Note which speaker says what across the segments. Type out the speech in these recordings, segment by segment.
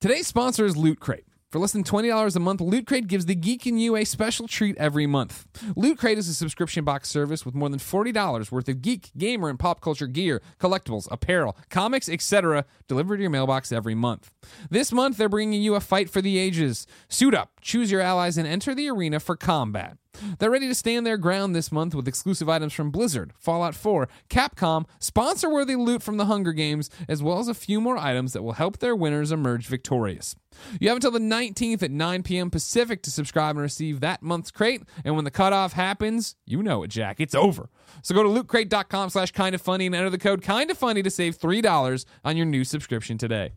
Speaker 1: Today's sponsor is Loot Crate. For less than $20 a month, Loot Crate gives the geek in you a special treat every month. Loot Crate is a subscription box service with more than $40 worth of geek, gamer, and pop culture gear, collectibles, apparel, comics, etc., delivered to your mailbox every month. This month, they're bringing you a fight for the ages. Suit up, choose your allies, and enter the arena for combat. They're ready to stand their ground this month with exclusive items from Blizzard, Fallout 4, Capcom, sponsor worthy loot from the Hunger Games, as well as a few more items that will help their winners emerge victorious. You have until the 19th at 9 p.m. Pacific to subscribe and receive that month's crate, and when the cutoff happens, you know it, Jack. It's over. So go to lootcrate.com slash kinda funny and enter the code kinda funny to save $3 on your new subscription today.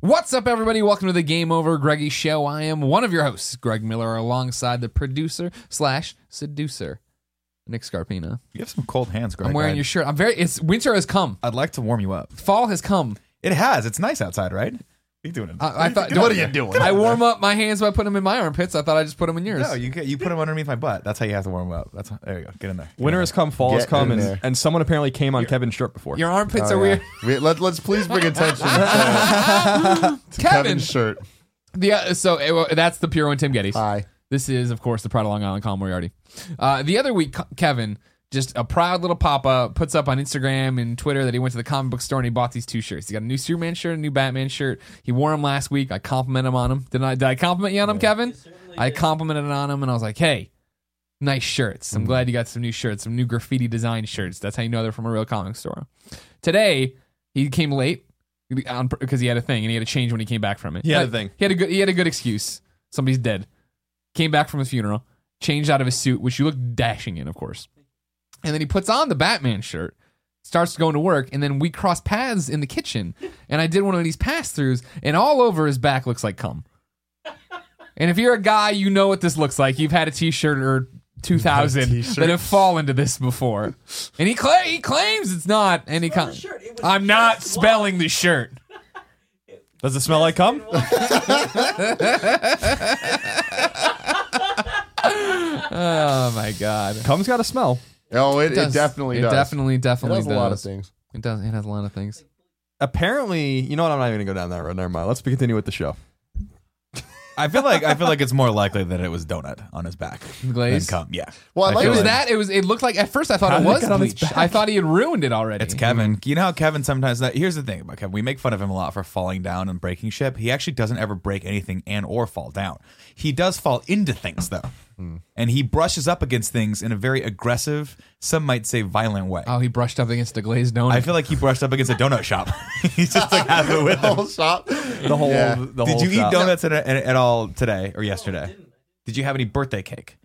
Speaker 1: What's up, everybody? Welcome to the Game Over Greggy Show. I am one of your hosts, Greg Miller, alongside the producer slash seducer, Nick Scarpina.
Speaker 2: You have some cold hands, Greg.
Speaker 1: I'm wearing
Speaker 2: I'd,
Speaker 1: your shirt. I'm very. It's winter has come.
Speaker 2: I'd like to warm you up.
Speaker 1: Fall has come.
Speaker 2: It has. It's nice outside, right? What are you doing?
Speaker 1: I, I thought.
Speaker 2: What are you doing?
Speaker 1: I warm up my hands by putting them in my armpits. I thought I just put them in yours.
Speaker 2: No, you get- you put them underneath my butt. That's how you have to warm up. That's there. You go. Get in there. Get
Speaker 3: Winter
Speaker 2: in
Speaker 3: has come, fall has
Speaker 2: Get
Speaker 3: come,
Speaker 2: in
Speaker 3: and,
Speaker 2: there.
Speaker 3: and someone apparently came on Kevin's shirt before.
Speaker 1: your armpits
Speaker 2: there.
Speaker 1: are
Speaker 2: Oh, yeah.
Speaker 1: weird.
Speaker 2: We- let, let's please bring attention to
Speaker 1: Kevin.
Speaker 2: Kevin's shirt.
Speaker 1: The uh, so uh, well, that's the Puro and Tim Gettys.
Speaker 2: Hi.
Speaker 1: This is, of course, the Pride of Long Island Colin Moriarty. Uh, the other week, Co- Kevin, just a proud little papa, puts up on Instagram and Twitter that he went to the comic book store and he bought these two shirts. He got a new Superman shirt, and a new Batman shirt. He wore them last week. I complimented him on them. Did I? Did I compliment you on them, Kevin? I complimented on him, and I was like, "Hey, nice shirts.
Speaker 3: Mm.
Speaker 1: I'm glad you got some new shirts, some new graffiti design shirts. That's how you know they're from a real comic store." Today, he came late on because he had a thing, and he had to change when he came back from it.
Speaker 3: He had a
Speaker 1: But
Speaker 3: thing.
Speaker 1: He had a good. He had a good excuse. Somebody's dead. Came back from his funeral, changed out of his suit, which you look dashing in, of course. And then he puts on the Batman shirt, starts going to work, and then we cross paths in the kitchen. And I did one of these pass throughs, and all over his back looks like cum. And if you're a guy, you know what this looks like. You've had a T-shirt or two thousand that have fallen to this before, and he cla- he claims it's not any kind.
Speaker 4: shirt. It was
Speaker 1: I'm not
Speaker 4: just
Speaker 1: spelling the shirt.
Speaker 3: Does it smell like cum?
Speaker 1: Oh my god!
Speaker 3: Cum's got a smell.
Speaker 5: Oh, it, it,
Speaker 1: does.
Speaker 5: definitely
Speaker 1: it
Speaker 5: does.
Speaker 1: definitely
Speaker 5: It
Speaker 1: definitely
Speaker 5: does a lot of
Speaker 1: does.
Speaker 5: things.
Speaker 1: It does. It has a lot of things.
Speaker 3: Apparently, you know what? I'm not even gonna go down that road. Never mind. Let's continue with the show.
Speaker 2: I feel like I feel like it's more likely that it was donut on his back than
Speaker 1: Glaze.
Speaker 2: cum. Yeah.
Speaker 5: Well, I like
Speaker 1: It
Speaker 2: feel
Speaker 1: was
Speaker 5: it.
Speaker 1: that. It was. It looked like at first I thought
Speaker 3: How
Speaker 1: it
Speaker 3: did it
Speaker 1: was
Speaker 3: get on its
Speaker 1: bleach.
Speaker 3: back?
Speaker 1: I thought he had ruined it already.
Speaker 2: It's Kevin. You know how Kevin sometimes that here's the thing about Kevin. We make fun of him a lot for falling down and breaking ship. He actually doesn't ever break anything and or fall down. He does fall into things though. And he brushes up against things in a very aggressive, some might say violent way.
Speaker 1: Oh, he brushed up against a glazed donut.
Speaker 2: I feel like he brushed up against a donut shop. He's just like has it with
Speaker 5: The
Speaker 2: him.
Speaker 5: whole shop.
Speaker 3: The whole.
Speaker 5: Yeah.
Speaker 3: The
Speaker 2: Did
Speaker 3: whole
Speaker 2: you eat
Speaker 3: shop.
Speaker 2: donuts at, at, at all today or yesterday?
Speaker 4: didn't.
Speaker 2: Did you have any birthday cake?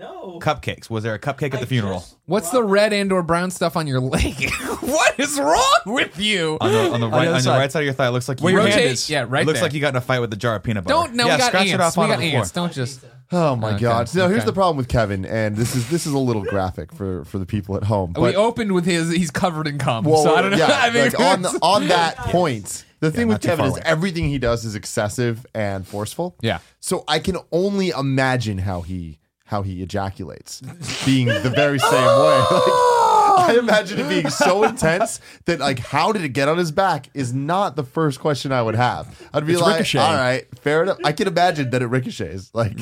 Speaker 4: No.
Speaker 2: Cupcakes. Was there a cupcake at
Speaker 4: I
Speaker 2: the funeral?
Speaker 4: just
Speaker 1: What's the
Speaker 4: brought-
Speaker 1: red and or brown stuff on your leg? what is wrong with you?
Speaker 2: On the, on the right
Speaker 3: other
Speaker 2: on the
Speaker 3: side.
Speaker 2: right side of your thigh, it looks like
Speaker 3: Where
Speaker 2: you
Speaker 3: your hand
Speaker 1: Rotate-
Speaker 3: is.
Speaker 1: yeah, right
Speaker 2: Looks
Speaker 1: there.
Speaker 2: like you got in a fight with a jar of peanut butter.
Speaker 1: Don't. No,
Speaker 2: yeah,
Speaker 1: we got
Speaker 2: scratch
Speaker 1: ants.
Speaker 2: it off
Speaker 1: we
Speaker 2: onto
Speaker 1: got
Speaker 2: the floor.
Speaker 1: ants. Don't just.
Speaker 5: Oh my
Speaker 1: Okay.
Speaker 5: god! So here's
Speaker 1: Okay.
Speaker 5: the problem with Kevin, and this is this is a little graphic for for the people at home. But
Speaker 1: we opened with his. He's covered in cum.
Speaker 5: well,
Speaker 1: so I don't know.
Speaker 5: yeah,
Speaker 1: I mean,
Speaker 5: like, on the, on that point, the thing with
Speaker 2: not too far
Speaker 5: Kevin is
Speaker 2: away.
Speaker 5: everything he does is excessive and forceful.
Speaker 1: Yeah.
Speaker 5: So I can only imagine how he how he ejaculates, being the very same way. Like, I imagine it being so intense that like, how did it get on his back? Is not the first question I would have. I'd be
Speaker 3: It's
Speaker 5: like,
Speaker 3: ricocheting.
Speaker 5: all right, fair enough. I can imagine that it ricochets. Like,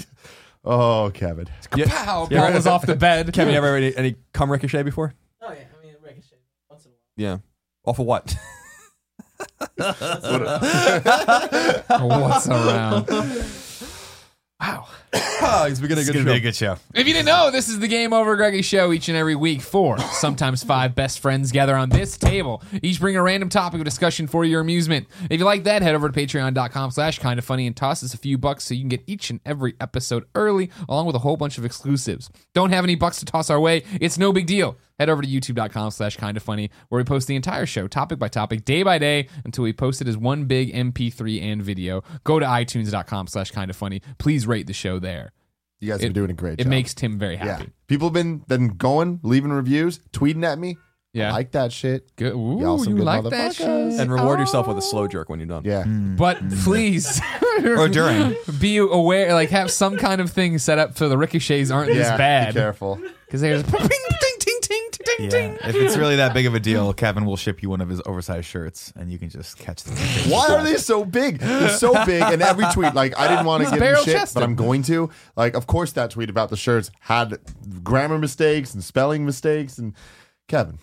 Speaker 5: oh, Kevin.
Speaker 3: Yeah.
Speaker 1: pow, ball is off the bed.
Speaker 3: Kevin, you ever had any cum ricochet before?
Speaker 4: Oh yeah, I mean ricochet once in a while.
Speaker 3: Yeah. Off of what?
Speaker 1: what's around? Wow.
Speaker 3: it's been a
Speaker 2: It's gonna
Speaker 3: good show.
Speaker 2: be a good show.
Speaker 1: If you didn't know, this is the Game Over Greggy show each and every week. Four, sometimes five best friends gather on this table. Each bring a random topic of discussion for your amusement. If you like that, head over to patreon.com slash kind of funny and toss us a few bucks so you can get each and every episode early, along with a whole bunch of exclusives. Don't have any bucks to toss our way? It's no big deal. Head over to youtube.com slash kind of funny, where we post the entire show, topic by topic, day by day, until we post it as one big MP3 and video. Go to itunes.com slash kind of funny. Please rate the show there.
Speaker 5: You guys are doing a great
Speaker 1: It
Speaker 5: job.
Speaker 1: makes Tim very
Speaker 5: yeah.
Speaker 1: happy.
Speaker 5: People have been been going, leaving reviews, tweeting at me.
Speaker 1: Yeah.
Speaker 5: like that shit.
Speaker 1: Good. Ooh,
Speaker 5: Y'all
Speaker 1: you
Speaker 5: some good
Speaker 1: like that
Speaker 5: motherfuckers.
Speaker 1: shit.
Speaker 3: And reward yourself with a slow jerk when you're done.
Speaker 5: Yeah,
Speaker 1: But please,
Speaker 2: Or during.
Speaker 1: be aware. Like, have some kind of thing set up so the ricochets aren't
Speaker 5: yeah.
Speaker 1: this
Speaker 5: Be
Speaker 1: bad.
Speaker 5: careful.
Speaker 1: Because there's ping, ting, ting, ting, ting, ting, ting.
Speaker 2: If it's really that big of a deal, Kevin will ship you one of his oversized shirts, and you can just catch them.
Speaker 5: Why are they so big? They're so big, and every tweet, like, I didn't want to give him shit,
Speaker 1: barrel-chested.
Speaker 5: but I'm going to. Like, of course, that tweet about the shirts had grammar mistakes and spelling mistakes. And Kevin,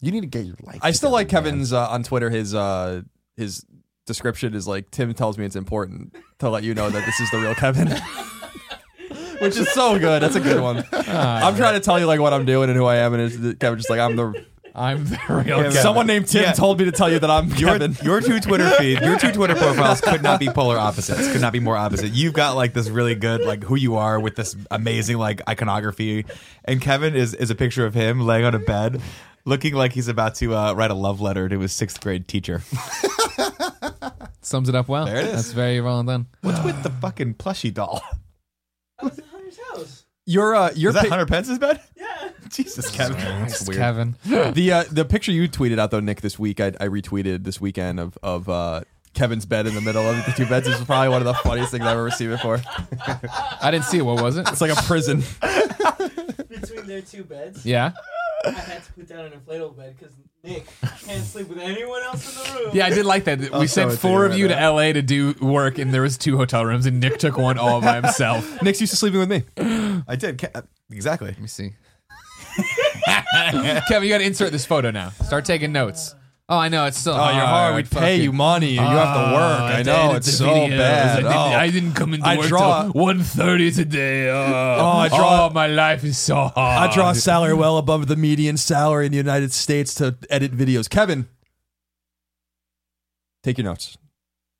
Speaker 5: you need to get your life.
Speaker 3: I still
Speaker 5: together,
Speaker 3: like
Speaker 5: man.
Speaker 3: Kevin's uh, on Twitter. His uh, his description is like Tim tells me it's important to let you know that this is the real Kevin, which is so good. That's a good one.
Speaker 2: Ah.
Speaker 3: I'm trying to tell you like what I'm doing and who I am, and it's, Kevin's just like I'm the.
Speaker 1: I'm the real.
Speaker 2: Yeah.
Speaker 1: Kevin.
Speaker 3: Someone named Tim
Speaker 2: Yeah.
Speaker 3: told me to tell you that I'm
Speaker 2: Your,
Speaker 3: Kevin.
Speaker 2: your two Twitter feed, your two Twitter profiles could not be polar opposites. Could not be more opposite. You've got like this really good like who you are with this amazing like iconography, and Kevin is is a picture of him laying on a bed, looking like he's about to uh, write a love letter to his sixth grade teacher.
Speaker 1: sums it up well.
Speaker 2: There it is.
Speaker 1: That's very well done.
Speaker 2: What's with the fucking plushie doll?
Speaker 4: I was at Hunter's house.
Speaker 3: Your uh, your
Speaker 2: Is that
Speaker 3: pi-
Speaker 2: Hunter Pence's bed?
Speaker 4: Yeah.
Speaker 2: Jesus, Kevin.
Speaker 1: It's Kevin.
Speaker 3: the uh, the picture you tweeted out though, Nick, this week I, I retweeted this weekend of of uh, Kevin's bed in the middle of the two beds is probably one of the funniest things I've ever seen before.
Speaker 1: I didn't see it. What was it?
Speaker 3: It's like a prison.
Speaker 4: Between their two beds,
Speaker 1: Yeah.
Speaker 4: I had to put down an inflatable bed because Nick can't sleep with anyone else in the room.
Speaker 1: Yeah, I did like that. We
Speaker 3: show it
Speaker 1: sent
Speaker 3: to
Speaker 1: four
Speaker 3: you
Speaker 1: of
Speaker 3: right
Speaker 1: you to LA to do work, and there was two hotel rooms, and Nick took one all by himself. Let
Speaker 3: Nick's used to sleeping with me.
Speaker 2: I did Ke- uh, exactly.
Speaker 1: me see. Kevin, you got to insert this photo now. Start taking notes. Oh, I know it's still.
Speaker 3: Oh, you're hard. We'd pay you money. and you have
Speaker 1: Oh,
Speaker 3: to work. Ah, I know it's so bad. Oh. I,
Speaker 1: didn't come into
Speaker 3: I work draw- till
Speaker 1: one thirty today. Oh,
Speaker 3: I draw-
Speaker 1: my life is so hard.
Speaker 3: draw a salary well above the median salary in the United States to edit videos. Kevin, take your notes.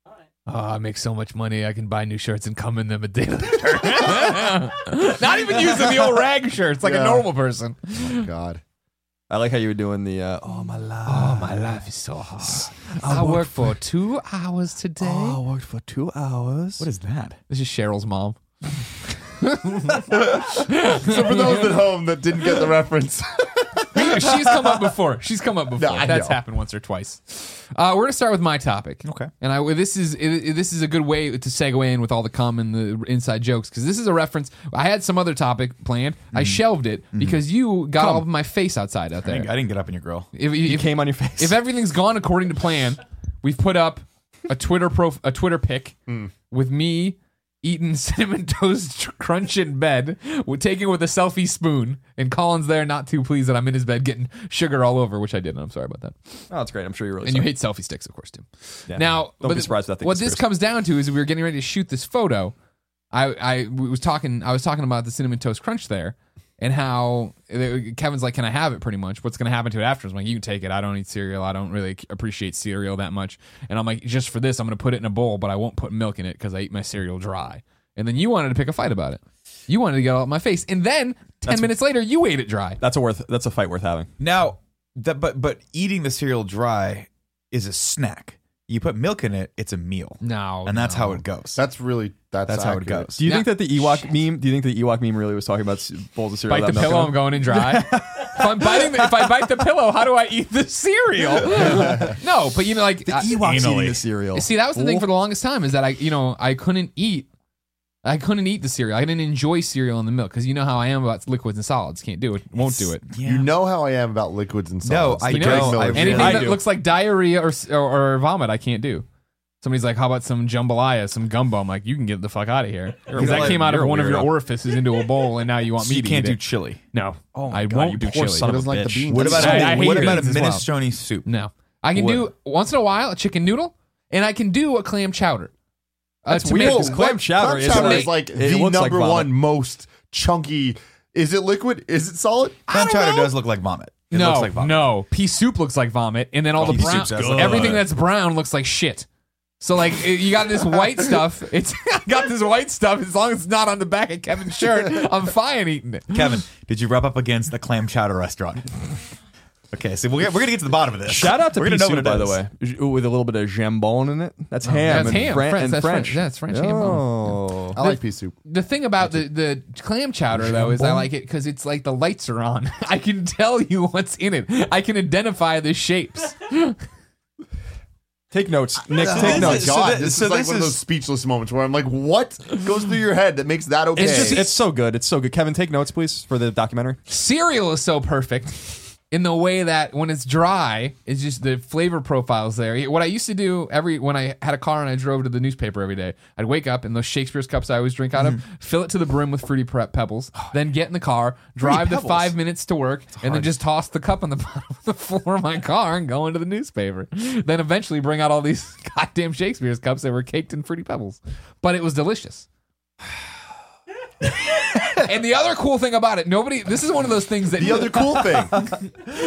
Speaker 1: Oh, I make so much money. I can buy new shirts and come in them a day later. Not even using the old rag shirts like a
Speaker 5: Yeah.
Speaker 1: normal person.
Speaker 5: God.
Speaker 3: I like how you were doing the. Uh, oh my life. Oh
Speaker 1: My life is so hard. I, work for two hours today.
Speaker 3: I worked for two hours.
Speaker 2: What is that?
Speaker 1: This is Cheryl's mom.
Speaker 5: So for those at home that didn't get the reference,
Speaker 1: She's come up before. She's come up before.
Speaker 5: No, I
Speaker 1: That's
Speaker 5: know.
Speaker 1: happened once or twice. Uh, we're gonna start with my topic.
Speaker 2: Okay.
Speaker 1: And I this is it, this is a good way to segue in with all the common the inside jokes because this is a reference. I had some other topic planned. I shelved it because you got all of my face outside out
Speaker 2: I
Speaker 1: there.
Speaker 2: didn't, I didn't get up in your grill.
Speaker 1: If,
Speaker 3: You
Speaker 1: if,
Speaker 3: came on your face.
Speaker 1: if everything's gone according to plan, we've put up a Twitter prof- a Twitter pic with me eating cinnamon toast crunch in bed, we're taking it with a selfie spoon, and Colin's there not too pleased that I'm in his bed getting sugar all over, which I didn't. I'm sorry about that.
Speaker 3: oh, that's great. I'm sure you're really.
Speaker 1: And you
Speaker 3: sorry.
Speaker 1: hate selfie sticks, of course, Tim. now,
Speaker 3: Don't
Speaker 1: but
Speaker 3: be surprised if that thing
Speaker 1: What this
Speaker 3: disappears.
Speaker 1: comes down to is we were getting ready to shoot this photo. I, I we was talking I was talking about the cinnamon toast crunch there, and how they- Kevin's like, "Can I have it?" Pretty much, what's going to happen to it afterwards? I'm like, "You can take it. I don't eat cereal. I don't really appreciate cereal that much." And I'm like, "Just for this, I'm going to put it in a bowl, but I won't put milk in it because I eat my cereal dry." And then you wanted to pick a fight about it. You wanted to get all up my face, and then ten minutes later, you ate it dry.
Speaker 3: That's a worth. That's a fight worth having.
Speaker 2: Now, that but but eating the cereal dry is a snack. You put milk in it, it's a meal.
Speaker 1: No,
Speaker 2: and that's
Speaker 1: no.
Speaker 2: how it goes.
Speaker 5: that's really that's,
Speaker 2: that's how it
Speaker 5: accurate.
Speaker 2: goes.
Speaker 3: Do you
Speaker 1: Yeah.
Speaker 3: think that the Ewok meme? Do you think the Ewok meme really was talking about s- bowls of cereal?
Speaker 1: bite the
Speaker 3: without milk in
Speaker 1: pillow,
Speaker 3: them?
Speaker 1: I'm going in dry. if I'm biting, the, if I bite the pillow, how do I eat the cereal? no, but you know, like I-
Speaker 3: Ewoks
Speaker 2: Anally.
Speaker 3: eating the cereal.
Speaker 1: see, that was the thing for the longest time is that I, you know, I couldn't eat. I couldn't eat the cereal. I didn't enjoy cereal in the milk because you know how I am about liquids and solids. Can't do it. Won't do it.
Speaker 2: Yeah.
Speaker 5: You know how I am about liquids and
Speaker 2: No,
Speaker 5: solids.
Speaker 2: I
Speaker 5: The
Speaker 1: know,
Speaker 5: Greg Miller
Speaker 2: I-
Speaker 5: show.
Speaker 1: Anything
Speaker 2: I
Speaker 1: that
Speaker 2: do.
Speaker 1: looks like diarrhea or, or or vomit, I can't do. Somebody's like, "How about some jambalaya, some gumbo?" I'm like, "You can get the fuck out of here," because that
Speaker 2: weirdo.
Speaker 1: came out of
Speaker 2: You're a
Speaker 1: one of your
Speaker 2: weirdo.
Speaker 1: orifices into a bowl, and now you want
Speaker 2: So
Speaker 1: me
Speaker 2: you
Speaker 1: to
Speaker 2: can't
Speaker 1: eat
Speaker 2: do
Speaker 1: it.
Speaker 2: chili.
Speaker 1: No, I
Speaker 2: God,
Speaker 1: won't
Speaker 2: you
Speaker 1: do
Speaker 2: poor
Speaker 1: chili.
Speaker 2: son of
Speaker 5: Doesn't
Speaker 2: a
Speaker 5: like the
Speaker 2: bitch.
Speaker 5: beans.
Speaker 2: What about
Speaker 1: I- I
Speaker 2: a,
Speaker 1: hate
Speaker 2: what about a
Speaker 1: beans as well.
Speaker 2: minestrone soup?
Speaker 1: No. I can do once in a while a chicken noodle and I can do a clam chowder. That's
Speaker 3: It's weird because clam chowder
Speaker 5: clam
Speaker 3: is
Speaker 5: chowder
Speaker 3: like,
Speaker 5: is like
Speaker 3: it
Speaker 5: the
Speaker 3: looks like
Speaker 5: number
Speaker 3: vomit.
Speaker 5: one most chunky. Is it liquid? Is it solid?
Speaker 2: Clam chowder does look like vomit. It
Speaker 1: no,
Speaker 2: looks like vomit. Oh,
Speaker 1: no. Pea soup looks like vomit, and then all the
Speaker 2: Pea
Speaker 1: brown,
Speaker 2: soup's good.
Speaker 1: everything that's brown looks like shit. So like it- you got this white stuff. It's I got this white stuff. As long as it's not on the back of Kevin's shirt, I'm fine eating it.
Speaker 2: Kevin, did you rub up against the clam chowder restaurant? okay, so we're, we're gonna get to the bottom of this.
Speaker 3: Shout out to
Speaker 2: we're gonna know
Speaker 3: pea
Speaker 2: what
Speaker 3: soup,
Speaker 2: it
Speaker 3: by the
Speaker 2: is.
Speaker 3: way, J- ooh, with a little bit of jambon in it. That's ham.
Speaker 1: Oh, That's
Speaker 3: and
Speaker 1: ham.
Speaker 3: Fran-
Speaker 1: French.
Speaker 3: and
Speaker 1: That's French.
Speaker 3: French.
Speaker 1: That's French
Speaker 3: Oh.
Speaker 5: I like pea soup.
Speaker 1: The thing about the, the clam chowder though is I like it because it's like the lights are on. I can tell you what's in it. I can identify the shapes.
Speaker 3: Take notes, Nick. Take
Speaker 2: is-
Speaker 5: Oh my
Speaker 3: notes.
Speaker 2: so
Speaker 5: god,
Speaker 2: thi-
Speaker 5: this
Speaker 2: so
Speaker 5: is like
Speaker 2: this
Speaker 5: one of
Speaker 2: is-
Speaker 5: those speechless moments where I'm like, what goes through your head that makes that okay?
Speaker 3: It's just, it's so good. It's so good. Kevin, take notes, please, for the documentary.
Speaker 1: cereal is so perfect in the way that when it's dry, it's just the flavor profiles there. What I used to do every when I had a car and I drove to the newspaper every day, I'd wake up and those Shakespeare's cups I always drink out
Speaker 5: Mm-hmm.
Speaker 1: of, fill it to the brim with fruity Pre- pebbles,
Speaker 5: Oh,
Speaker 1: then get in the car, drive the
Speaker 2: Pebbles.
Speaker 1: five minutes to work, and then just toss the cup on the bottom of the floor of my car and go into the newspaper. Then eventually bring out all these goddamn Shakespeare's cups that were caked in fruity pebbles, but it was delicious. and the other cool thing about it, nobody. This is one of those things that
Speaker 5: the other cool thing,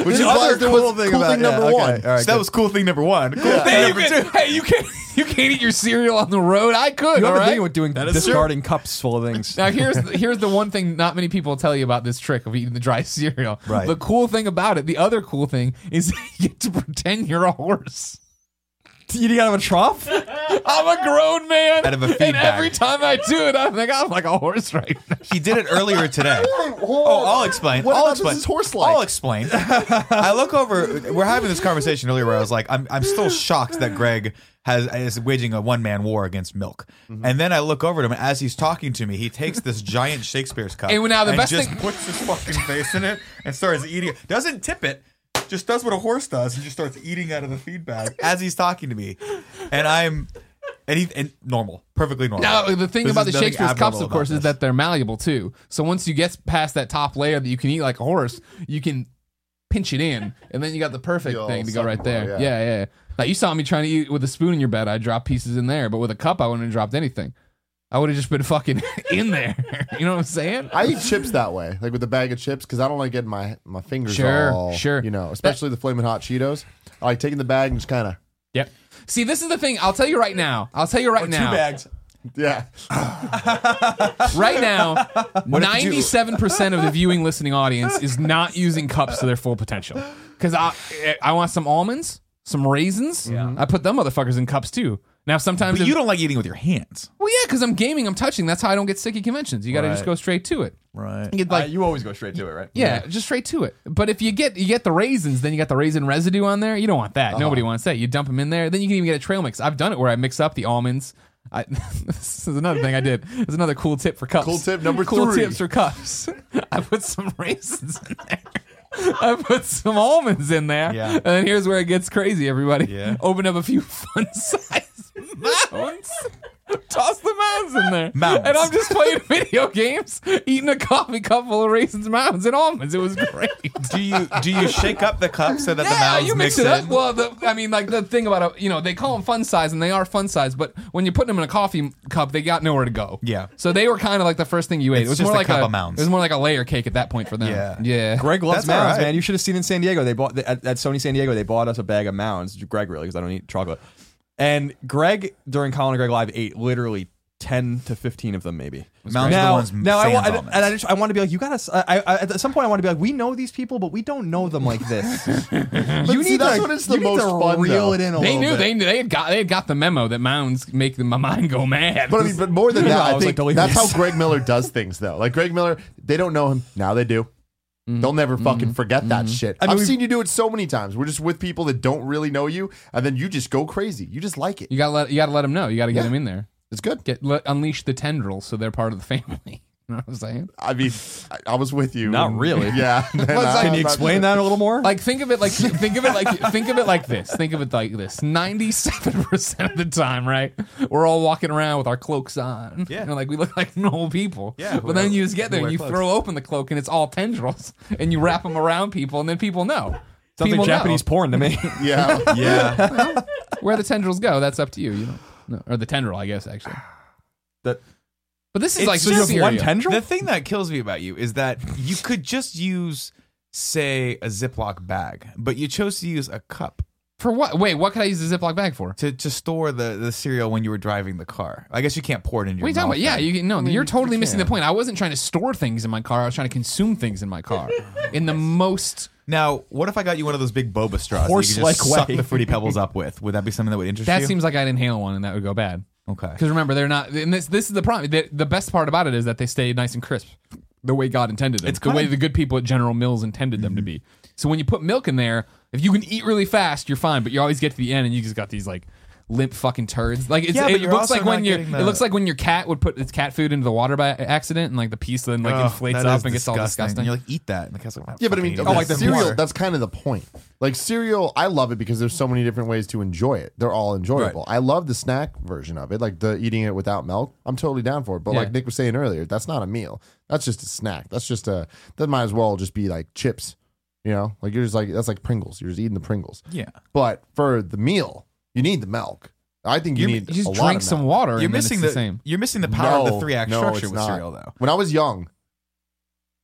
Speaker 5: which is
Speaker 2: The
Speaker 5: why
Speaker 2: other
Speaker 5: there
Speaker 2: cool
Speaker 5: was
Speaker 2: thing
Speaker 5: cool
Speaker 2: about-
Speaker 5: thing
Speaker 2: yeah,
Speaker 5: number
Speaker 2: okay,
Speaker 5: one.
Speaker 2: all right, so that was cool thing number one. Cool thing
Speaker 1: Hey, you
Speaker 2: number two.
Speaker 1: can, hey, you can't you can't eat your cereal on the road. I could.
Speaker 3: You
Speaker 1: all
Speaker 3: have a
Speaker 1: right?
Speaker 3: thing with doing
Speaker 2: is true.
Speaker 3: discarding cups full of things.
Speaker 1: now here's the, here's the one thing not many people tell you about this trick of eating the dry cereal.
Speaker 2: Right.
Speaker 1: The cool thing about it, the other cool thing is you get to pretend you're a horse.
Speaker 3: Eating out of a trough?
Speaker 1: I'm a grown man.
Speaker 2: Out of a
Speaker 1: and
Speaker 2: feedback.
Speaker 1: every time I do it, I think I'm like a horse right now.
Speaker 2: He did it earlier today.
Speaker 5: Oh,
Speaker 2: Oh, I'll explain.
Speaker 5: What
Speaker 2: I'll
Speaker 5: about this
Speaker 2: explain.
Speaker 5: is horse-like?
Speaker 2: I'll explain. I look over. We're having this conversation earlier where I was like, I'm, I'm still shocked that Greg has is waging a one man war against milk.
Speaker 5: Mm-hmm.
Speaker 2: And then I look over at him, and as he's talking to me, he takes this giant Shakespeare's cup
Speaker 1: And now the best
Speaker 2: just
Speaker 1: thing-
Speaker 2: puts his fucking face in it and starts eating. it. Doesn't tip it. Just does what a horse does and just starts eating out of the feed bag as he's talking to me, and I'm, and he and normal, perfectly normal.
Speaker 1: Now, the thing
Speaker 2: This
Speaker 1: about
Speaker 2: is
Speaker 1: the
Speaker 2: nothing
Speaker 1: Shakespeare's cups,
Speaker 2: abnormal
Speaker 1: of course,
Speaker 2: about
Speaker 1: is
Speaker 2: this.
Speaker 1: that they're malleable too. So once you get past that top layer that you can eat like a horse, you can pinch it in, and then you got the perfect
Speaker 5: Yo,
Speaker 1: thing to go
Speaker 5: suck
Speaker 1: right
Speaker 5: it
Speaker 1: there.
Speaker 5: raw,
Speaker 1: yeah.
Speaker 5: yeah.
Speaker 1: yeah, yeah. Like you saw me trying to eat with a spoon in your bed, I dropped pieces in there, but with a cup, I wouldn't have dropped anything. I would have just been fucking in there. you know what I'm saying?
Speaker 5: I eat chips that way, like with a bag of chips, because I don't like getting my my fingers
Speaker 1: Sure,
Speaker 5: all,
Speaker 1: sure.
Speaker 5: you know, especially the flaming hot Cheetos. I like taking the bag and just kind of,
Speaker 1: Yep. See, this is the thing. I'll tell you right now. I'll tell you
Speaker 2: Oh,
Speaker 1: right now.
Speaker 5: yeah.
Speaker 1: Right now,
Speaker 2: if you-
Speaker 1: ninety-seven percent of the viewing listening audience is not using cups to their full potential. Because I, I want some almonds, some raisins. I put them motherfuckers in cups too. Now sometimes
Speaker 2: But
Speaker 1: if-
Speaker 2: you don't like eating with your hands,
Speaker 1: Well, yeah, because I'm gaming. I'm touching. That's how I don't get sick at conventions. You got to just go straight to it.
Speaker 2: right?
Speaker 1: You get like.
Speaker 3: you always go straight to it, right?
Speaker 1: yeah, just straight to it. But if you get you get the raisins, then you got the raisin residue on there. You don't want
Speaker 5: Uh-huh.
Speaker 1: that. Nobody wants that. You dump them in there. Then you can even get a trail mix. I've done it where I mix up the almonds. I, this is another thing I did. It's another cool tip for cups.
Speaker 5: Cool tip number
Speaker 1: cool
Speaker 5: three.
Speaker 1: tips for cups. I put some raisins in there. I put some almonds in there.
Speaker 2: Yeah.
Speaker 1: And then here's where it gets crazy, everybody.
Speaker 2: Yeah.
Speaker 1: Open up a few fun size mounds. Toss the mounds in there.
Speaker 2: Mounds.
Speaker 1: And I'm just playing video games, eating a coffee cup full of raisins, mounds, and almonds. It was great.
Speaker 2: Do you do you shake up the cup so that the
Speaker 1: Yeah,
Speaker 2: mouths
Speaker 1: you mix, it up. Well, the, I mean, like the thing about a, you know they call them fun size, and they are fun size. But when you're putting them in a coffee cup, they got nowhere to go.
Speaker 2: Yeah.
Speaker 1: So they were kind of like the first thing you ate.
Speaker 2: It's
Speaker 1: it was
Speaker 2: just
Speaker 1: more
Speaker 2: a
Speaker 1: like
Speaker 2: cup
Speaker 1: a
Speaker 2: of mounds.
Speaker 1: it was more like a layer cake at that point for them.
Speaker 2: Yeah.
Speaker 1: Yeah.
Speaker 3: Greg loves
Speaker 2: That's all
Speaker 3: mounds,
Speaker 2: right.
Speaker 3: man. You should have seen in San Diego. They bought at, at Sony San Diego. They bought us a bag of mounds. Greg really, because I don't eat chocolate. And Greg during Colin and Greg Live ate literally ten to fifteen of them, maybe.
Speaker 2: Mounds are the ones
Speaker 3: now I,
Speaker 2: sans
Speaker 3: wa- and-
Speaker 2: almonds.
Speaker 3: and I just I want to be like, you gotta. s- I, I- at some point, I want to be like, we know these people, but we don't know them like this. you
Speaker 5: see,
Speaker 3: need
Speaker 5: that's
Speaker 3: to,
Speaker 5: when it's the
Speaker 3: you need to
Speaker 5: most fun,
Speaker 3: reel
Speaker 5: though.
Speaker 3: it in a
Speaker 1: They
Speaker 3: little
Speaker 1: knew
Speaker 3: bit.
Speaker 1: they knew they had got they had got the memo that mounds make the, my mind go mad.
Speaker 5: But I mean, but more than that,
Speaker 3: I
Speaker 5: I
Speaker 3: was
Speaker 5: think
Speaker 3: like,
Speaker 5: that's how
Speaker 3: delirious.
Speaker 5: Greg Miller does things, though. Like Greg Miller, they don't know him now; they do.
Speaker 3: Mm-hmm.
Speaker 5: They'll never fucking forget that shit. I
Speaker 3: mean,
Speaker 5: have
Speaker 3: we-
Speaker 5: seen you do it so many times. We're just with people that don't really know you, and then you just go crazy. You just like it.
Speaker 1: you gotta let you gotta let them know. You gotta get
Speaker 5: Yeah.
Speaker 1: them in there.
Speaker 5: It's good.
Speaker 1: Get let, unleash the tendrils so they're part of the family. You know what I'm saying?
Speaker 5: I mean, I, I was with you.
Speaker 3: Not
Speaker 5: and-
Speaker 3: really.
Speaker 5: Yeah.
Speaker 3: Can you explain that a little more?
Speaker 1: Like think of it like think of it like think of it like this. Think of it like this. Ninety seven percent of the time, right? We're all walking around with our cloaks on.
Speaker 2: Yeah.
Speaker 1: You know, like we look like normal people.
Speaker 2: Yeah, who
Speaker 1: But then
Speaker 2: wear-
Speaker 1: you just get there
Speaker 2: who
Speaker 1: and you
Speaker 2: wear
Speaker 1: throw open the cloak and it's all tendrils and you wrap them around people and then people know.
Speaker 3: Sounds like
Speaker 1: People know.
Speaker 3: Japanese porn to me.
Speaker 5: Yeah.
Speaker 2: Yeah,
Speaker 1: Where the tendrils go, that's up to you. You know. No, or the tendril, I guess actually.
Speaker 3: That-
Speaker 1: but this is
Speaker 2: It's
Speaker 1: like
Speaker 2: so you have
Speaker 1: cereal.
Speaker 3: one tendril.
Speaker 2: The thing that kills me about you is that you could just use, say, a Ziploc bag, but you chose to use a cup
Speaker 1: for what? Wait, what could I use the Ziploc bag for?
Speaker 2: to, to store the, the cereal when you were driving the car. I guess you can't pour it into your
Speaker 1: What are you talking
Speaker 2: mouth
Speaker 1: about? Yeah,
Speaker 2: then.
Speaker 1: you can, no, you're totally missing the point. I wasn't trying to store things in my car. I was trying to consume things in my car in the most.
Speaker 2: Now, what if I got you one of those big boba straws that you could
Speaker 3: Horse-like
Speaker 2: just suck
Speaker 3: way.
Speaker 2: the fruity pebbles up with? Would that be something that would interest
Speaker 1: That
Speaker 2: you?
Speaker 1: seems like I'd inhale one and that would go bad.
Speaker 2: okay.
Speaker 1: Because remember, they're not. And this this is the problem. The, the best part about it is that they stay nice and crisp, the way God intended them. It's the
Speaker 2: kinda-
Speaker 1: way the good people at General Mills intended them to be. So when you put milk in there, if you can eat really fast, you're fine. But you always get to the end and you just got these like limp fucking turds. Like it's,
Speaker 2: Yeah, but
Speaker 1: it
Speaker 2: you're
Speaker 1: looks
Speaker 2: also
Speaker 1: like when
Speaker 2: not
Speaker 1: your
Speaker 2: getting
Speaker 1: it
Speaker 2: the-
Speaker 1: looks like when your cat would put its cat food into the water by accident and like the piece then like
Speaker 2: Oh,
Speaker 1: inflates
Speaker 2: that
Speaker 1: up
Speaker 2: is
Speaker 1: and gets all disgusting.
Speaker 2: And you're like, eat that. And the cat's like,
Speaker 5: Yeah, but I mean,
Speaker 2: "Fucking eat
Speaker 5: okay,
Speaker 2: it." the
Speaker 5: cereal.
Speaker 2: water.
Speaker 5: That's kind of the point. Like cereal, I love it because there's so many different ways to enjoy it. They're all enjoyable. I love the snack version of it, like the eating it without milk. I'm totally down for it. But
Speaker 1: Yeah.
Speaker 5: like Nick was saying earlier, that's not a meal. That's just a snack. That's just a. That might as well just be like chips. You know, like you're just like that's like Pringles. You're just eating the Pringles.
Speaker 2: Yeah.
Speaker 5: But for the meal, you need the milk. I think you
Speaker 2: You're-
Speaker 5: need
Speaker 1: you just
Speaker 5: a lot
Speaker 1: drink
Speaker 5: of
Speaker 1: some
Speaker 5: milk.
Speaker 1: water.
Speaker 2: You're
Speaker 1: and then
Speaker 2: missing
Speaker 1: it's
Speaker 2: the,
Speaker 1: the same.
Speaker 2: You're missing the power of
Speaker 5: No,
Speaker 2: the three act
Speaker 5: no,
Speaker 2: structure
Speaker 5: it's
Speaker 2: with
Speaker 5: not.
Speaker 2: cereal, though.
Speaker 5: When I was young,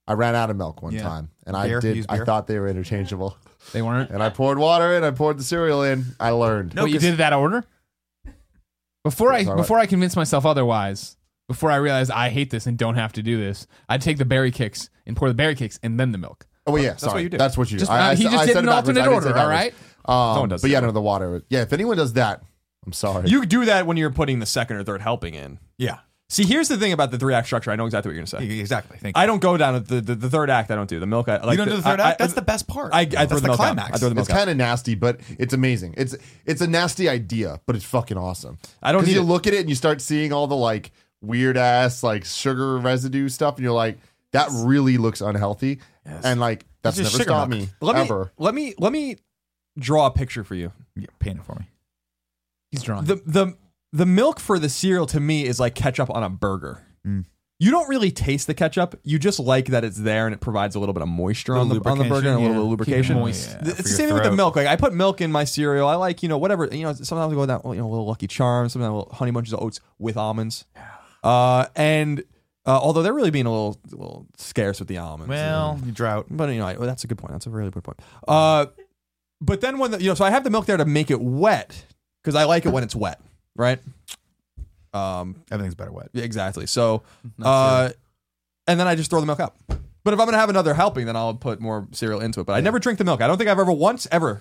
Speaker 5: I ran out of milk one
Speaker 2: Yeah.
Speaker 5: time, and I
Speaker 2: Beer,
Speaker 5: did.
Speaker 2: use
Speaker 5: I
Speaker 2: beer.
Speaker 5: thought they were interchangeable.
Speaker 1: They weren't.
Speaker 5: And I poured water in. I poured the cereal in. I learned.
Speaker 2: No,
Speaker 1: Wait, you
Speaker 2: 'cause-
Speaker 1: did that order? Before I
Speaker 5: Yes, all right.
Speaker 1: before I convinced myself otherwise, before I realized I hate this and don't have to do this, I'd take the berry kicks and pour the berry kicks and then the milk.
Speaker 5: Oh, well, yeah. That's sorry.
Speaker 2: what you do.
Speaker 5: That's what you do.
Speaker 1: Just- uh, he
Speaker 5: s-
Speaker 1: just did
Speaker 5: said
Speaker 1: an
Speaker 5: it backwards. I
Speaker 1: alternate
Speaker 5: didn't say
Speaker 1: order,
Speaker 5: it
Speaker 1: all
Speaker 5: backwards. Um,
Speaker 3: Someone does
Speaker 5: But
Speaker 3: that.
Speaker 5: yeah, no, the water. Yeah, if anyone does that, I'm sorry.
Speaker 3: You do that when you're putting the second or third helping in.
Speaker 2: Yeah.
Speaker 3: See, here's the thing about the three act structure. I know exactly what you're gonna say.
Speaker 2: Exactly. Thank you.
Speaker 3: I don't go down the, the the third act. I don't do the milk. I, like
Speaker 2: you don't do the third
Speaker 3: I-
Speaker 2: act?
Speaker 3: I-
Speaker 2: that's the best part.
Speaker 3: I, I
Speaker 2: that's
Speaker 3: throw the,
Speaker 2: the
Speaker 3: milk out.
Speaker 2: climax.
Speaker 3: I throw the milk
Speaker 5: it's kind of nasty, but it's amazing. It's it's a nasty idea, but it's fucking awesome.
Speaker 3: I don't
Speaker 5: 'Cause
Speaker 3: need
Speaker 5: you
Speaker 3: it.
Speaker 5: look at it and you start seeing all the like weird ass like sugar residue stuff, and you're like, that really looks unhealthy. And like that's
Speaker 2: just
Speaker 5: never
Speaker 2: sugar
Speaker 5: stopped
Speaker 2: milk.
Speaker 5: me
Speaker 3: Let me
Speaker 5: ever.
Speaker 3: let me let me draw a picture for you.
Speaker 2: Yeah, paint it for me.
Speaker 1: He's drunk.
Speaker 3: The the the milk for the cereal to me is like ketchup on a burger.
Speaker 2: Mm.
Speaker 3: You don't really taste the ketchup. You just like that it's there and it provides a little bit of moisture on the on the burger and a little bit of lubrication.
Speaker 1: moist.
Speaker 3: Th- It's the same thing with the milk. Like I put milk in my cereal. I like you know whatever you know. Sometimes I go with that you know a little Lucky Charms, sometimes a little Honey Bunches of Oats with almonds. Uh, and uh, although they're really being a little, a little scarce with the almonds.
Speaker 2: Well, you drought.
Speaker 3: But you know, I, well, that's a good point. That's a really good point. Uh, but then when the, you know, so I have the milk there to make it wet because I like it when it's wet, right? Um,
Speaker 2: Everything's better wet.
Speaker 3: yeah, exactly. So, uh, and then I just throw the milk out. But if I'm gonna have another helping, then I'll put more cereal into it. But I never drink the milk. I don't think I've ever once ever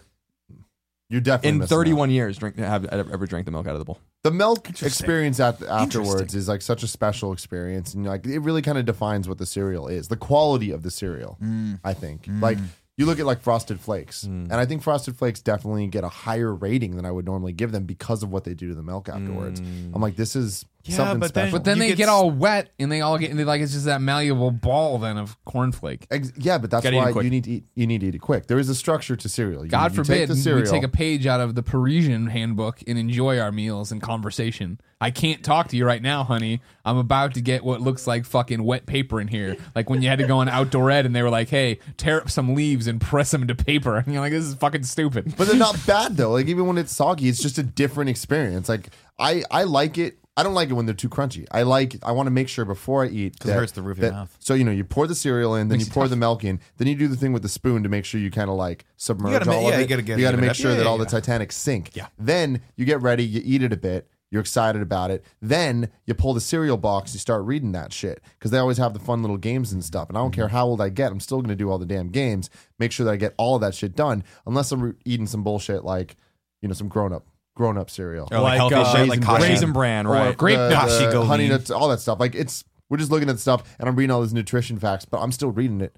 Speaker 5: You're definitely
Speaker 3: in
Speaker 5: missing out.
Speaker 3: 31 years drink have I've ever drank the milk out of the bowl.
Speaker 5: the milk experience at, afterwards is like such a special experience and like it really kind of defines what the cereal is the quality of the cereal i think like you look at like frosted flakes and i think frosted flakes definitely get a higher rating than i would normally give them because of what they do to the milk afterwards i'm like this is
Speaker 2: Yeah,
Speaker 5: something
Speaker 2: but then-
Speaker 5: special
Speaker 1: but then
Speaker 2: you
Speaker 1: they
Speaker 2: get
Speaker 1: get
Speaker 2: s-
Speaker 1: all wet and they all get they like it's just that malleable ball then of cornflake.
Speaker 5: Ex- yeah but that's
Speaker 3: Gotta eat it
Speaker 5: why
Speaker 3: quick.
Speaker 5: you need to eat you need to eat it quick there is a structure to cereal You-
Speaker 1: God
Speaker 5: you
Speaker 1: forbid
Speaker 5: take the
Speaker 1: we
Speaker 5: cereal
Speaker 1: take a page out of the Parisian handbook and enjoy our meals and conversation. I can't talk to you right now, honey. I'm about to get what looks like fucking wet paper in here. Like when you had to go on outdoor ed and they were like, "Hey, tear up some leaves and press them into paper." And you're like, "This is fucking stupid."
Speaker 5: but they're not bad though. Like even when it's soggy, it's just a different experience. Like I, I like it. I don't like it when they're too crunchy. I like. I want to make sure before I eat because
Speaker 2: it hurts the roof of your mouth.
Speaker 5: So you know, you pour the cereal in, then you pour the milk in, then you do the thing with the spoon to make sure you kind of like submerge
Speaker 2: ma-
Speaker 5: all of
Speaker 2: yeah,
Speaker 5: it.
Speaker 2: you gotta get-
Speaker 5: you got to
Speaker 2: give it
Speaker 5: make
Speaker 2: up.
Speaker 5: sure
Speaker 2: Yeah,
Speaker 5: that
Speaker 2: yeah,
Speaker 5: all the
Speaker 2: yeah.
Speaker 5: Titanic sink.
Speaker 2: Yeah.
Speaker 5: Then you get ready. You eat it a bit. You're excited about it. Then you pull the cereal box. You start reading that shit because they always have the fun little games and stuff. And I don't care
Speaker 2: Mm-hmm.
Speaker 5: how old I get, I'm still going to do all the damn games. Make sure that I get all of that shit done, unless I'm re- eating some bullshit like, you know, some grown up grown up cereal
Speaker 2: Or Oh, like,
Speaker 3: Like,
Speaker 2: healthy
Speaker 3: uh,
Speaker 2: shit, like
Speaker 5: raisin
Speaker 2: Kashi.
Speaker 3: Raisin bran, right?
Speaker 1: grape
Speaker 5: the-
Speaker 2: nuts.
Speaker 5: the
Speaker 2: Kashi Gold
Speaker 5: honey
Speaker 2: Leaf.
Speaker 5: nuts, all that stuff. Like it's we're just looking at stuff, and I'm reading all these nutrition facts, but I'm still reading it.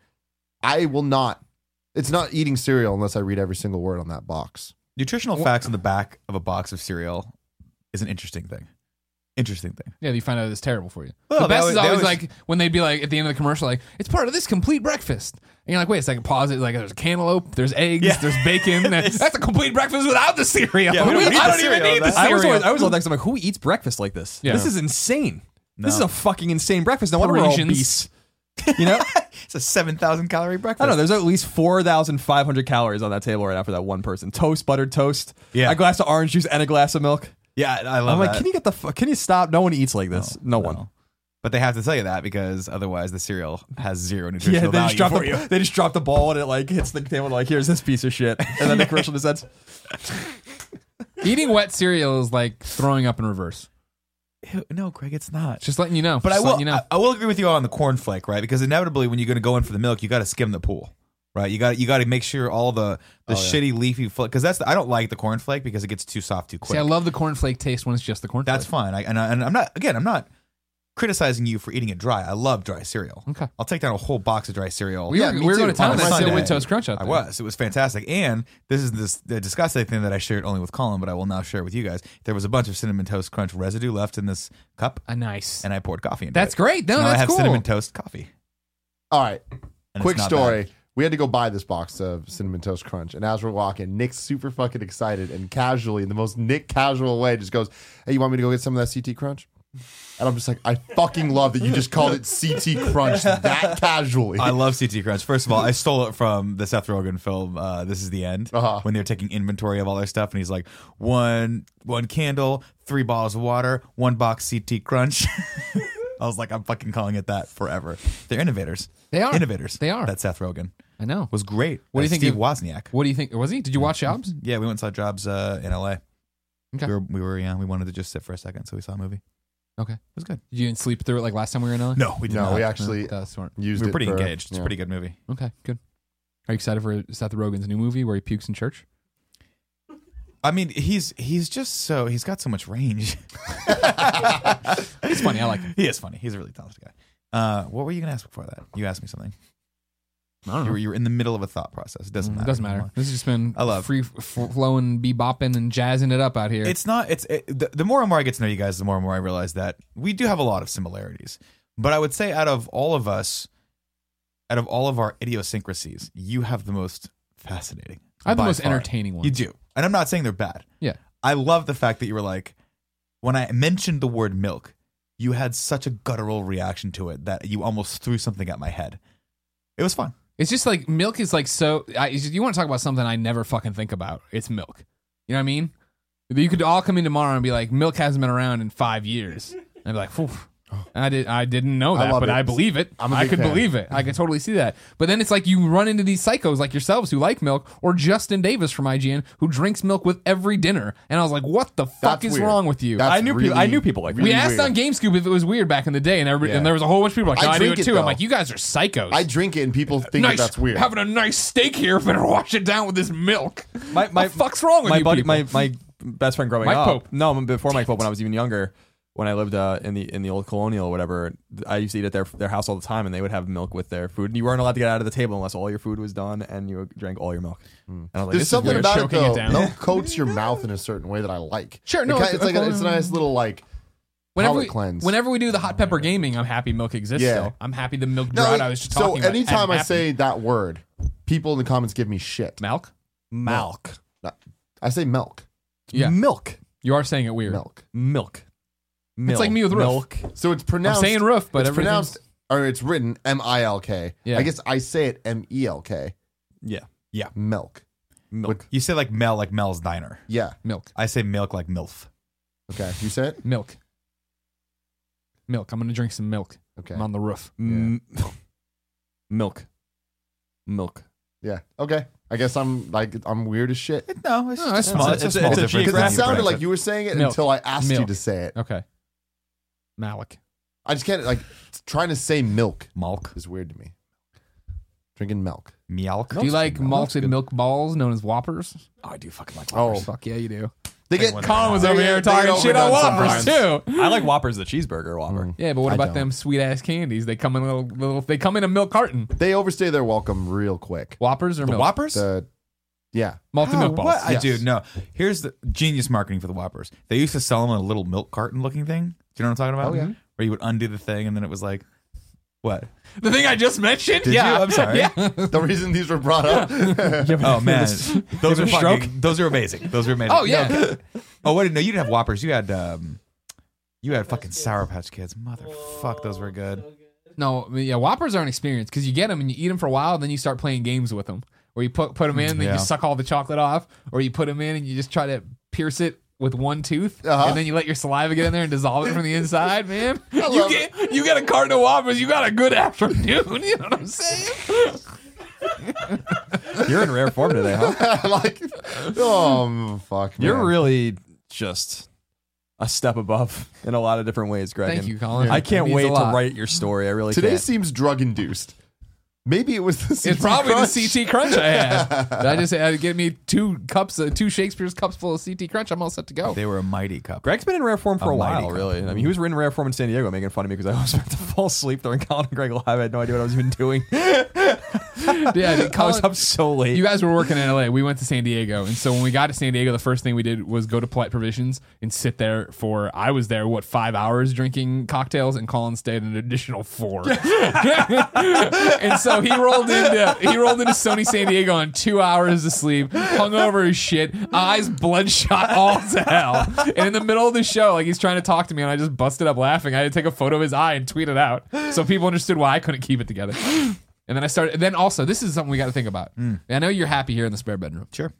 Speaker 5: I will not. It's not eating cereal unless I read every single word on that box.
Speaker 2: Nutritional facts on the back of a box of cereal is an interesting thing. Interesting thing.
Speaker 1: Yeah, you find out it's terrible for you.
Speaker 2: Well,
Speaker 1: the
Speaker 2: they
Speaker 1: best
Speaker 2: always-
Speaker 1: is
Speaker 2: they
Speaker 1: always,
Speaker 2: always-
Speaker 1: like when they'd be like at the end of the commercial, like it's part of this complete breakfast. And you're like, wait a second, pause it. Like there's cantaloupe, there's eggs,
Speaker 2: Yeah.
Speaker 1: there's bacon. That's a complete breakfast without the cereal.
Speaker 2: Yeah, we don't
Speaker 1: I
Speaker 2: need the
Speaker 1: don't even
Speaker 2: cereal,
Speaker 1: need the
Speaker 2: that's-
Speaker 1: cereal.
Speaker 3: I was always, I was all next. I'm like, who eats breakfast like this?
Speaker 1: Yeah.
Speaker 3: This is insane. This
Speaker 2: No.
Speaker 3: is a fucking insane breakfast. No wonder we're all
Speaker 1: Parisians.
Speaker 3: obese. You know,
Speaker 2: It's a 7,000 calorie breakfast.
Speaker 3: I don't know. There's at least 4,500 calories on that table right now for that one person. Toast, buttered toast,
Speaker 2: Yeah.
Speaker 3: a glass of orange juice, and a glass of milk.
Speaker 2: Yeah, I love
Speaker 3: I'm like,
Speaker 2: that.
Speaker 3: can you get the? F- can you stop? No one eats like this. No, one.
Speaker 2: But they have to tell you that because otherwise the cereal has zero
Speaker 3: Yeah,
Speaker 2: nutritional
Speaker 3: they just
Speaker 2: value
Speaker 3: drop
Speaker 2: for
Speaker 3: the,
Speaker 2: you.
Speaker 3: they just drop the ball and it like hits the table. Like, here's this piece of shit. And then the commercial just ends.
Speaker 1: Eating wet cereal is like throwing up in reverse.
Speaker 2: Ew, no, Greg, it's not.
Speaker 1: Just letting you know.
Speaker 2: But I
Speaker 1: Just
Speaker 2: will,
Speaker 1: letting You know.
Speaker 2: I, I will agree with you on the cornflake, right? Because inevitably, when you're going to go in for the milk, you got to skim the pool, right? You got you got to make sure all the
Speaker 1: Oh,
Speaker 2: the shitty leafy flake. Because that's the, I don't like the cornflake because it gets too soft too quick.
Speaker 1: See, I love the cornflake taste when it's just the cornflake.
Speaker 2: that's fine. I, and, I, and I'm not again. I'm not criticizing you for eating it dry. I love dry cereal.
Speaker 1: Okay.
Speaker 2: I'll take down a whole box of dry cereal.
Speaker 1: we were,
Speaker 5: me
Speaker 1: we were
Speaker 5: too.
Speaker 1: going to town
Speaker 2: On a
Speaker 1: that cereal
Speaker 2: Sunday.
Speaker 1: with toast crunch out
Speaker 2: I
Speaker 1: there.
Speaker 2: was. It was fantastic. And this is this the disgusting thing that I shared only with Colin, but I will now share with you guys. There was a bunch of cinnamon toast crunch residue left in this cup,
Speaker 1: Ah, nice.
Speaker 2: and I poured coffee into
Speaker 1: That's
Speaker 2: it.
Speaker 1: great. No,
Speaker 2: So now
Speaker 1: that's
Speaker 2: I have
Speaker 1: cool.
Speaker 2: cinnamon toast coffee.
Speaker 5: All right.
Speaker 2: and it's
Speaker 5: Quick
Speaker 2: not
Speaker 5: story. We had to go buy this box of Cinnamon Toast Crunch. And as we're walking, Nick's super fucking excited and casually, in the most Nick casual way, just goes, Hey, you want me to go get some of that CT Crunch? And I'm just like, I fucking love that you just called it CT Crunch that casually.
Speaker 2: bad. I love CT Crunch. First of all, I stole it from the Seth Rogen film uh, This Is the End
Speaker 5: Uh-huh.
Speaker 2: when they're taking inventory of all their stuff, and he's like, one one candle, three bottles of water, one box CT Crunch. I was like, I'm fucking calling it that forever. They're innovators.
Speaker 1: They are.
Speaker 2: innovators.
Speaker 1: They are.
Speaker 2: That's Seth Rogen.
Speaker 1: I know.
Speaker 2: was great.
Speaker 1: What do you
Speaker 2: Uh,
Speaker 1: think
Speaker 2: Steve
Speaker 1: of-
Speaker 2: Wozniak?
Speaker 1: What do you think? Was he? Did you watch Jobs?
Speaker 2: Yeah, we went and saw Jobs uh, in L.A.
Speaker 1: Okay.
Speaker 2: We were, we were, yeah, we wanted to just sit for a second, so we saw a movie. It
Speaker 1: Okay.
Speaker 2: was good.
Speaker 1: Did you didn't sleep through it like last time we were in LA?
Speaker 2: No, we did
Speaker 5: no,
Speaker 2: not.
Speaker 5: we actually
Speaker 1: That's smart.
Speaker 5: used
Speaker 2: we were
Speaker 5: it
Speaker 2: pretty
Speaker 5: for-
Speaker 2: engaged. It's
Speaker 5: yeah.
Speaker 2: a pretty good movie.
Speaker 1: Okay, good. Are you excited for Seth Rogen's new movie where he pukes in church?
Speaker 2: I mean, he's he's just so he's got so much range.
Speaker 1: It's funny. I like him.
Speaker 2: he is funny. He's a really talented guy. Uh, what were you gonna ask before that? You asked me something.
Speaker 1: I don't
Speaker 2: You
Speaker 1: know.
Speaker 2: were, you were in the middle of a thought process. It doesn't matter.
Speaker 1: It Mm, doesn't matter. This has just been
Speaker 2: I love-
Speaker 1: free f- flowing, bebopping, and jazzing it up out here.
Speaker 2: It's not. It's it, the, the more and more I get to know you guys, the more and more I realize that we do have a lot of similarities. But I would say, out of all of us, out of all of our idiosyncrasies, you have the most fascinating.
Speaker 1: I have the
Speaker 2: by
Speaker 1: most
Speaker 2: far.
Speaker 1: entertaining one.
Speaker 2: You do, and I'm not saying they're bad.
Speaker 1: Yeah.
Speaker 2: I love the fact that you were like, when I mentioned the word milk, you had such a guttural reaction to it that you almost threw something at my head. It was fun.
Speaker 1: It's just like milk is like so. I, it's just- you want to talk about something I never fucking think about? It's milk. You know what I mean? You could all come in tomorrow and be like, "Milk hasn't been around in five years," and I'd be like, Phew. "I did. I didn't know
Speaker 5: I
Speaker 1: that,
Speaker 5: love
Speaker 1: but
Speaker 5: it.
Speaker 1: I believe it.
Speaker 5: I'm a
Speaker 1: I
Speaker 5: big
Speaker 1: could
Speaker 5: fan.
Speaker 1: believe it. I could totally see that." But then it's like you run into these psychos like yourselves who like milk, or Justin Davis from IGN who drinks milk with every dinner, and I was like, "What the fuck
Speaker 5: That's
Speaker 1: is
Speaker 5: weird.
Speaker 1: wrong with you?"
Speaker 5: That's
Speaker 3: I knew people- I
Speaker 5: really-
Speaker 3: knew people like that.
Speaker 1: we
Speaker 5: really
Speaker 1: asked
Speaker 5: weird.
Speaker 1: on GameScoop if it was weird back in the day, and everybody, and there was a whole bunch of people like,
Speaker 5: I
Speaker 1: "No, I, do
Speaker 5: drink
Speaker 1: it
Speaker 5: it,
Speaker 1: too." I'm
Speaker 5: though.
Speaker 1: like, "You guys are psychos."
Speaker 5: I drink it and people think that that's weird.
Speaker 1: Having a nice steak here, better wash it down with this milk.
Speaker 3: My my
Speaker 1: the fuck's wrong with
Speaker 3: my
Speaker 1: you
Speaker 3: buddy,
Speaker 1: people?
Speaker 3: my my best friend growing
Speaker 1: Mike
Speaker 3: up.
Speaker 1: Pope.
Speaker 3: No, before Mike Pope, when I was even younger, when I lived uh, in the in the old colonial or whatever, I used to eat at their their house all the time, and they would have milk with their food, and you weren't allowed to get out of the table unless all your food was done and you drank all your milk. And I was like,
Speaker 5: There's
Speaker 3: this is
Speaker 5: something
Speaker 3: weird.
Speaker 5: about it
Speaker 1: choking it
Speaker 5: though.
Speaker 1: down.
Speaker 5: milk coats your mouth in a certain way that I like.
Speaker 1: Sure,
Speaker 5: It
Speaker 1: no,
Speaker 5: ki-
Speaker 1: it's- um,
Speaker 5: it's, like a, it's a nice little like.
Speaker 1: whenever
Speaker 5: palate
Speaker 1: we,
Speaker 5: cleanse.
Speaker 1: whenever we do the hot pepper gaming, I'm happy milk exists.
Speaker 5: Yeah.
Speaker 1: Still, I'm happy the milk
Speaker 5: No,
Speaker 1: drought
Speaker 5: like,
Speaker 1: I was just
Speaker 5: so
Speaker 1: talking about.
Speaker 5: anytime
Speaker 1: I'm
Speaker 5: I
Speaker 1: happy.
Speaker 5: say that word, people in the comments give me shit.
Speaker 1: milk,
Speaker 3: milk,
Speaker 5: I say milk,
Speaker 1: Yeah.
Speaker 3: milk,
Speaker 1: you are saying it weird.
Speaker 5: milk.
Speaker 3: milk, milk.
Speaker 1: like me with Roof.
Speaker 3: milk.
Speaker 5: So it's
Speaker 1: I'm
Speaker 5: pronounced.
Speaker 1: saying roof, but
Speaker 5: it's
Speaker 1: everything's
Speaker 5: pronounced or it's written M I L K.
Speaker 1: Yeah.
Speaker 5: I guess I say it M E L K.
Speaker 3: Yeah,
Speaker 5: Milk.
Speaker 3: milk.
Speaker 2: You say like Mel, like Mel's diner.
Speaker 5: Yeah.
Speaker 1: milk,
Speaker 2: I say milk like milf.
Speaker 5: Okay. You say it.
Speaker 1: milk, milk. I'm gonna drink some milk.
Speaker 5: Okay.
Speaker 1: I'm on the roof.
Speaker 3: M- milk, milk.
Speaker 5: Yeah. Okay. I guess I'm like I'm weird as shit.
Speaker 2: No, it's
Speaker 1: No,
Speaker 2: just
Speaker 1: that's
Speaker 2: a small.
Speaker 1: fine.
Speaker 2: It's,
Speaker 1: It's
Speaker 2: a
Speaker 1: a-
Speaker 2: small
Speaker 1: it's a
Speaker 2: difference.
Speaker 5: Because it
Speaker 1: Geographic
Speaker 5: sounded like you were saying it
Speaker 1: Milk.
Speaker 5: until I asked you
Speaker 1: Milk.
Speaker 5: to say it.
Speaker 1: Okay, Malik.
Speaker 5: I just can't like trying to say milk
Speaker 2: Malk,
Speaker 5: is weird to me. Drinking milk.
Speaker 2: Meowk.
Speaker 1: Do you like malted milk balls known as Whoppers?
Speaker 2: Oh, I do fucking like.
Speaker 5: Oh,
Speaker 1: Fuck yeah, you do.
Speaker 5: they get
Speaker 1: Colin was
Speaker 5: they
Speaker 1: over
Speaker 5: get-
Speaker 1: here
Speaker 5: they get
Speaker 1: talking shit on
Speaker 5: overdone
Speaker 1: Whoppers
Speaker 5: sometimes.
Speaker 1: too.
Speaker 3: I like Whoppers, the cheeseburger Whopper.
Speaker 1: Yeah, but what
Speaker 5: I
Speaker 1: about
Speaker 5: don't.
Speaker 1: them sweet ass candies? They come in little, little. They come in a milk carton.
Speaker 5: They overstay their welcome real quick.
Speaker 1: Whoppers or
Speaker 2: The
Speaker 1: milk?
Speaker 2: Whoppers?
Speaker 5: The yeah.
Speaker 1: Malted
Speaker 2: Oh,
Speaker 1: milk balls.
Speaker 2: What?
Speaker 5: Yes.
Speaker 2: I do. No. Here's the genius marketing for the Whoppers. They used to sell them in a little milk carton looking thing. Do you know what I'm talking about?
Speaker 5: Oh, yeah.
Speaker 2: Where you would undo the thing and then it was like, what?
Speaker 1: The thing I just mentioned.
Speaker 2: Did
Speaker 1: yeah,
Speaker 2: you? I'm sorry.
Speaker 1: Yeah.
Speaker 5: The reason these were brought up.
Speaker 2: Oh man, those
Speaker 3: it
Speaker 2: are
Speaker 3: a stroke?
Speaker 2: fucking. Those are amazing. Those are amazing.
Speaker 1: Oh yeah.
Speaker 2: Oh wait, no, you didn't have Whoppers. You had um, you had fucking Sour Patch Kids. Motherfuck, those were good.
Speaker 1: No, I mean, yeah. Whoppers are an experience because you get them and you eat them for a while, then you start playing games with them, where you put put them in, then
Speaker 2: Yeah.
Speaker 1: you suck all the chocolate off, or you put them in and you just try to pierce it with one tooth,
Speaker 5: Uh-huh.
Speaker 1: and then you let your saliva get in there and dissolve it from the inside, man. You
Speaker 5: love
Speaker 1: get you got a carton of whoppers. You got a good afternoon. You know what I'm saying?
Speaker 3: You're in rare form today, huh?
Speaker 5: like, oh fuck,
Speaker 3: You're
Speaker 5: man.
Speaker 3: really just a step above in a lot of different ways, Greg.
Speaker 1: Thank
Speaker 3: and
Speaker 1: you, Colin.
Speaker 3: I
Speaker 1: It
Speaker 3: can't
Speaker 1: means
Speaker 3: wait
Speaker 1: a
Speaker 3: to
Speaker 1: lot.
Speaker 3: write your story. I really
Speaker 5: Today
Speaker 3: can't.
Speaker 5: seems drug induced. Maybe it was the. CT
Speaker 1: It's probably
Speaker 5: crunch.
Speaker 1: the CT Crunch I had. I just had to get me two cups, uh, two Shakespeare's cups full of CT Crunch. I'm all set to go.
Speaker 2: They were a mighty cup.
Speaker 3: Greg's been in rare form for
Speaker 2: A
Speaker 3: a, while,
Speaker 2: mighty
Speaker 3: really. I mean, he was in rare form in San Diego, making fun of me because I was about to fall asleep during Colin and Greg live. I had no idea what I was even doing.
Speaker 1: Yeah, dude,
Speaker 3: I
Speaker 1: Colin,
Speaker 3: was up so late.
Speaker 1: you guys were working in LA. We went to San Diego, and so when we got to San Diego, the first thing we did was go to Polite Provisions and sit there for. I was there what five hours drinking cocktails, and Colin stayed an additional four. and so he rolled into he rolled into Sony San Diego on two hours of sleep, hung over his shit, eyes bloodshot all to hell. And in the middle of the show, like he's trying to talk to me, and I just busted up laughing. I had to take a photo of his eye and tweet it out so people understood why I couldn't keep it together. And then I started. Then also, this is something we got to think about. I know you're happy here in the spare bedroom.
Speaker 2: Sure.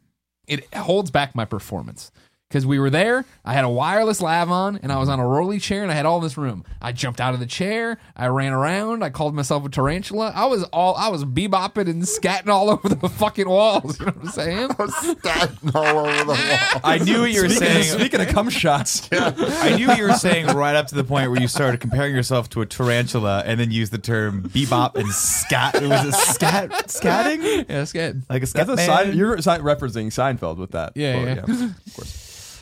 Speaker 1: It holds back my performance because we were there. I had a wireless lav on, and I was on a rolly chair, and I had all this room. I jumped out of the chair. I ran around. I called myself a tarantula. I was all. I was bebopping and scatting all over the fucking walls. You know what I'm saying?
Speaker 5: Statin all over the wall.
Speaker 2: I knew what you were
Speaker 3: Speaking,
Speaker 2: saying.
Speaker 3: speaking of cum shots,
Speaker 2: I knew what you were saying right up to the point where you started comparing yourself to a tarantula and then used the term bebop and scat. It was a scat, scatting?
Speaker 1: Yeah, scat.
Speaker 2: Like a scat.
Speaker 3: that's
Speaker 2: man.
Speaker 3: a sign. You're si- referencing Seinfeld with that.
Speaker 1: Yeah,
Speaker 3: Well,
Speaker 1: yeah.
Speaker 3: Of course.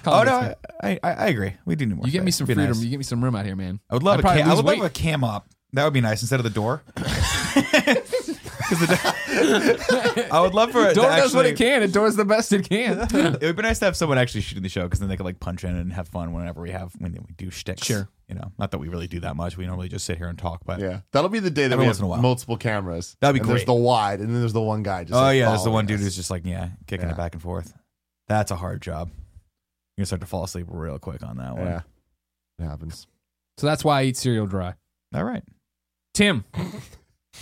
Speaker 2: Oh, no, I, I, I agree. We do need more.
Speaker 1: You get me
Speaker 2: space.
Speaker 1: some
Speaker 2: Be
Speaker 1: freedom.
Speaker 2: nice. Oh,
Speaker 1: You get me some room out here, man.
Speaker 2: I would love
Speaker 1: I'd
Speaker 2: a
Speaker 1: probably
Speaker 2: cam. I
Speaker 1: lose
Speaker 2: would love
Speaker 1: weight.
Speaker 2: a cam op. That would be nice instead of the door. 'Cause the do- I would love for it.
Speaker 1: Door
Speaker 2: to
Speaker 1: does what it
Speaker 2: actually-
Speaker 1: can. It does the best it can.
Speaker 2: It would be nice to have someone actually shooting the show because then they could like punch in and have fun whenever we have when we do shtick.
Speaker 1: Sure.
Speaker 2: You know, not that we really do that much. We normally just sit here and talk, but
Speaker 5: Yeah, that'll be the day that
Speaker 2: Every
Speaker 5: we
Speaker 2: once
Speaker 5: have
Speaker 2: in a while.
Speaker 5: multiple cameras.
Speaker 2: That'd be
Speaker 5: and There's
Speaker 2: great.
Speaker 5: the wide, and then there's the one guy. Just
Speaker 2: Oh
Speaker 5: like,
Speaker 2: yeah, there's the
Speaker 5: following
Speaker 2: one dude
Speaker 5: us.
Speaker 2: who's just like yeah, kicking
Speaker 5: Yeah.
Speaker 2: it back and forth. That's a hard job. You're gonna start to fall asleep real quick on that one.
Speaker 5: Yeah, it happens.
Speaker 1: so that's why I eat cereal dry.
Speaker 2: All right.
Speaker 1: Tim,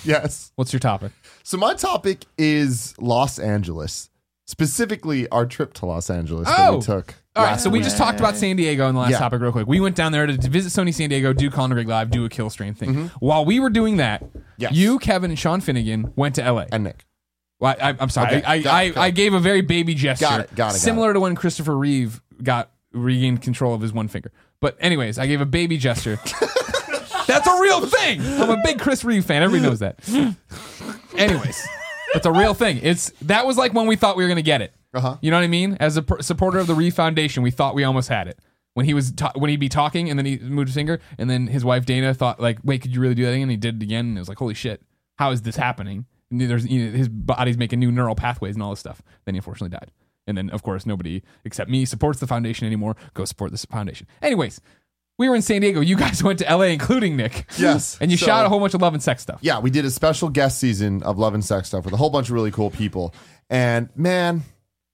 Speaker 5: Yes.
Speaker 1: what's your topic?
Speaker 5: So my topic is Los Angeles, specifically our trip to Los Angeles that
Speaker 1: Oh.
Speaker 5: we took.
Speaker 1: All right,
Speaker 5: last
Speaker 1: so we
Speaker 5: week.
Speaker 1: just talked about San Diego in the last
Speaker 5: Yeah.
Speaker 1: topic real quick. We went down there to visit Sony San Diego, do Colin Greg Live, do a Kill Strain thing. While we were doing that,
Speaker 5: Mm-hmm. Yes.
Speaker 1: you, Kevin, and Sean Finnegan went to LA.
Speaker 5: and Nick.
Speaker 1: Well, I, I, am sorry,
Speaker 5: Okay,
Speaker 1: I,
Speaker 5: got
Speaker 1: I,
Speaker 5: it, got
Speaker 1: I
Speaker 5: it.
Speaker 1: gave a very baby gesture,
Speaker 5: Got it, got it, got
Speaker 1: similar to when Christopher Reeve got regained control of his one finger. But anyways, I gave a baby gesture. That's a real thing. I'm a big Chris Reeve fan. Everybody knows that. Anyways, it's a real thing. It's that was like when we thought we were gonna get it.
Speaker 5: Uh-huh.
Speaker 1: You know what I mean? As a pr- supporter of the Reeve Foundation, we thought we almost had it when he was ta- when he'd be talking and then he moved his finger and then his wife Dana thought like, wait, could you really do that? again? And he did it again and it was like, holy shit, how is this happening? And there's you know, his body's making new neural pathways and all this stuff. Then he unfortunately died. And then of course nobody except me supports the foundation anymore. Go support this foundation. Anyways. We were in San Diego. You guys went to LA, including Nick.
Speaker 5: Yes.
Speaker 1: And you
Speaker 5: So-
Speaker 1: shot a whole bunch of love and sex stuff.
Speaker 5: Yeah, we did a special guest season of Love and Sex stuff with a whole bunch of really cool people. And man,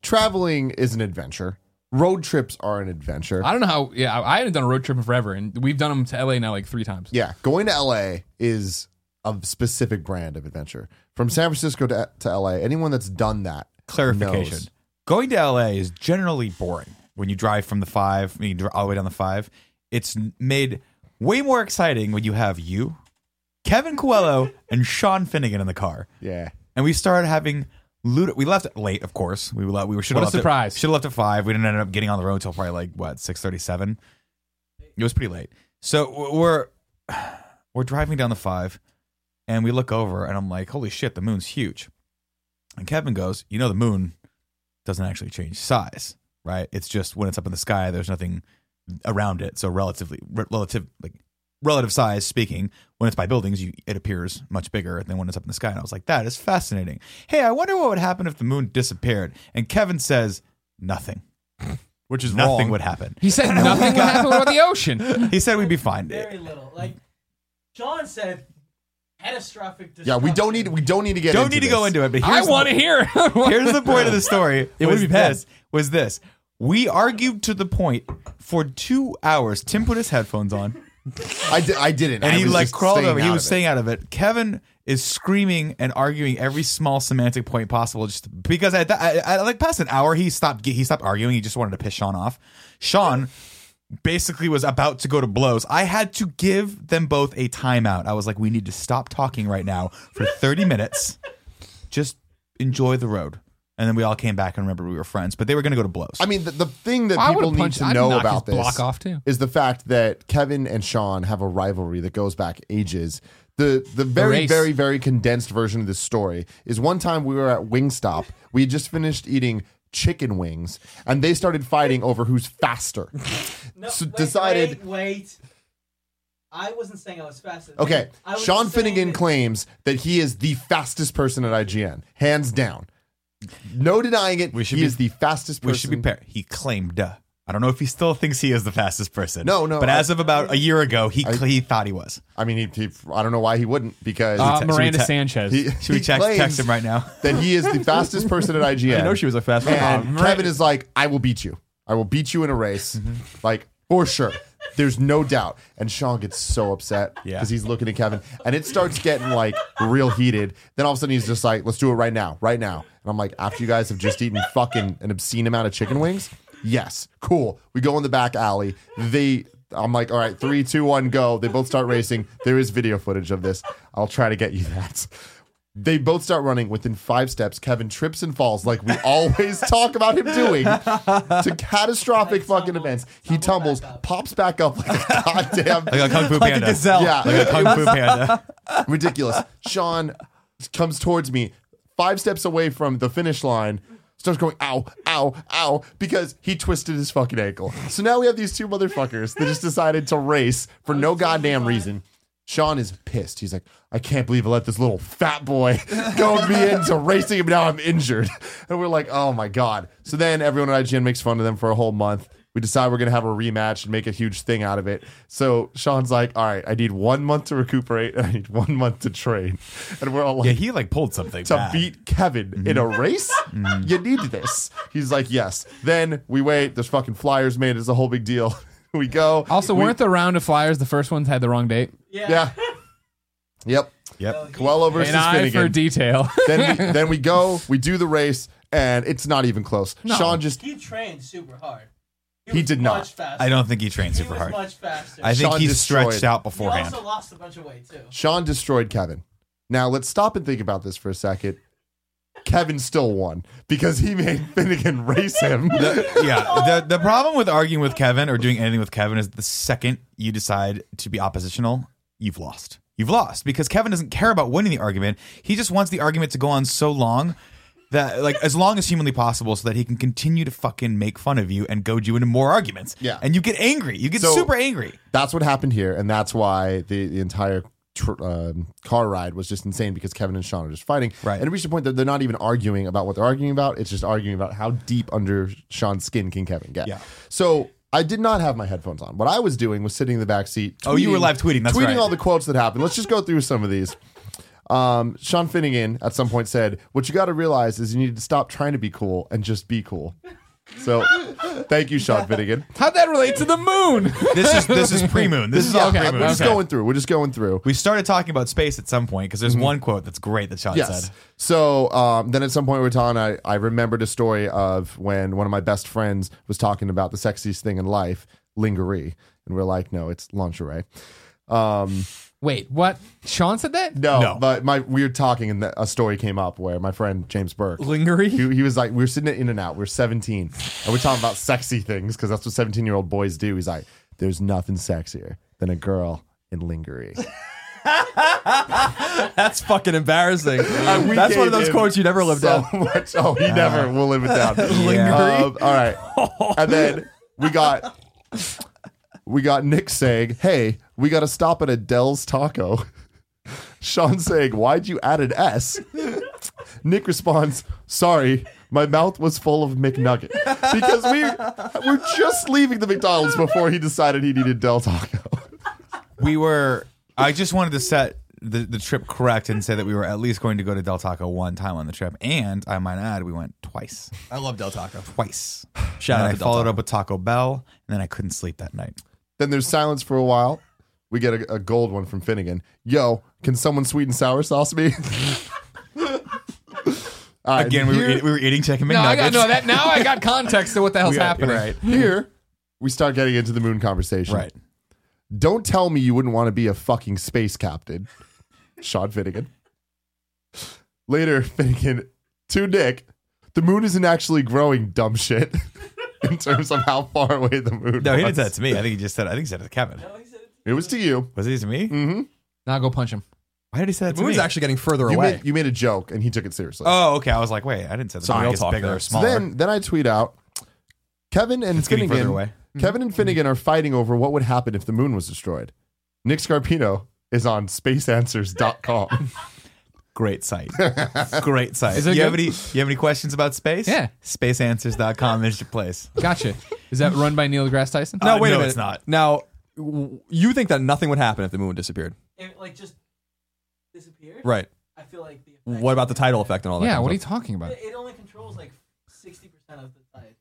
Speaker 5: traveling is an adventure. Road trips are an adventure.
Speaker 1: I don't know how. Yeah, I I hadn't done a road trip in forever, and we've done them to LA now like three times.
Speaker 5: Yeah, going to LA is a specific brand of adventure. From San Francisco to, to LA, anyone that's done that
Speaker 2: Clarification.
Speaker 5: knows.
Speaker 2: Going to LA is generally boring when you drive from the five, when you drive all the way down the five. It's n- made way more exciting when you have you, Kevin Coelho, and Sean Finnegan in the car.
Speaker 5: Yeah.
Speaker 2: and we started having lud- we left late of course we left, we should
Speaker 1: What a
Speaker 2: have left
Speaker 1: surprise.
Speaker 2: should have left at 5 we didn't end up getting on the road till probably like what 6:37 it was pretty late so w- we're we're driving down the 5 and we look over and I'm like holy shit the moon's huge and Kevin goes you know the moon doesn't actually change size right it's just when it's up in the sky there's nothing around it so relatively re- relative like relative size speaking, when it's by buildings, you, it appears much bigger than when it's up in the sky. And I was like, that is fascinating. Hey, I wonder what would happen if the moon disappeared. And Kevin says, nothing. Which is nothing
Speaker 3: wrong.
Speaker 2: would happen.
Speaker 1: He said nothing would happen with the ocean.
Speaker 2: He said we'd be fine.
Speaker 4: Very little. Like John said, catastrophic.
Speaker 5: Yeah, we don't
Speaker 4: destruction.
Speaker 5: need we don't need to get
Speaker 2: Don't need to go into it, but
Speaker 1: I
Speaker 2: here's
Speaker 1: want to hear.
Speaker 2: here's the point of the story. It
Speaker 3: would
Speaker 2: was
Speaker 3: be bad.
Speaker 2: this, was this. We argued to the point for two hours. Tim put his headphones on.
Speaker 5: I, di- I didn't.
Speaker 2: and
Speaker 5: I
Speaker 2: he
Speaker 5: was
Speaker 2: like
Speaker 5: just
Speaker 2: crawled
Speaker 5: staying
Speaker 2: over. He
Speaker 5: out
Speaker 2: was
Speaker 5: of it.
Speaker 2: staying out of it. Kevin is screaming and arguing every small semantic point possible. Just because at that, I, I, like past an hour, he stopped. He stopped arguing. He just wanted to piss Sean off. Sean basically was about to go to blows. I had to give them both a timeout. I was like, we need to stop talking right now for thirty minutes. Just enjoy the road. And then we all came back and remember we were friends, but they were going to go to blows.
Speaker 5: I mean, the, the thing that
Speaker 1: I would've
Speaker 5: people need
Speaker 1: punched-
Speaker 5: to
Speaker 1: I'd
Speaker 5: know
Speaker 1: knock
Speaker 5: about
Speaker 1: his
Speaker 5: this
Speaker 1: block off, too.
Speaker 5: is the fact that Kevin and Sean have a rivalry that goes back ages. The the very
Speaker 1: race.
Speaker 5: very very condensed version of this story is one time we were at Wingstop. We had just finished eating chicken wings, and they started fighting over who's faster.
Speaker 4: No,
Speaker 5: So
Speaker 4: wait,
Speaker 5: decided-
Speaker 4: Wait, wait. I wasn't saying I was faster. than
Speaker 5: Okay,
Speaker 4: you. I was
Speaker 5: Sean
Speaker 4: saying
Speaker 5: Finnegan
Speaker 4: that-
Speaker 5: claims that he is the fastest person at IGN, hands down. No denying it.
Speaker 2: We should
Speaker 5: he
Speaker 2: be-
Speaker 5: is the fastest person.
Speaker 2: We should be fair. He claimed. Uh, I don't know if he still thinks he is the fastest person.
Speaker 5: No, no,
Speaker 2: But
Speaker 5: I-
Speaker 2: as of about a year ago, he cl- he thought he was.
Speaker 5: I mean, he, he, I don't know why he wouldn't because
Speaker 2: Uh,
Speaker 5: he-
Speaker 2: should we
Speaker 6: Miranda
Speaker 2: ta-
Speaker 6: Sanchez.
Speaker 5: he,
Speaker 2: Should we
Speaker 5: he
Speaker 2: check,
Speaker 5: claims
Speaker 2: text him right now?
Speaker 5: that he is the fastest person at IGN.
Speaker 3: I know she was a fast
Speaker 5: And
Speaker 3: runner.
Speaker 5: Kevin is like, I will beat you. I will beat you in a race,
Speaker 3: Mm-hmm.
Speaker 5: like for sure. There's no doubt. And Sean gets so upset because
Speaker 2: Yeah.
Speaker 5: he's looking at Kevin, and it starts getting like real heated. Then all of a sudden he's just like, "Let's do it right now, right now." And I'm like, "After you guys have just eaten fucking an obscene amount of chicken wings, yes, cool." We go in the back alley. They, I'm like, "All right, three, two, one, go." They both start racing. There is video footage of this. I'll try to get you that. They both start running within five steps. Kevin trips and falls, like we always talk about him doing, to catastrophic fucking events. He tumbles, pops back up like a goddamn
Speaker 2: Like a kung fu
Speaker 3: Like a
Speaker 2: panda.
Speaker 3: gazelle.
Speaker 5: Yeah.
Speaker 2: Like a kung fu panda.
Speaker 5: ridiculous. Sean comes towards me, five steps away from the finish line, starts going, ow, ow, ow, because he twisted his fucking ankle. So now we have these two motherfuckers that just decided to race for no goddamn reason. Sean is pissed. He's like, I can't believe I let this little fat boy go me into racing him. Now I'm injured. And we're like, oh my God. So then everyone at IGN makes fun of them for a whole month. We decide we're going to have a rematch and make a huge thing out of it. So Sean's like, all right, I need one month to recuperate and I need one month to train. And we're all like,
Speaker 2: Yeah, he like pulled something.
Speaker 5: to
Speaker 2: bad.
Speaker 5: beat Kevin in
Speaker 1: Mm-hmm.
Speaker 5: a race? You need this. He's like, yes. Then we wait. There's fucking flyers made. It's a whole big deal. we go.
Speaker 1: Also, weren't the round of flyers the first ones had the wrong date?
Speaker 4: Yeah.
Speaker 5: Yeah. Yep.
Speaker 2: Yep.
Speaker 5: Coelho versus
Speaker 1: and I for
Speaker 5: Finnegan.
Speaker 1: detail.
Speaker 5: then, we, then we go. We do the race, and it's not even close. Sean just
Speaker 4: He trained super hard.
Speaker 5: He
Speaker 4: was
Speaker 5: did not.
Speaker 4: Much faster.
Speaker 2: I don't think he trained
Speaker 4: He
Speaker 2: super
Speaker 4: was
Speaker 2: hard.
Speaker 4: Much faster.
Speaker 2: I think
Speaker 5: Sean
Speaker 2: he
Speaker 5: destroyed.
Speaker 2: stretched out
Speaker 4: he
Speaker 2: beforehand.
Speaker 4: also lost a bunch of weight too.
Speaker 5: Sean destroyed Kevin. Now let's stop and think about this for a second. Kevin still won because he made Finnegan race him.
Speaker 2: yeah. The the problem with arguing with Kevin or doing anything with Kevin is the second you decide to be oppositional, you've lost. You've lost because Kevin doesn't care about winning the argument. He just wants the argument to go on so long that like as long as humanly possible so that he can continue to fucking make fun of you and goad you into more arguments.
Speaker 5: Yeah.
Speaker 2: And you get angry. You get
Speaker 5: So-
Speaker 2: super angry.
Speaker 5: that's what happened here, and that's why the, the entire tr- um, car ride was just insane because Kevin and Sean are just fighting.
Speaker 2: Right.
Speaker 5: And we should point that they're not even arguing about what they're arguing about. It's just arguing about how deep under Sean's skin can Kevin get.
Speaker 2: Yeah.
Speaker 5: So I did not have my headphones on. What I was doing was sitting in the back seat.
Speaker 2: Oh, you were
Speaker 5: tweeting-
Speaker 2: live tweeting, that's
Speaker 5: tweeting
Speaker 2: right.
Speaker 5: all the quotes that happened. Let's just go through some of these. Um, Sean Finnegan at some point said, "What you got to realize is you need to stop trying to be cool and just be cool." So, thank you, Sean Finnegan.
Speaker 1: How'd that relate to the moon?
Speaker 2: This is this is pre moon. This is all
Speaker 5: Okay,
Speaker 2: pre
Speaker 5: we're
Speaker 2: moon.
Speaker 5: just going through. We're just going through.
Speaker 2: We started talking about space at some point because there's one quote that's great that Sean
Speaker 5: Yes.
Speaker 2: said.
Speaker 5: So um, then at some point we were talking, I, I remembered a story of when one of my best friends was talking about the sexiest thing in life, lingerie. And we're like, no, it's lingerie. Um,
Speaker 1: Wait, what? Sean said that?
Speaker 5: no,
Speaker 2: No.
Speaker 5: but my we were talking and the, a story came up where my friend James Burke,
Speaker 6: Lingerie.
Speaker 5: he, he was like, we were sitting at In and Out, we are 17, and we're talking about sexy things because that's what 17 year old boys do. He's like, there's nothing sexier than a girl in lingerie.
Speaker 3: That's fucking embarrassing.
Speaker 5: we
Speaker 3: That's one of
Speaker 5: gave
Speaker 3: those
Speaker 5: him
Speaker 3: quotes you never lived
Speaker 5: so
Speaker 3: down. Uh,
Speaker 5: much. Oh, he never will live it down. Um, all right, and then we got we got Nick saying, "Hey, we got to stop at Adele's Taco." Sean saying, "Why'd you add an S?" Nick responds, "Sorry." My mouth was full of McNugget because we we're just leaving the McDonald's before he decided he needed Del Taco.
Speaker 2: we were i just wanted to set the, the trip correct and say that we were at least going to go to del taco one time on the trip and i might add we went twice
Speaker 3: I love Del Taco.
Speaker 2: twice
Speaker 3: Shout
Speaker 2: and
Speaker 3: out
Speaker 2: i
Speaker 3: to Del
Speaker 2: followed
Speaker 3: Taco.
Speaker 2: up with taco bell and then i couldn't sleep that night
Speaker 5: Then there's silence for a while. We get a, a gold one from Finnegan. Yo, can someone sweet and sour sauce me? All right,
Speaker 2: Again, we were,
Speaker 5: here-
Speaker 2: eat- we were eating chicken
Speaker 1: No, I got,
Speaker 2: McNuggets.
Speaker 1: no, that now I got context to what the hell's
Speaker 2: We got-
Speaker 1: happening.
Speaker 2: Right.
Speaker 5: here we start getting into the moon conversation.
Speaker 2: Right.
Speaker 5: Don't tell me you wouldn't want to be a fucking space captain. Sean Finnegan. Later, Finnegan to Nick, the moon isn't actually growing dumb shit in terms of how far away the moon
Speaker 2: No,
Speaker 5: was.
Speaker 2: he didn't say that to me. I think he just said. I think he said it to Kevin.
Speaker 4: No, Oh, he said it.
Speaker 5: It was to you.
Speaker 2: Was it to me?
Speaker 1: Now go punch him.
Speaker 2: Why did he say that to
Speaker 3: Moon's
Speaker 2: me?
Speaker 3: actually getting further
Speaker 5: You
Speaker 3: away.
Speaker 5: made, you made a joke and he took it seriously.
Speaker 2: oh, okay. I was like, wait, I didn't say the
Speaker 3: Sorry,
Speaker 2: moon
Speaker 3: I'll
Speaker 2: gets
Speaker 3: talk
Speaker 2: bigger
Speaker 3: there.
Speaker 2: or
Speaker 5: So
Speaker 2: smaller.
Speaker 5: then then I tweet out Kevin and
Speaker 2: It's getting
Speaker 5: Finnegan. Mm-hmm.
Speaker 2: further away.
Speaker 5: Kevin and Finnegan are fighting over what would happen if the moon was destroyed. Nick Scarpino is on spaceanswers.com.
Speaker 2: Great site. Great site.
Speaker 1: it
Speaker 2: you have
Speaker 1: good?
Speaker 2: any you have any questions about space?
Speaker 1: Yeah.
Speaker 2: Spaceanswers.com is your place.
Speaker 1: Gotcha. Is that run by Neil deGrasse Tyson?
Speaker 2: No.
Speaker 3: now, wait
Speaker 2: Uh, no,
Speaker 3: a minute.
Speaker 2: it's not.
Speaker 3: Now, w- you think that nothing would happen if the moon disappeared,
Speaker 4: It, like just disappeared.
Speaker 3: right?
Speaker 4: I feel like the. effect-
Speaker 3: What about the tidal effect and all that?
Speaker 1: Yeah,
Speaker 3: kind
Speaker 1: what are
Speaker 3: of
Speaker 1: you
Speaker 3: stuff?
Speaker 1: talking about?
Speaker 4: It it only controls like sixty percent of the tide.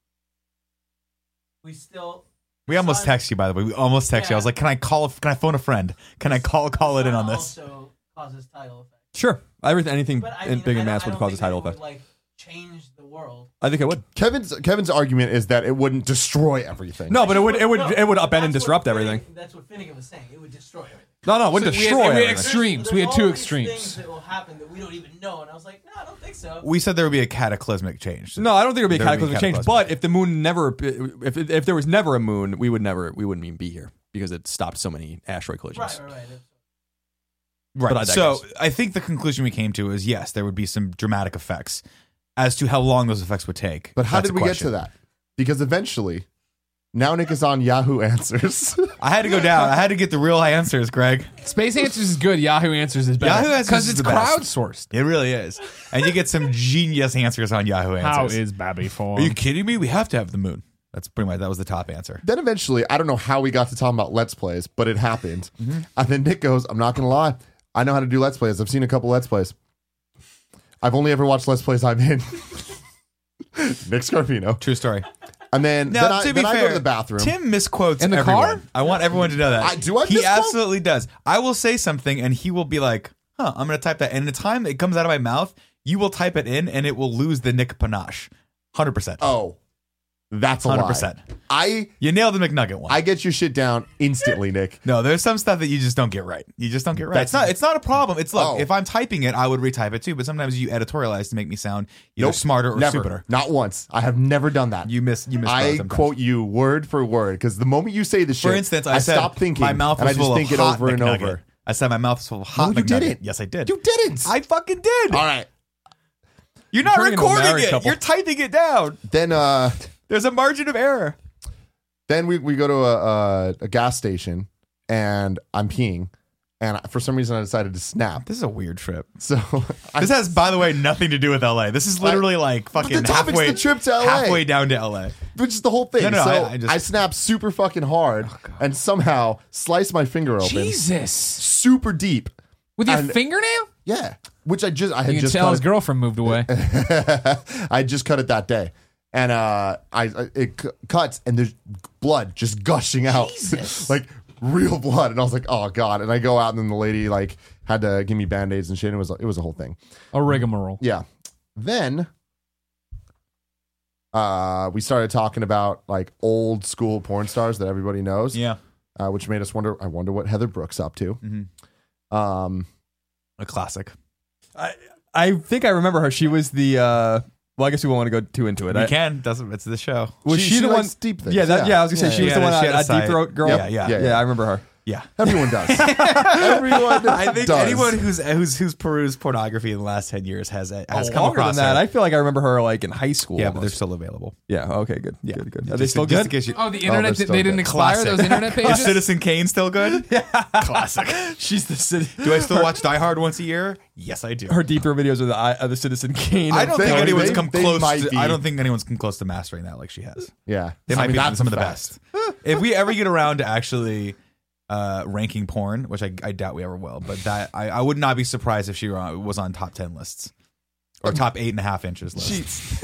Speaker 4: We still.
Speaker 2: We almost
Speaker 4: sun-
Speaker 2: text you by the way. We almost text you. I was
Speaker 4: Yeah.
Speaker 2: like, can I call? Can I phone a friend? Can I call call it in
Speaker 4: sun
Speaker 2: on this?
Speaker 4: Also causes tidal effect.
Speaker 3: sure. Everything, anything
Speaker 4: But I
Speaker 3: in
Speaker 4: mean,
Speaker 3: big and
Speaker 4: I don't-
Speaker 3: mass
Speaker 4: I
Speaker 3: would
Speaker 4: don't
Speaker 3: cause a
Speaker 4: think
Speaker 3: tidal
Speaker 4: that would,
Speaker 3: effect.
Speaker 4: Like change the world.
Speaker 3: I think it would.
Speaker 5: Kevin's Kevin's argument is that it wouldn't destroy everything.
Speaker 3: No, but it would. It would.
Speaker 4: No,
Speaker 3: It would
Speaker 4: but
Speaker 3: upend and
Speaker 4: that's what
Speaker 3: disrupt
Speaker 4: Finnegan-
Speaker 3: everything.
Speaker 4: That's what Finnegan was saying. It would destroy everything.
Speaker 3: No, no, it would
Speaker 1: So we had-
Speaker 3: destroy
Speaker 1: we had
Speaker 3: everything.
Speaker 1: extreme- Extremes.
Speaker 4: There's
Speaker 1: We had
Speaker 4: all
Speaker 1: two
Speaker 4: these
Speaker 1: extremes.
Speaker 4: Things that will happen that we don't even know, and I was like, no, I don't think so.
Speaker 2: We said there would be a cataclysmic change.
Speaker 3: No, I don't think it would be a
Speaker 2: There would be
Speaker 3: cataclysmic change.
Speaker 2: cataclysmic.
Speaker 3: But if the moon never, if if there was never a moon, we would never, we wouldn't even be here because it stopped so many asteroid collisions.
Speaker 4: right, right, right.
Speaker 2: Right.
Speaker 3: But I
Speaker 2: so
Speaker 3: digress.
Speaker 2: I think the conclusion we came to is yes, there would be some dramatic effects. As to how long those effects would take.
Speaker 5: But how
Speaker 2: that's
Speaker 5: did
Speaker 2: a
Speaker 5: we get
Speaker 2: question.
Speaker 5: to that? Because eventually, now Nick is on Yahoo Answers.
Speaker 2: I had to go down. I had to get the real answers, Greg.
Speaker 1: Space Answers is good. Yahoo Answers is better.
Speaker 2: Yahoo Answers
Speaker 1: Because
Speaker 2: is
Speaker 1: it's
Speaker 2: the best.
Speaker 1: crowdsourced.
Speaker 2: It really is. And you get some genius answers on Yahoo Answers.
Speaker 1: Babby
Speaker 2: Are you
Speaker 1: formed?
Speaker 2: kidding me? We have to have the moon. That's pretty much that was the top answer.
Speaker 5: then eventually, I don't know how we got to talking about Let's Plays, but it happened.
Speaker 2: Mm-hmm.
Speaker 5: And then Nick goes, I'm not going to lie. I know how to do Let's Plays. I've seen a couple Let's Plays. I've only ever watched Let's Plays I'm in. Nick Scarpino.
Speaker 2: True story.
Speaker 5: And then,
Speaker 2: Now,
Speaker 5: then, I,
Speaker 2: to be
Speaker 5: then I
Speaker 2: fair,
Speaker 5: go to the bathroom.
Speaker 2: Tim misquotes
Speaker 1: In the
Speaker 2: everyone.
Speaker 1: car?
Speaker 2: I want everyone to know that.
Speaker 5: I- do I
Speaker 2: He
Speaker 5: misquote?
Speaker 2: absolutely does. I will say something, and he will be like, "Huh." I'm going to type that, and the time it comes out of my mouth, you will type it in, and it will lose the Nick panache. Hundred percent.
Speaker 5: oh, that's a lie.
Speaker 2: 100%.
Speaker 5: I,
Speaker 2: You nailed the McNugget one.
Speaker 5: I get your shit down instantly, Nick.
Speaker 2: no, there's some stuff that you just don't get right. You just don't get right. It's
Speaker 5: That's-
Speaker 2: not. It's not a problem. It's look.
Speaker 5: Oh.
Speaker 2: If I'm typing it, I would retype it too. But sometimes you editorialize to make me sound either
Speaker 5: Nope.
Speaker 2: smarter or
Speaker 5: never.
Speaker 2: stupider.
Speaker 5: Not once. I have never done that.
Speaker 2: You miss. You miss.
Speaker 5: I
Speaker 2: sometimes.
Speaker 5: quote you word for word because the moment you say the shit,
Speaker 2: For instance, I,
Speaker 5: I
Speaker 2: said
Speaker 5: stop thinking.
Speaker 2: my mouth
Speaker 5: and
Speaker 2: was
Speaker 5: I just
Speaker 2: full
Speaker 5: think
Speaker 2: of
Speaker 5: it
Speaker 2: hot
Speaker 5: over and
Speaker 2: McNugget.
Speaker 5: over.
Speaker 2: I said my mouth was full of hot.
Speaker 5: No, you
Speaker 2: McNugget.
Speaker 5: didn't.
Speaker 2: Yes, I did.
Speaker 5: You didn't.
Speaker 2: I fucking did.
Speaker 5: All right.
Speaker 2: You're not
Speaker 3: Turning into a
Speaker 2: recording
Speaker 3: married
Speaker 2: it.
Speaker 3: couple.
Speaker 2: You're typing it down.
Speaker 5: Then, uh,
Speaker 2: There's a margin of error.
Speaker 5: then we, we go to a, a, a gas station and I'm peeing. And I- for some reason, I decided to snap.
Speaker 2: This is a weird trip.
Speaker 5: So I,
Speaker 2: This has, by the way, nothing to do with LA. This is literally like fucking
Speaker 5: the topic's
Speaker 2: halfway
Speaker 5: the trip to LA.
Speaker 2: halfway down to LA.
Speaker 5: which is the whole thing.
Speaker 2: No, no,
Speaker 5: so
Speaker 2: I- I
Speaker 5: I,
Speaker 2: just-
Speaker 5: snapped super fucking hard and somehow sliced my finger open
Speaker 1: Jesus.
Speaker 5: super deep.
Speaker 1: With your
Speaker 5: And-
Speaker 1: fingernail?
Speaker 5: Yeah, which I just I had
Speaker 1: You can
Speaker 5: just
Speaker 1: tell
Speaker 5: cut
Speaker 1: his
Speaker 5: it-
Speaker 1: girlfriend moved away.
Speaker 5: I just cut it that day, and uh, I, I it c- cuts, and there's blood just gushing out, like real blood. And I was like, oh god. And I go out, and then the lady like had to give me band aids and shit. It was it was a whole thing.
Speaker 1: A rigmarole.
Speaker 5: Yeah. Then uh, we started talking about like old school porn stars that everybody knows,
Speaker 2: Yeah,
Speaker 5: uh, which made us wonder. I wonder what Heather Brooks up to.
Speaker 2: Mhm.
Speaker 5: Um,
Speaker 2: a classic.
Speaker 3: I I think I remember her. She was the. uh Well, I guess we won't want to go too into it.
Speaker 2: We
Speaker 3: I,
Speaker 2: can. Doesn't. It's the show.
Speaker 3: was
Speaker 5: She-
Speaker 3: she,
Speaker 5: she
Speaker 3: the one
Speaker 5: likes deep things,
Speaker 3: Yeah, that,
Speaker 5: yeah.
Speaker 3: yeah. I was gonna say
Speaker 2: Yeah,
Speaker 3: she was
Speaker 2: yeah,
Speaker 3: the one
Speaker 2: she had
Speaker 3: a,
Speaker 2: a
Speaker 3: a deep
Speaker 2: side.
Speaker 3: throat girl.
Speaker 2: Yeah, yeah.
Speaker 3: yeah,
Speaker 5: Yeah.
Speaker 3: I remember her.
Speaker 2: Yeah.
Speaker 5: everyone does. everyone
Speaker 2: I think
Speaker 5: does.
Speaker 2: anyone who's who's who's perused pornography in the last ten years has has
Speaker 3: Oh,
Speaker 2: come
Speaker 3: longer
Speaker 2: across
Speaker 3: than that.
Speaker 2: her.
Speaker 3: I feel like I remember her like in high school.
Speaker 2: yeah, but they're
Speaker 3: almost.
Speaker 2: still available.
Speaker 3: yeah. Okay, good. Yeah, good, good. Are they
Speaker 2: Just-
Speaker 3: still
Speaker 2: just in
Speaker 3: good?
Speaker 2: case you-
Speaker 1: Oh, the
Speaker 5: they're
Speaker 1: internet, did-
Speaker 5: still
Speaker 1: they didn't
Speaker 5: good.
Speaker 1: expire
Speaker 2: Classic.
Speaker 1: those internet
Speaker 2: Is
Speaker 1: pages?
Speaker 2: Citizen Kane still good? Yeah. Classic.
Speaker 3: She's the city.
Speaker 2: Do I still watch Die Hard once a year? Yes, I do.
Speaker 3: Her deep throat videos are the are the Citizen Kane.
Speaker 2: I don't
Speaker 5: They-
Speaker 2: think anyone's
Speaker 5: they-
Speaker 2: come
Speaker 5: they
Speaker 2: close.
Speaker 5: might
Speaker 2: To,
Speaker 5: be.
Speaker 2: I don't think anyone's come close to mastering that like she has.
Speaker 5: Yeah,
Speaker 2: They
Speaker 5: I
Speaker 2: might
Speaker 5: mean,
Speaker 2: be
Speaker 5: that's
Speaker 2: some
Speaker 5: a
Speaker 2: of the
Speaker 5: fact.
Speaker 2: best. if we ever get around to actually uh, ranking porn, which I, I doubt we ever will, but that I, I would not be surprised if she were on- was on top ten lists or top eight and a half inches list.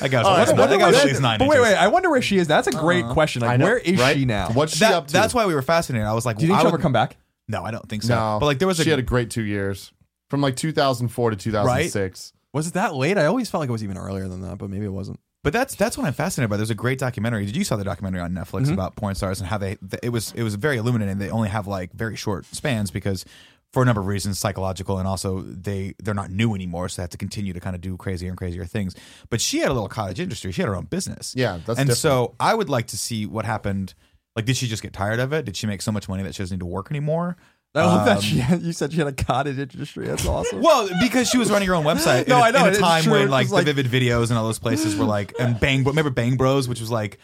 Speaker 2: That goes.
Speaker 5: All right,
Speaker 2: What,
Speaker 5: so
Speaker 2: what, that goes at least nine
Speaker 3: but wait,
Speaker 2: inches.
Speaker 3: wait. I wonder where she is. That's a great
Speaker 2: Uh-huh.
Speaker 3: question. Like,
Speaker 5: know,
Speaker 3: where is
Speaker 5: right?
Speaker 3: she now?
Speaker 5: What's she
Speaker 2: That-
Speaker 5: up to?
Speaker 2: That's why we were fascinated. I was like,
Speaker 3: Do you think
Speaker 2: I
Speaker 3: she'll
Speaker 2: would-
Speaker 3: ever come back?
Speaker 2: No, I don't think so.
Speaker 5: no,
Speaker 2: But like there was a
Speaker 5: she had a great two years from like 2004 to 2006.
Speaker 3: Was it that late? I always felt like it was even earlier than that, but maybe it wasn't.
Speaker 2: But that's that's what I'm fascinated by. There's a great documentary. Did you saw the documentary on Netflix
Speaker 5: Mm-hmm.
Speaker 2: about porn stars and how they th- it was it was very illuminating. They only have like very short spans because for a number of reasons, psychological and also they they're not new anymore, so they have to continue to kind of do crazier and crazier things. But she had a little cottage industry. She had her own business.
Speaker 5: Yeah, that's
Speaker 2: and
Speaker 5: different.
Speaker 2: so I would like to see what happened. Like, did she just get tired of it? Did she make so much money that she doesn't need to work anymore?
Speaker 3: I love
Speaker 2: Um,
Speaker 3: that she had, you said she had a cottage industry. That's awesome.
Speaker 2: Well, because she was running her own website.
Speaker 3: No,
Speaker 2: in a,
Speaker 3: I know,
Speaker 2: In a
Speaker 3: it's
Speaker 2: time
Speaker 3: true,
Speaker 2: when
Speaker 3: it's
Speaker 2: like the
Speaker 3: like-
Speaker 2: Vivid Videos and all those places were like, and Bang, Bro- remember Bang Bros, which was like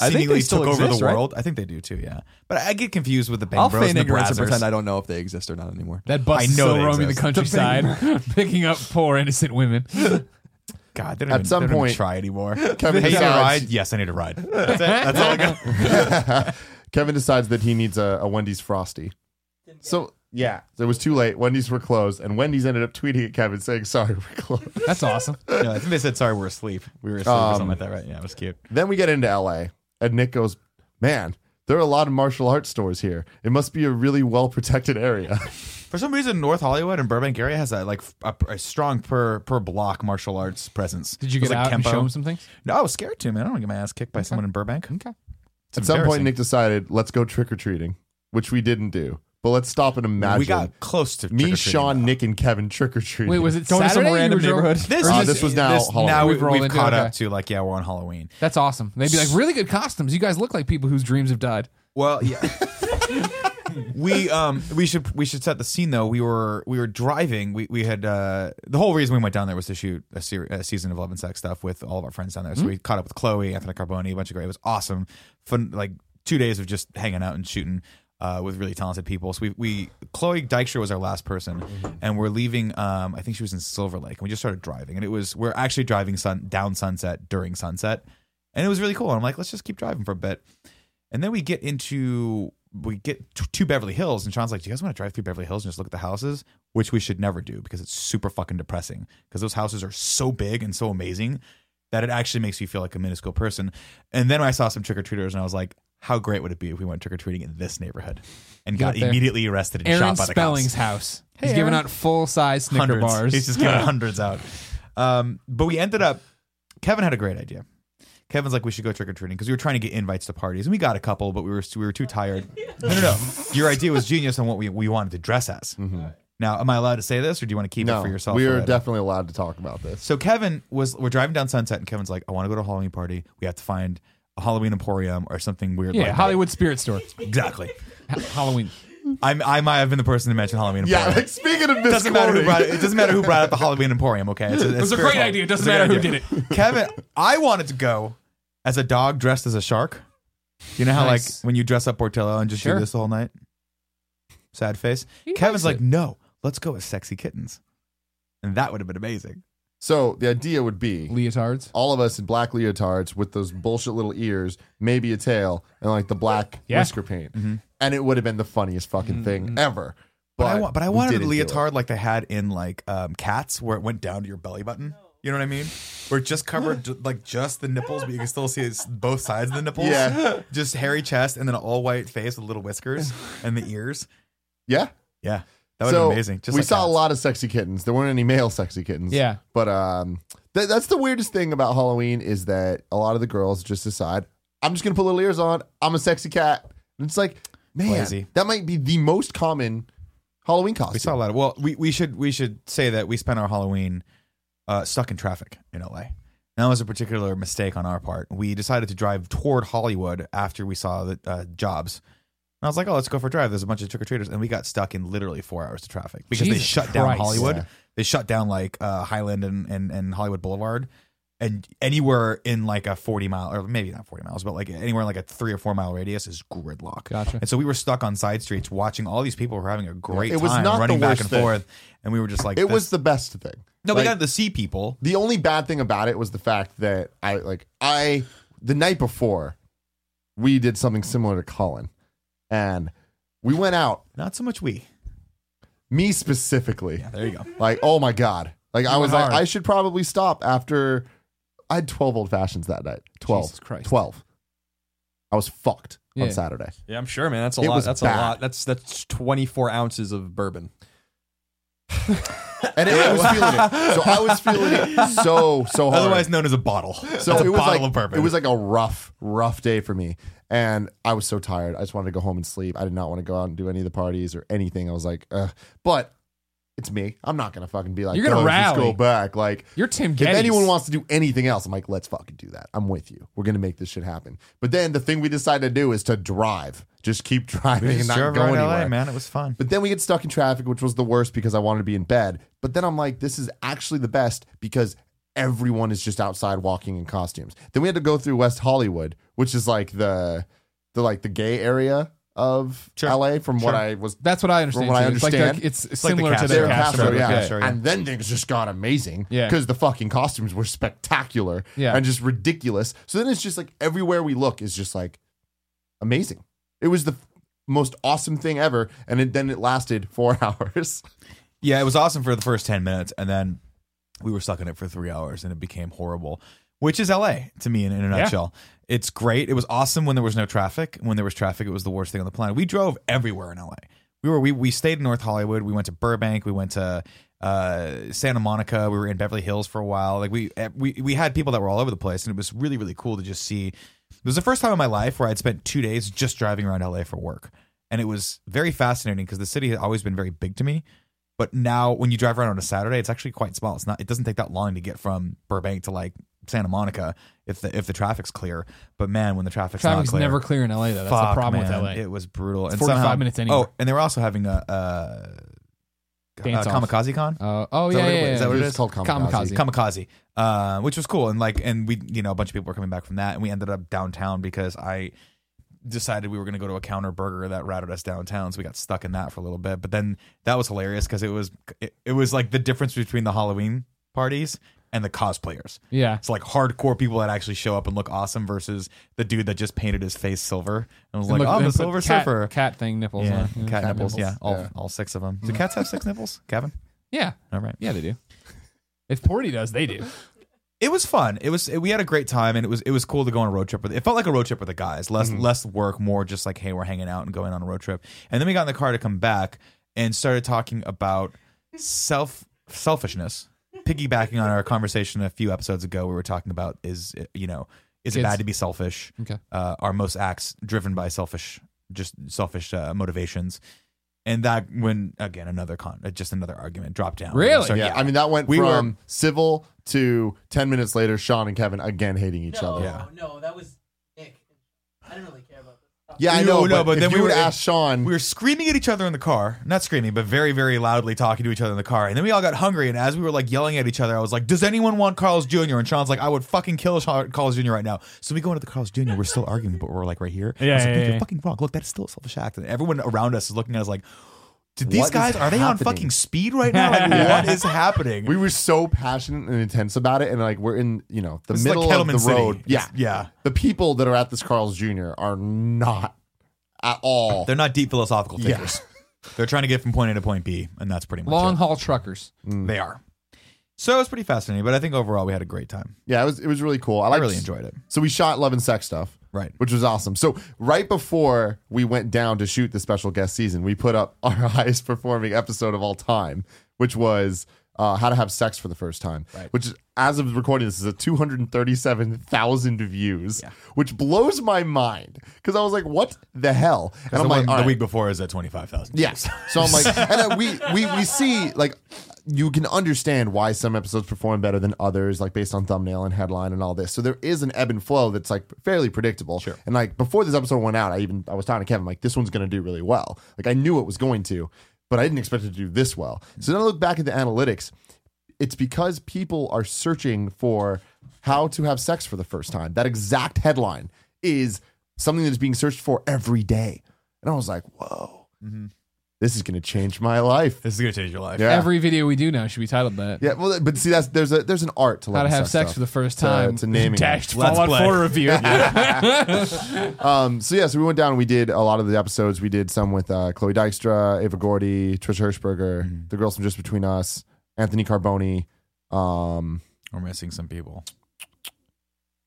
Speaker 3: I think they
Speaker 2: seemingly
Speaker 3: still
Speaker 2: took over
Speaker 3: exist,
Speaker 2: the
Speaker 3: right?
Speaker 2: world. I think they do too. Yeah, but I get confused with the Bang
Speaker 3: I'll
Speaker 2: Bros
Speaker 3: feign
Speaker 2: and the
Speaker 3: ignorance and
Speaker 2: Brazzers.
Speaker 3: pretend I don't know if they exist or not anymore.
Speaker 1: That bus
Speaker 2: I
Speaker 1: is
Speaker 2: know
Speaker 1: still
Speaker 2: they
Speaker 1: roaming the
Speaker 2: exist.
Speaker 1: countryside, picking up poor innocent women.
Speaker 2: God, they don't
Speaker 5: At
Speaker 2: even,
Speaker 5: some
Speaker 2: they don't even
Speaker 5: point-
Speaker 2: try anymore.
Speaker 5: Kevin
Speaker 2: hey, you need a ride?
Speaker 5: decides.
Speaker 2: Yes, I need a ride. That's it. That's all I got.
Speaker 5: Kevin decides that he needs a, a Wendy's frosty. So yeah, it was too late. Wendy's were closed, and Wendy's ended up tweeting at Kevin saying, "Sorry, we're closed."
Speaker 1: That's awesome.
Speaker 2: No, I think they said sorry, we're asleep. We were asleep or something
Speaker 5: Um,
Speaker 2: like that, right? Yeah, it was cute.
Speaker 5: Then we get into LA, and Nick goes, Man, there are a lot of martial arts stores here. It must be a really well protected area.
Speaker 2: For some reason, North Hollywood and Burbank area has a like a, a strong per per block martial arts presence.
Speaker 1: Did you
Speaker 2: It was
Speaker 1: get out and
Speaker 2: Kempo.
Speaker 1: show them some things?
Speaker 2: No, I was scared too, man. I don't want to get my ass kicked by someone in Burbank. Okay.
Speaker 5: At some point, Nick decided, Let's go trick or treating, which we didn't do. But let's stop and imagine.
Speaker 2: we got close to
Speaker 5: me,
Speaker 2: trick-or-treating.
Speaker 5: Sean, Nick, and Kevin trick or treating.
Speaker 1: Wait, was it
Speaker 3: Going to some
Speaker 1: Saturday? You
Speaker 3: random
Speaker 1: were driving-
Speaker 3: neighborhood.
Speaker 2: This,
Speaker 5: Uh,
Speaker 2: is-
Speaker 5: this was now Halloween.
Speaker 2: now we,
Speaker 1: We've rolled
Speaker 2: we've
Speaker 1: into-
Speaker 2: caught
Speaker 1: okay.
Speaker 2: up to like yeah we're on Halloween.
Speaker 1: That's awesome. They'd be like, really good costumes. You guys look like people whose dreams have died.
Speaker 2: Well yeah. we um we should we should set the scene though. We were we were driving. We we had uh the whole reason we went down there was to shoot a, ser- a season of Love and Sex stuff with all of our friends down there. So we caught up with Chloe, Anthony Carboni, a bunch of great. It was awesome. Fun like two days of just hanging out and shooting. Uh, with really talented people, so we, we Chloe Dykstra was our last person, and we're leaving. Um, I think she was in Silver Lake, and we just started driving, and it was we're actually driving sun down Sunset during sunset, and it was really cool. And I'm like, let's just keep driving for a bit. And then we get into we get t- to Beverly Hills, and Sean's like, "Do you guys want to drive through Beverly Hills and just look at the houses?" Which we should never do because it's super fucking depressing. Because those houses are so big and so amazing that it actually makes you feel like a minuscule person. And then I saw some trick or treaters, and I was like, "How great would it be if we went trick or treating in this neighborhood?" And got
Speaker 1: there.
Speaker 2: immediately arrested and
Speaker 1: Aaron
Speaker 2: shot by the
Speaker 1: Spelling's
Speaker 2: cops.
Speaker 1: house. He's giving out full size Snicker
Speaker 2: hundreds.
Speaker 1: bars.
Speaker 2: He's just giving hundreds out. Um, but we ended up. Kevin had a great idea. Kevin's like, we should go trick or treating because we were trying to get invites to parties, and we got a couple, but we were we were too tired. No, no, no. Your idea was genius on what we, we wanted to dress as. Now, am I allowed to say this, or do you want to keep it
Speaker 5: Mm-hmm. no,
Speaker 2: for yourself?
Speaker 5: we
Speaker 2: for
Speaker 5: are
Speaker 2: later?
Speaker 5: definitely allowed to talk about this.
Speaker 2: So Kevin was we're driving down Sunset, and Kevin's like, I want to go to a Halloween party. We have to find a Halloween Emporium or something weird.
Speaker 1: yeah,
Speaker 2: like that."
Speaker 1: Hollywood Spirit Store.
Speaker 2: Exactly.
Speaker 1: Ha- Halloween.
Speaker 2: I'm, I might have been the person to mention Halloween.
Speaker 5: Yeah,
Speaker 2: Emporium.
Speaker 5: like speaking of
Speaker 2: It doesn't matter who
Speaker 5: misquoting-
Speaker 2: brought it. It doesn't matter who brought up the Halloween Emporium. Okay, it's a,
Speaker 1: was a great idea. It doesn't matter who
Speaker 2: did it. Kevin, I wanted to go as a dog dressed as a shark. You know how
Speaker 1: Nice.
Speaker 2: like when you dress up Portillo and just
Speaker 1: Sure.
Speaker 2: do this all night, sad face.
Speaker 1: He
Speaker 2: Kevin's like,
Speaker 1: likes
Speaker 2: no, let's go as sexy kittens, and that would have been amazing.
Speaker 5: So the idea would be
Speaker 1: Leotards.
Speaker 5: all of us in black leotards with those bullshit little ears, maybe a tail, and like the black
Speaker 1: Yeah.
Speaker 5: whisker paint. And it would have been the funniest fucking thing ever.
Speaker 2: Mm-hmm. But, I want, but I wanted a
Speaker 5: didn't do it.
Speaker 2: leotard like they had in like um, Cats, where it went down to your belly button. You know what I mean? Where it just covered ju- like just the nipples, but you can still see it's both sides of the nipples.
Speaker 5: Yeah.
Speaker 2: just hairy chest and then an all white face with little whiskers and the ears.
Speaker 5: Yeah.
Speaker 2: Yeah, that would
Speaker 5: so
Speaker 2: be amazing. Just
Speaker 5: we
Speaker 2: like
Speaker 5: saw a
Speaker 2: Cats.
Speaker 5: lot of sexy kittens. There weren't any male sexy kittens.
Speaker 1: Yeah.
Speaker 5: But um, th- that's the weirdest thing about Halloween is that a lot of the girls just decide, I'm just gonna put little ears on. I'm a sexy cat. And it's like, man,
Speaker 2: Lazy.
Speaker 5: that might be the most common Halloween costume.
Speaker 2: We saw a lot of. Well, we, we should we should say that we spent our Halloween uh, stuck in traffic in LA. And that was a particular mistake on our part. We decided to drive toward Hollywood after we saw the uh, jobs. And I was like, "Oh, let's go for a drive." There's a bunch of trick or treaters, and we got stuck in literally four hours of traffic because they
Speaker 1: Jesus
Speaker 2: shut down
Speaker 1: Christ.
Speaker 2: Hollywood.
Speaker 5: Yeah.
Speaker 2: They shut down like uh, Highland and, and and Hollywood Boulevard, and anywhere in like a 40 mile or maybe not 40 miles, but like anywhere in like a three or four mile radius is gridlock.
Speaker 1: Gotcha.
Speaker 2: And so we were stuck on side streets watching all these people who were having a great
Speaker 5: It was
Speaker 2: time
Speaker 5: not the
Speaker 2: running back
Speaker 5: worst
Speaker 2: and
Speaker 5: thing.
Speaker 2: forth, and we were just like,
Speaker 5: it
Speaker 2: this-
Speaker 5: was the best thing.
Speaker 2: no,
Speaker 5: like-
Speaker 2: we got to see people.
Speaker 5: The only bad thing about it was the fact that I like I the night before we did something similar to Colin, and we went out.
Speaker 2: Not so much we.
Speaker 5: Me specifically,
Speaker 2: There you go.
Speaker 5: like oh my god, like I was
Speaker 2: went
Speaker 5: like
Speaker 2: hard.
Speaker 5: I should probably stop after I had 12 old fashions that night. 12.
Speaker 1: Jesus Christ.
Speaker 5: 12. I was fucked
Speaker 1: Yeah.
Speaker 5: on Saturday.
Speaker 3: Yeah, I'm sure, man. That's a
Speaker 5: It
Speaker 3: lot.
Speaker 5: was
Speaker 3: That's
Speaker 5: bad.
Speaker 3: a lot. That's that's 24 ounces of bourbon.
Speaker 5: And it, I was feeling it. So I was feeling it so, so hard.
Speaker 2: Otherwise known as a bottle.
Speaker 5: so
Speaker 2: That's
Speaker 5: it
Speaker 2: a
Speaker 5: was
Speaker 2: bottle
Speaker 5: like,
Speaker 2: of bourbon.
Speaker 5: It was like a rough, rough day for me. And I was so tired. I just wanted to go home and sleep. I did not want to go out and do any of the parties or anything. I was like, Ugh. but it's me. I'm not gonna fucking be like,
Speaker 1: You're gonna
Speaker 5: "Guys, let's
Speaker 1: rally."
Speaker 5: go back. Like
Speaker 1: You're Tim
Speaker 5: if
Speaker 1: Geddes.
Speaker 5: anyone wants to do anything else, I'm like, let's fucking do that. I'm with you. We're gonna make this shit happen. But then the thing we decided to do is to drive. Just keep driving and
Speaker 2: Just
Speaker 5: not
Speaker 2: drove
Speaker 5: go
Speaker 2: around
Speaker 5: anywhere.
Speaker 2: LA, man. It was fun.
Speaker 5: But then we get stuck in traffic, which was the worst because I wanted to be in bed. But then I'm like, this is actually the best because everyone is just outside walking in costumes. Then we had to go through West Hollywood, which is like the the like the gay area of
Speaker 2: Sure.
Speaker 5: LA from what I was
Speaker 1: That's what I understand.
Speaker 5: From what I
Speaker 1: too. It's like
Speaker 5: understand,
Speaker 1: the- it's,
Speaker 2: like the
Speaker 1: similar to
Speaker 2: Castro.
Speaker 1: their
Speaker 2: They're
Speaker 1: Castro.
Speaker 2: Castro,
Speaker 5: yeah.
Speaker 2: yeah.
Speaker 5: And then things just got amazing.
Speaker 1: Yeah.
Speaker 5: Because the fucking costumes were spectacular
Speaker 1: Yeah.
Speaker 5: and just ridiculous. So then it's just like everywhere we look is just like amazing. It was the most awesome thing ever. And it, then it lasted four hours.
Speaker 2: Yeah, it was awesome for the first 10 minutes, and then we were stuck in it for three hours, and it became horrible, which is LA to me in, in a nutshell. It's great. It was awesome when there was no traffic. When there was traffic, it was the worst thing on the planet. We drove everywhere in LA. We were we, we stayed in North Hollywood. We went to Burbank. We went to uh, Santa Monica. We were in Beverly Hills for a while. Like we eh, we we had people that were all over the place, and it was really really cool to just see. It was the first time in my life where I'd spent two days just driving around LA for work, and it was very fascinating because the city had always been very big to me. But now when you drive around on a Saturday, it's actually quite small. It's not. It doesn't take that long to get from Burbank to like Santa Monica if the if the traffic's clear. But man, when the traffic's,
Speaker 1: Traffic's
Speaker 2: not clear,
Speaker 1: never clear in LA though. That's
Speaker 2: fuck,
Speaker 1: the problem
Speaker 2: man,
Speaker 1: with LA.
Speaker 2: It was brutal. and
Speaker 1: 45
Speaker 2: somehow-
Speaker 1: minutes anywhere.
Speaker 2: Oh, and they were also having a, uh, a
Speaker 1: Dance off.
Speaker 2: kamikaze con.
Speaker 1: Uh, oh
Speaker 2: Is that
Speaker 1: yeah,
Speaker 2: what it
Speaker 1: yeah,
Speaker 2: was?
Speaker 1: yeah.
Speaker 2: Is that what it
Speaker 5: It's
Speaker 2: is?
Speaker 5: called Kamikaze.
Speaker 1: Kamikaze.
Speaker 2: Kamikaze, uh, which was cool, and like, and we, you know, a bunch of people were coming back from that, and we ended up downtown because I decided we were going to go to a counter burger that routed us downtown, so we got stuck in that for a little bit. But then that was hilarious because it was, it, it was like the difference between the Halloween parties and the cosplayers.
Speaker 1: yeah.
Speaker 2: It's like hardcore people that actually show up and look awesome versus the dude that just painted his face silver and was
Speaker 1: And
Speaker 2: like,
Speaker 1: look,
Speaker 2: "Oh,
Speaker 1: they
Speaker 2: I'm the
Speaker 1: put
Speaker 2: Silver
Speaker 1: cat,
Speaker 2: Surfer."
Speaker 1: Cat thing nipples.
Speaker 2: yeah,
Speaker 1: on.
Speaker 2: cat, nipples. Yeah, all, all six of them. Do cats have six nipples, Kevin?
Speaker 1: Yeah.
Speaker 2: All right.
Speaker 1: Yeah, they do. If Porty does, they do.
Speaker 2: it was fun. It was we had a great time, and it was it was cool to go on a road trip with. It felt like a road trip with the guys. Less
Speaker 1: Mm-hmm.
Speaker 2: less work, more just like hey, we're hanging out and going on a road trip. And then we got in the car to come back and started talking about self selfishness. Piggybacking on our conversation a few episodes ago, we were talking about is you know is it
Speaker 1: Kids.
Speaker 2: bad to be selfish?
Speaker 1: Okay.
Speaker 2: Uh, are most acts driven by selfish just selfish uh, motivations? And that when again another con uh, just another argument dropped down.
Speaker 1: Really?
Speaker 2: Started-
Speaker 5: Yeah, I mean that went
Speaker 2: We
Speaker 5: from
Speaker 2: were-
Speaker 5: civil to ten minutes later. Sean and Kevin again hating each
Speaker 4: no,
Speaker 5: other.
Speaker 2: Yeah.
Speaker 4: no, that was Nick. I didn't really care about this.
Speaker 5: Yeah, I
Speaker 2: You-
Speaker 5: know.
Speaker 2: no,
Speaker 5: but,
Speaker 2: but
Speaker 5: if
Speaker 2: then
Speaker 5: you
Speaker 2: we
Speaker 5: would
Speaker 2: were-
Speaker 5: ask Sean.
Speaker 2: we were screaming at each other in the car, not screaming, but very, very loudly talking to each other in the car. And then we all got hungry. And as we were like yelling at each other, I was like, Does anyone want Carl's Jr.? And Sean's like, I would fucking kill Sha- Carl's Jr. right now. So we go into the Carl's Jr. We're still arguing, but we're like right here. I
Speaker 1: Yeah,
Speaker 2: was like,
Speaker 1: yeah,
Speaker 2: "Dude,
Speaker 1: yeah.
Speaker 2: You're fucking wrong. Look, that's still a selfish act. And everyone around us is looking at us like, Did these
Speaker 5: What is
Speaker 2: guys, are they on
Speaker 5: happening?
Speaker 2: fucking speed right now? Like, what is happening?
Speaker 5: We were so passionate and intense about it, and like we're in you know the
Speaker 2: It's like
Speaker 5: middle of
Speaker 2: Kettleman
Speaker 5: the
Speaker 2: City.
Speaker 5: road. Yeah,
Speaker 2: It's- yeah.
Speaker 5: The people that are at this Carl's Jr. are not at all.
Speaker 2: They're not deep philosophical
Speaker 5: Yeah.
Speaker 2: figures. They're trying to get from point A to point B. And that's pretty much
Speaker 1: Long
Speaker 2: it.
Speaker 1: haul truckers.
Speaker 5: Hmm.
Speaker 2: They are. So it was pretty fascinating, but I think overall we had a great time.
Speaker 5: Yeah, it was it was really cool. I,
Speaker 2: I
Speaker 5: liked,
Speaker 2: really enjoyed it.
Speaker 5: So we shot love and sex stuff,
Speaker 2: Right.
Speaker 5: Which was awesome. So right before we went down to shoot the special guest season, we put up our highest performing episode of all time, which was uh, how to have sex for the first time.
Speaker 2: Right.
Speaker 5: Which, as of recording, this is a two hundred thirty-seven thousand views, which blows my mind because I was like, "What the hell?" And
Speaker 2: the
Speaker 5: I'm like,
Speaker 2: one
Speaker 5: "All
Speaker 2: the
Speaker 5: right."
Speaker 2: week before is at twenty five thousand.
Speaker 5: Yes. So I'm like, and uh, we we we see like you can understand why some episodes perform better than others, like based on thumbnail and headline and all this. So there is an ebb and flow that's like fairly predictable. Sure. And like before this episode went out, I even I was talking to Kevin like this one's going to do really well. Like I knew it was going to, but I didn't expect it to do this well. So then I look back at the analytics. It's because people are searching for how to have sex for the first time. That exact headline is something that's being searched for every day. And I was like, whoa this is going to change my life.
Speaker 2: This is gonna change your life.
Speaker 5: Yeah.
Speaker 1: Every video we do now should be titled that.
Speaker 5: Yeah, well, but see, that's there's a there's an art to
Speaker 1: How to
Speaker 5: love
Speaker 1: have sex
Speaker 5: stuff.
Speaker 1: for the first
Speaker 5: To-
Speaker 1: time.
Speaker 5: to naming it.
Speaker 1: Dashed
Speaker 2: Let's
Speaker 1: Fallout
Speaker 2: play.
Speaker 1: 4 review.
Speaker 5: Um, so yeah, so we went down. and We did a lot of the episodes. We did some with uh, Chloe Dykstra, Ava Gordy, Trisha Hirschberger,
Speaker 1: Mm-hmm.
Speaker 5: the girls from Just Between Us, Anthony Carboni. Um,
Speaker 2: We're missing some people.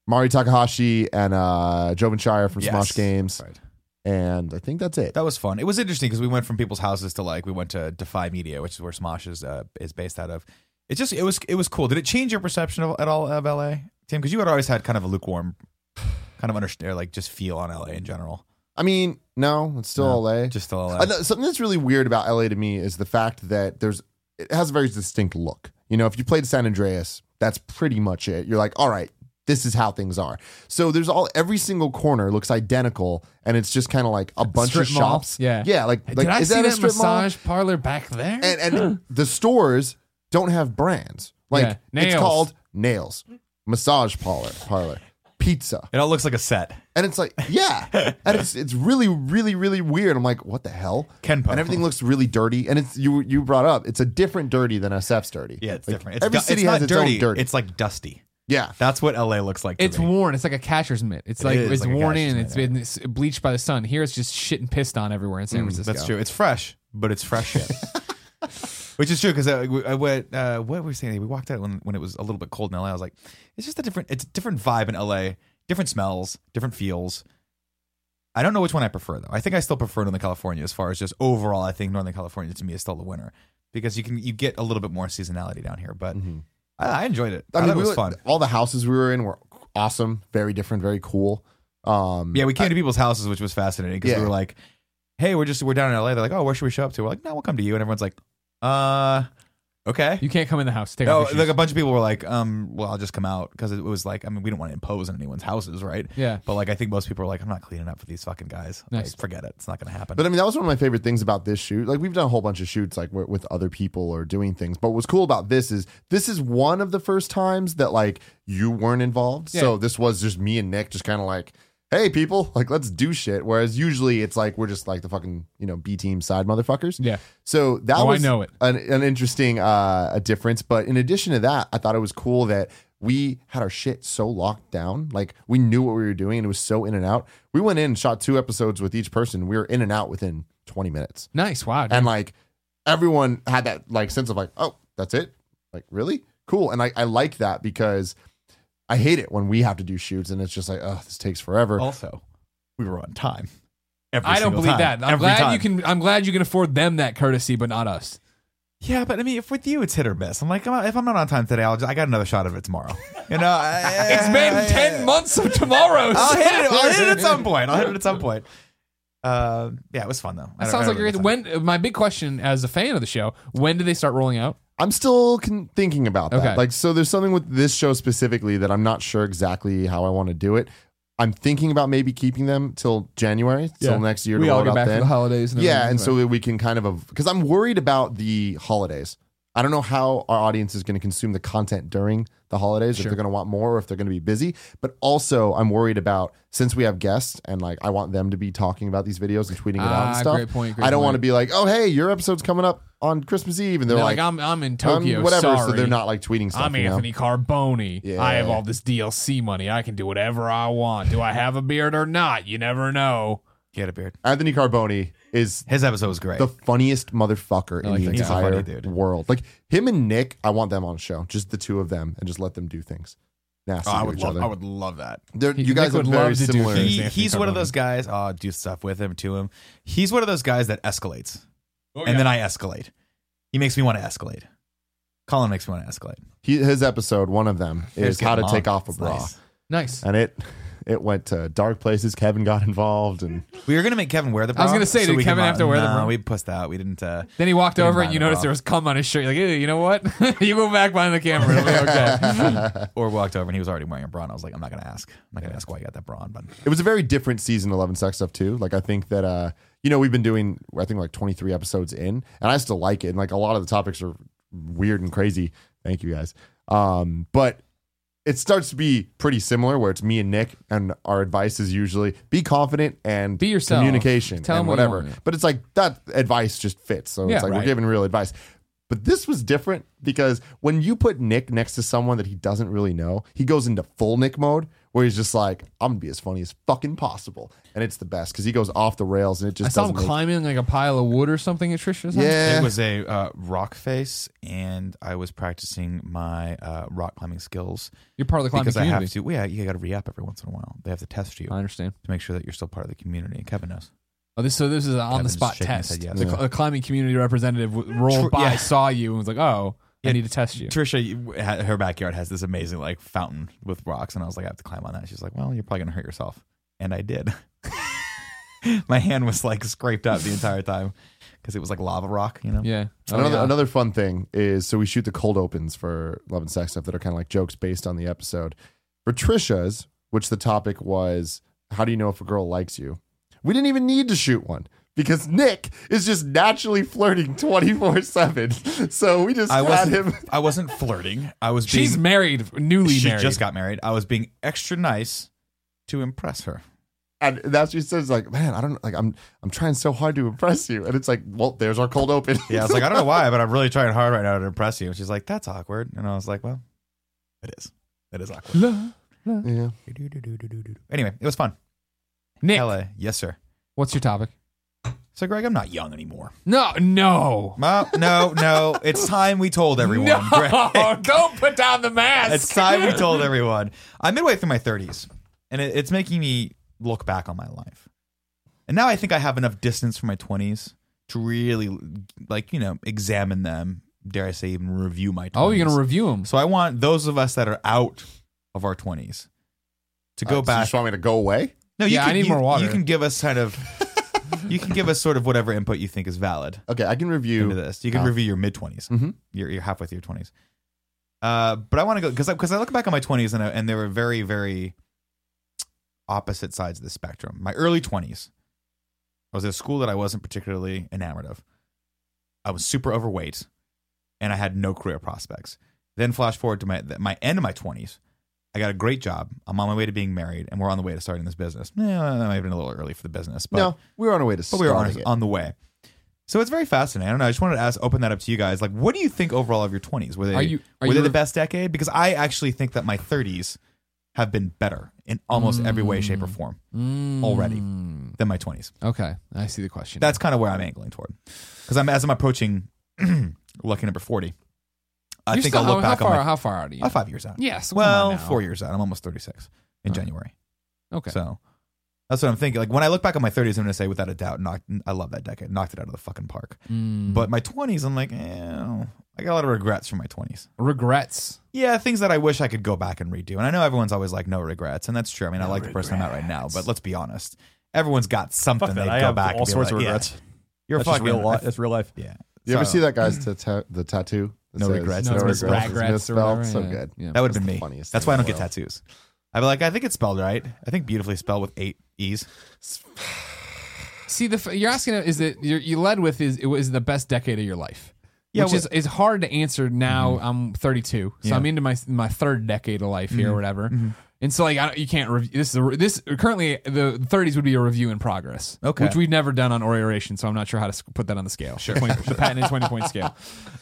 Speaker 5: Mari Takahashi and uh, Jovan Shire from
Speaker 2: Yes.
Speaker 5: Smosh Games,
Speaker 2: Right.
Speaker 5: and I think that's it.
Speaker 2: That was fun. It was interesting because we went from people's houses to like we went to Defy Media, which is where Smosh is uh, is based out of. It just it was it was cool. Did it change your perception of, at all of LA, Tim? Because you had always had kind of a lukewarm, kind of understand like just feel on LA in general.
Speaker 5: I mean, no, it's still
Speaker 2: No,
Speaker 5: LA.
Speaker 2: Just still LA.
Speaker 5: I know- something that's really weird about LA to me is the fact that there's it has a very distinct look. You know, if you played San Andreas, that's pretty much it. You're like, all right, this is how things are. So there's all every single corner looks identical, and it's just kind of like a bunch
Speaker 1: Strip
Speaker 5: of
Speaker 1: mall?
Speaker 5: shops.
Speaker 1: Yeah.
Speaker 5: yeah. Like, like
Speaker 1: Did I
Speaker 5: is
Speaker 1: see
Speaker 5: that,
Speaker 1: that,
Speaker 5: a strip mall?
Speaker 1: massage parlor back there?
Speaker 5: And and the stores don't have brands.
Speaker 1: Yeah,
Speaker 5: Like
Speaker 1: nails.
Speaker 5: it's called nails, massage parlor, parlor, pizza.
Speaker 2: it all looks like a set.
Speaker 5: And it's like, yeah. and it's it's really, really, really weird. I'm like, what the hell?
Speaker 2: Kenpo.
Speaker 5: And everything looks really dirty. And it's you you brought up, it's a different dirty than SF's dirty.
Speaker 2: Yeah, it's
Speaker 5: Like,
Speaker 2: different. It's
Speaker 5: every
Speaker 2: du-
Speaker 5: city
Speaker 2: it's
Speaker 5: has
Speaker 2: not
Speaker 5: its
Speaker 2: dirty.
Speaker 5: own dirty.
Speaker 2: It's like dusty.
Speaker 5: yeah.
Speaker 2: That's what LA looks like. to
Speaker 1: it's
Speaker 2: me.
Speaker 1: worn. It's like a catcher's mitt. It's like
Speaker 2: is
Speaker 1: it's
Speaker 2: like a
Speaker 1: worn
Speaker 2: catcher's
Speaker 1: in.
Speaker 2: mitt,
Speaker 1: It's been it's bleached by the sun. Here, it's just shit and pissed on everywhere in San
Speaker 5: Mm,
Speaker 1: Francisco.
Speaker 2: That's true. It's fresh, but it's fresh shit. Which is true because uh, we- I went. Uh, what were we saying? We walked out when, when it was a little bit cold in LA. I was like, it's just a different. It's a different vibe in LA. Different smells, different feels. I don't know which one I prefer though. I think I still prefer Northern California as far as just overall. I think Northern California to me is still the winner because you can you get a little bit more seasonality down here. But I, I enjoyed it. I, thought it
Speaker 5: we
Speaker 2: Oh, was
Speaker 5: were-
Speaker 2: fun.
Speaker 5: All the houses we were in were awesome, very different, very cool. Um
Speaker 2: Yeah, we came to people's houses, which was fascinating because we
Speaker 5: Yeah.
Speaker 2: were like, "Hey, we're just we're down in LA." They're like, "Oh, where should we show up to?" We're like, "No, we'll come to you." And everyone's like, "Uh, okay."
Speaker 1: You can't come in the house. Take
Speaker 2: No,
Speaker 1: off your
Speaker 2: like a
Speaker 1: shoes.
Speaker 2: bunch of people were like, "Um, well, I'll just come out" because it was like, I mean, we don't want to impose on anyone's houses, right?
Speaker 1: Yeah.
Speaker 2: But like, I think most people are like, "I'm not cleaning up for these fucking guys.
Speaker 1: Nice.
Speaker 2: Like, forget it. It's not going to happen."
Speaker 5: But I mean, that was one of my favorite things about this shoot. Like, we've done a whole bunch of shoots, like wi- with other people or doing things. But what's cool about this is this is one of the first times that like you weren't involved. So
Speaker 1: Yeah.
Speaker 5: this was just me and Nick, just kind of like, hey, people, like let's do shit. Whereas usually it's like we're just like the fucking you know B team side motherfuckers.
Speaker 1: Yeah.
Speaker 5: So that
Speaker 1: Oh, I
Speaker 5: was
Speaker 1: know it.
Speaker 5: an, an interesting uh, a difference. But in addition to that, I thought it was cool that we had our shit so locked down. Like we knew what we were doing and it was so in and out. We went in and shot two episodes with each person. We were in and out within 20 minutes.
Speaker 1: Nice. Wow. dude.
Speaker 5: And like everyone had that like sense of like, oh, that's it. Like, really? Cool. And I, I like that because I hate it when we have to do shoots and it's just like, oh, this takes forever.
Speaker 2: also, we were on time. Every
Speaker 1: I don't
Speaker 2: single
Speaker 1: believe
Speaker 2: time.
Speaker 1: that. I'm
Speaker 2: Every
Speaker 1: glad
Speaker 2: time.
Speaker 1: you can. I'm glad you can afford them that courtesy, but not us.
Speaker 2: Yeah, but I mean, if with you, it's hit or miss. I'm like, "Come on, if I'm not on time today, I'll just, I got another shot of it tomorrow. You know, I-
Speaker 1: It's been ten months of tomorrows.
Speaker 2: I'll hit it. I'll hit it at some point. I'll hit it at some point. Uh, yeah, it was fun though. I
Speaker 1: That
Speaker 2: don't-
Speaker 1: sounds
Speaker 2: I
Speaker 1: like you're
Speaker 2: don't
Speaker 1: when. My big question as a fan of the show: When do they start rolling out?
Speaker 5: I'm still con- thinking about that.
Speaker 1: Okay.
Speaker 5: Like, so there's something with this show specifically that I'm not sure exactly how I want to do it. I'm thinking about maybe keeping them till January,
Speaker 1: Yeah.
Speaker 5: till next year. to roll it out then.
Speaker 1: holidays.
Speaker 5: yeah, and so that we can kind of because I'm worried about the holidays. I don't know how our audience is going to consume the content during the holidays. If they're going to want more, or if they're going to be busy. But also, I'm worried about since we have guests and like I want them to be talking about these videos and tweeting it out
Speaker 1: Ah,
Speaker 5: and stuff.
Speaker 1: great point, great
Speaker 5: I don't
Speaker 1: point.
Speaker 5: want to be like, oh hey, your episode's coming up on Christmas Eve, and they're,
Speaker 1: they're
Speaker 5: like,
Speaker 1: like, I'm I'm in
Speaker 5: um,
Speaker 1: Tokyo.
Speaker 5: whatever.
Speaker 1: Sorry.
Speaker 5: So they're not like tweeting stuff.
Speaker 1: I'm
Speaker 5: you know?
Speaker 1: Anthony Carboni.
Speaker 5: Yeah.
Speaker 1: I have all this DLC money. I can do whatever I want. Do I have a beard or not? You never know.
Speaker 2: Get a beard.
Speaker 5: Anthony Carboni is
Speaker 2: His episode was great.
Speaker 5: the funniest motherfucker in
Speaker 1: like
Speaker 5: the
Speaker 1: that guy. He's
Speaker 2: a funny
Speaker 5: entire
Speaker 2: dude.
Speaker 5: world. Like him and Nick, I want them on a show, just the two of them, and just let them do things nasty
Speaker 2: Oh, I
Speaker 5: to
Speaker 2: would
Speaker 5: each
Speaker 2: love.
Speaker 5: other.
Speaker 2: I would love that.
Speaker 5: They're-
Speaker 1: He-
Speaker 5: you guys
Speaker 1: Nick would
Speaker 5: are very
Speaker 1: love to do
Speaker 5: similar.
Speaker 1: things.
Speaker 2: He,
Speaker 1: Anthony
Speaker 2: he's one of
Speaker 1: Carboni.
Speaker 2: those guys. Oh, do stuff with him to him. He's one of those guys that escalates, and then I escalate. He makes me want to escalate. Colin makes me want to escalate.
Speaker 5: He- his episode, one of them, is
Speaker 2: Here's
Speaker 5: how to
Speaker 2: getting
Speaker 5: take
Speaker 2: long.
Speaker 5: off a
Speaker 2: It's
Speaker 5: bra,
Speaker 2: nice.
Speaker 1: Nice.
Speaker 5: and it it went to dark places. Kevin got involved, and
Speaker 2: We were gonna make Kevin wear the bra.
Speaker 1: I was gonna say,
Speaker 2: so
Speaker 1: did
Speaker 2: we can
Speaker 1: Kevin
Speaker 2: mod-
Speaker 1: have to wear the
Speaker 2: Nah,
Speaker 1: bra?
Speaker 2: We pushed out. We didn't. Uh,
Speaker 1: Then he walked
Speaker 2: Didn't
Speaker 1: over
Speaker 2: mind
Speaker 1: and you
Speaker 2: it at
Speaker 1: noticed
Speaker 2: all.
Speaker 1: there was cum on his shirt. You're like, "Ew, you know what? you go back behind the camera. It'll be okay.
Speaker 2: or walked over and he was already wearing a bra. And I was like, I'm not gonna ask. I'm not gonna ask why you got that bra on. But
Speaker 5: it was a very different season eleven sex stuff too. Like I think that uh, you know, we've been doing I think like twenty three episodes in, and I still like it. And like a lot of the topics are weird and crazy. Thank you guys. Um, but it starts to be pretty similar where it's me and Nick, and our advice is usually be confident and
Speaker 1: Be yourself.
Speaker 5: communication
Speaker 1: Tell
Speaker 5: and
Speaker 1: them what you
Speaker 5: whatever.
Speaker 1: want.
Speaker 5: But it's like that advice just fits. So
Speaker 1: Yeah,
Speaker 5: it's like
Speaker 2: right.
Speaker 5: we're giving real advice. But this was different because when you put Nick next to someone that he doesn't really know, he goes into full Nick mode where he's just like, I'm gonna be as funny as fucking possible, and it's the best because he goes off the rails and it
Speaker 1: I
Speaker 5: just
Speaker 1: saw him
Speaker 5: doesn't make-
Speaker 1: climbing like a pile of wood or something at Trisha's house.
Speaker 5: Yeah,
Speaker 2: It was a uh, rock face, and I was practicing my uh, rock climbing skills
Speaker 1: You're part of the climbing
Speaker 2: because
Speaker 1: community.
Speaker 2: I have to. Well, yeah, you got to re up every once in a while. They have to test you
Speaker 1: I understand.
Speaker 2: to make sure that you're still part of the community. And Kevin knows.
Speaker 1: Oh, this, so this is an on the spot
Speaker 2: shaking his
Speaker 1: test.
Speaker 2: head
Speaker 1: The
Speaker 2: yes.
Speaker 1: cl- the climbing community representative w- rolled
Speaker 2: True-
Speaker 1: by,
Speaker 2: yeah.
Speaker 1: saw you, and was like, "Oh, I
Speaker 2: Yeah,
Speaker 1: need to test you."
Speaker 2: Trisha, you- ha- her backyard has this amazing like fountain with rocks, and I was like, I have to climb on that. She's like, Well, you're probably gonna hurt yourself, and I did. My hand was like scraped up the entire time because it was like lava rock, you know.
Speaker 1: Yeah. Oh,
Speaker 5: Another,
Speaker 1: yeah.
Speaker 5: another fun thing is so we shoot the cold opens for Love and Sex stuff that are kind of like jokes based on the episode. For Trisha's, which the topic was, how do you know if a girl likes you? We didn't even need to shoot one because Nick is just naturally flirting 24 7. So we just
Speaker 2: I
Speaker 5: had
Speaker 2: wasn't.
Speaker 5: him.
Speaker 2: I wasn't flirting. I was. Being,
Speaker 1: She's married, newly
Speaker 2: She
Speaker 1: married.
Speaker 2: just got married. I was being extra nice to impress her.
Speaker 5: And that's what she says, like, man, I don't like I'm I'm trying so hard to impress you. And it's like, well, there's our cold open.
Speaker 2: Yeah, I was like, I don't know why, but I'm really trying hard right now to impress you. And she's like, that's awkward. And I was like, well, it is. It is awkward.
Speaker 5: yeah. Uh,
Speaker 2: Anyway, it was fun.
Speaker 1: Nick,
Speaker 2: Hella, yes, sir.
Speaker 1: what's your topic?
Speaker 2: So, Greg, I'm not young anymore.
Speaker 1: No, no,
Speaker 2: Well, no, no. It's time we told everyone.
Speaker 1: no!
Speaker 2: Greg.
Speaker 1: Don't put down the mask.
Speaker 2: It's time we told everyone. I'm midway through my 30s, and it, it's making me look back on my life. And now I think I have enough distance from my 20s to really, like, you know, examine them. Dare I say, even review my 20s.
Speaker 1: oh, you're gonna review him.
Speaker 2: So I want those of us that are out of our 20s to go
Speaker 5: Uh, so you
Speaker 2: back.
Speaker 5: just want me to go away?
Speaker 2: no, you
Speaker 1: Yeah, I
Speaker 2: can,
Speaker 1: need
Speaker 2: you-
Speaker 1: more water.
Speaker 2: You can give us kind of, you can give us sort of whatever input you think is valid
Speaker 5: Okay, I can
Speaker 2: into
Speaker 5: review.
Speaker 2: this. You can
Speaker 5: Ah.
Speaker 2: review your mid 20s.
Speaker 5: Mhm.
Speaker 2: You're, you're halfway through your 20s. Uh, but I want to go because because I, look back on my 20s and I, and they were very very opposite sides of the spectrum. My early 20s, I was at a school that I wasn't particularly enamored of. I was super overweight, and I had no career prospects. Then flash forward to my th- my end of my 20s. I got a great job. I'm on my way to being married, and we're on the way to starting this business. No, that might have been a little early for the business, but
Speaker 5: No, we were on our way to
Speaker 2: but we were
Speaker 5: starting
Speaker 2: on,
Speaker 5: it.
Speaker 2: on the way. So it's very fascinating. I don't know. I just wanted to ask, open that up to you guys. Like, what do you think overall of your twenties? Were they
Speaker 1: Are you- are
Speaker 2: were
Speaker 1: you
Speaker 2: they the
Speaker 1: re-
Speaker 2: best decade? Because I actually think that my thirties have been better in almost every way, shape,
Speaker 1: Mm.
Speaker 2: or form already than my twenties.
Speaker 1: Okay, I see the question.
Speaker 2: That's kind of where I'm angling toward. Because I'm as I'm approaching lucky number forty, I
Speaker 1: You're
Speaker 2: think
Speaker 1: still-
Speaker 2: I'll look
Speaker 1: how,
Speaker 2: back
Speaker 1: how far.
Speaker 2: on my,
Speaker 1: how far out are you?
Speaker 2: I'm five years out.
Speaker 1: Yes. come on
Speaker 2: well,
Speaker 1: now.
Speaker 2: four years out. I'm almost thirty six in January.
Speaker 1: Okay.
Speaker 2: So that's what I'm thinking. Like when I look back on my 30s, I'm gonna say without a doubt, knocked. I love that decade. Knocked it out of the fucking park.
Speaker 1: Mm.
Speaker 2: But my 20s, I'm like, eh, I got a lot of regrets from my 20s.
Speaker 1: Regrets.
Speaker 2: Yeah, things that I wish I could go back and redo. And I know everyone's always like, no regrets, and that's true. I mean, I like the person I'm at right now, but let's be honest, everyone's got something
Speaker 3: Fuck
Speaker 2: they
Speaker 3: that.
Speaker 2: go
Speaker 3: I have
Speaker 2: back.
Speaker 3: all
Speaker 2: and be
Speaker 3: sorts
Speaker 2: like,
Speaker 3: of
Speaker 2: yeah,
Speaker 3: regrets.
Speaker 2: you're
Speaker 3: That's just
Speaker 2: fucking
Speaker 3: real life. That's real life.
Speaker 2: Yeah.
Speaker 5: You ever
Speaker 2: So-
Speaker 5: see that guy's tata- the tattoo? that
Speaker 2: No
Speaker 5: says,
Speaker 2: regrets,
Speaker 5: No
Speaker 2: no
Speaker 5: regrets.
Speaker 2: regrets.
Speaker 5: is
Speaker 1: Regrets or
Speaker 5: misspelled.
Speaker 1: whatever,
Speaker 5: So
Speaker 1: yeah,
Speaker 5: good.
Speaker 1: yeah.
Speaker 2: That would
Speaker 5: That's
Speaker 2: have
Speaker 5: the
Speaker 2: been me.
Speaker 5: funniest
Speaker 2: That's
Speaker 5: thing
Speaker 2: why I
Speaker 5: in
Speaker 2: don't
Speaker 5: the
Speaker 2: get
Speaker 5: world.
Speaker 2: tattoos. I'd be like, I think it's spelled right. I think beautifully spelled with eight E's.
Speaker 1: See, the f- you're asking is it you're, you led with is it was the best decade of your life,
Speaker 2: Yeah,
Speaker 1: which
Speaker 2: well-
Speaker 1: is is hard to answer now.
Speaker 5: Mm-hmm.
Speaker 1: I'm 32, so
Speaker 2: Yeah.
Speaker 1: I'm into my my third decade of life
Speaker 5: Mm-hmm.
Speaker 1: here or whatever. And so like I don't, you can't review this is a, re- this currently the 30s would be a review in progress,
Speaker 2: Okay.
Speaker 1: which we've never done on Oriuration, so I'm not sure how to sc- put that on the scale, sure, the patented 20 point scale.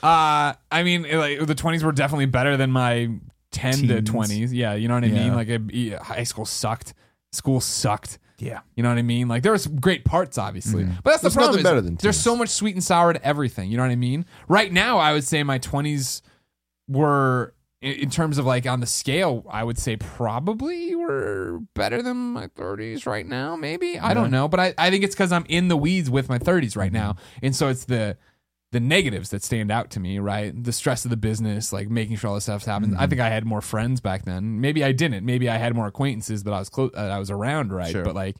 Speaker 1: Uh, I mean, like the 20s were definitely better than my 10 to
Speaker 2: Teens.
Speaker 1: 20s. Yeah, you know what I
Speaker 2: Yeah.
Speaker 1: mean. Like I, high school sucked, school sucked.
Speaker 2: Yeah.
Speaker 1: You know what I mean? Like there was great parts, obviously, but that's
Speaker 5: Mm-hmm. There's
Speaker 1: the problem.
Speaker 5: nothing
Speaker 1: is
Speaker 5: better than
Speaker 1: there's
Speaker 5: teens.
Speaker 1: so much sweet and sour to everything. You know what I mean? Right now, I would say my twenties were, in- in terms of like on the scale, I would say probably were better than my thirties right now. Maybe I
Speaker 5: Mm-hmm.
Speaker 1: don't know, but I, I think it's because I'm in the weeds with my thirties right now, and so it's the the negatives that stand out to me, right? The stress of the business, like making sure all this stuff happens.
Speaker 2: Mm-hmm.
Speaker 1: I think I had more friends back then. Maybe I didn't. Maybe I had more acquaintances that I was close, uh, I was around, right? But like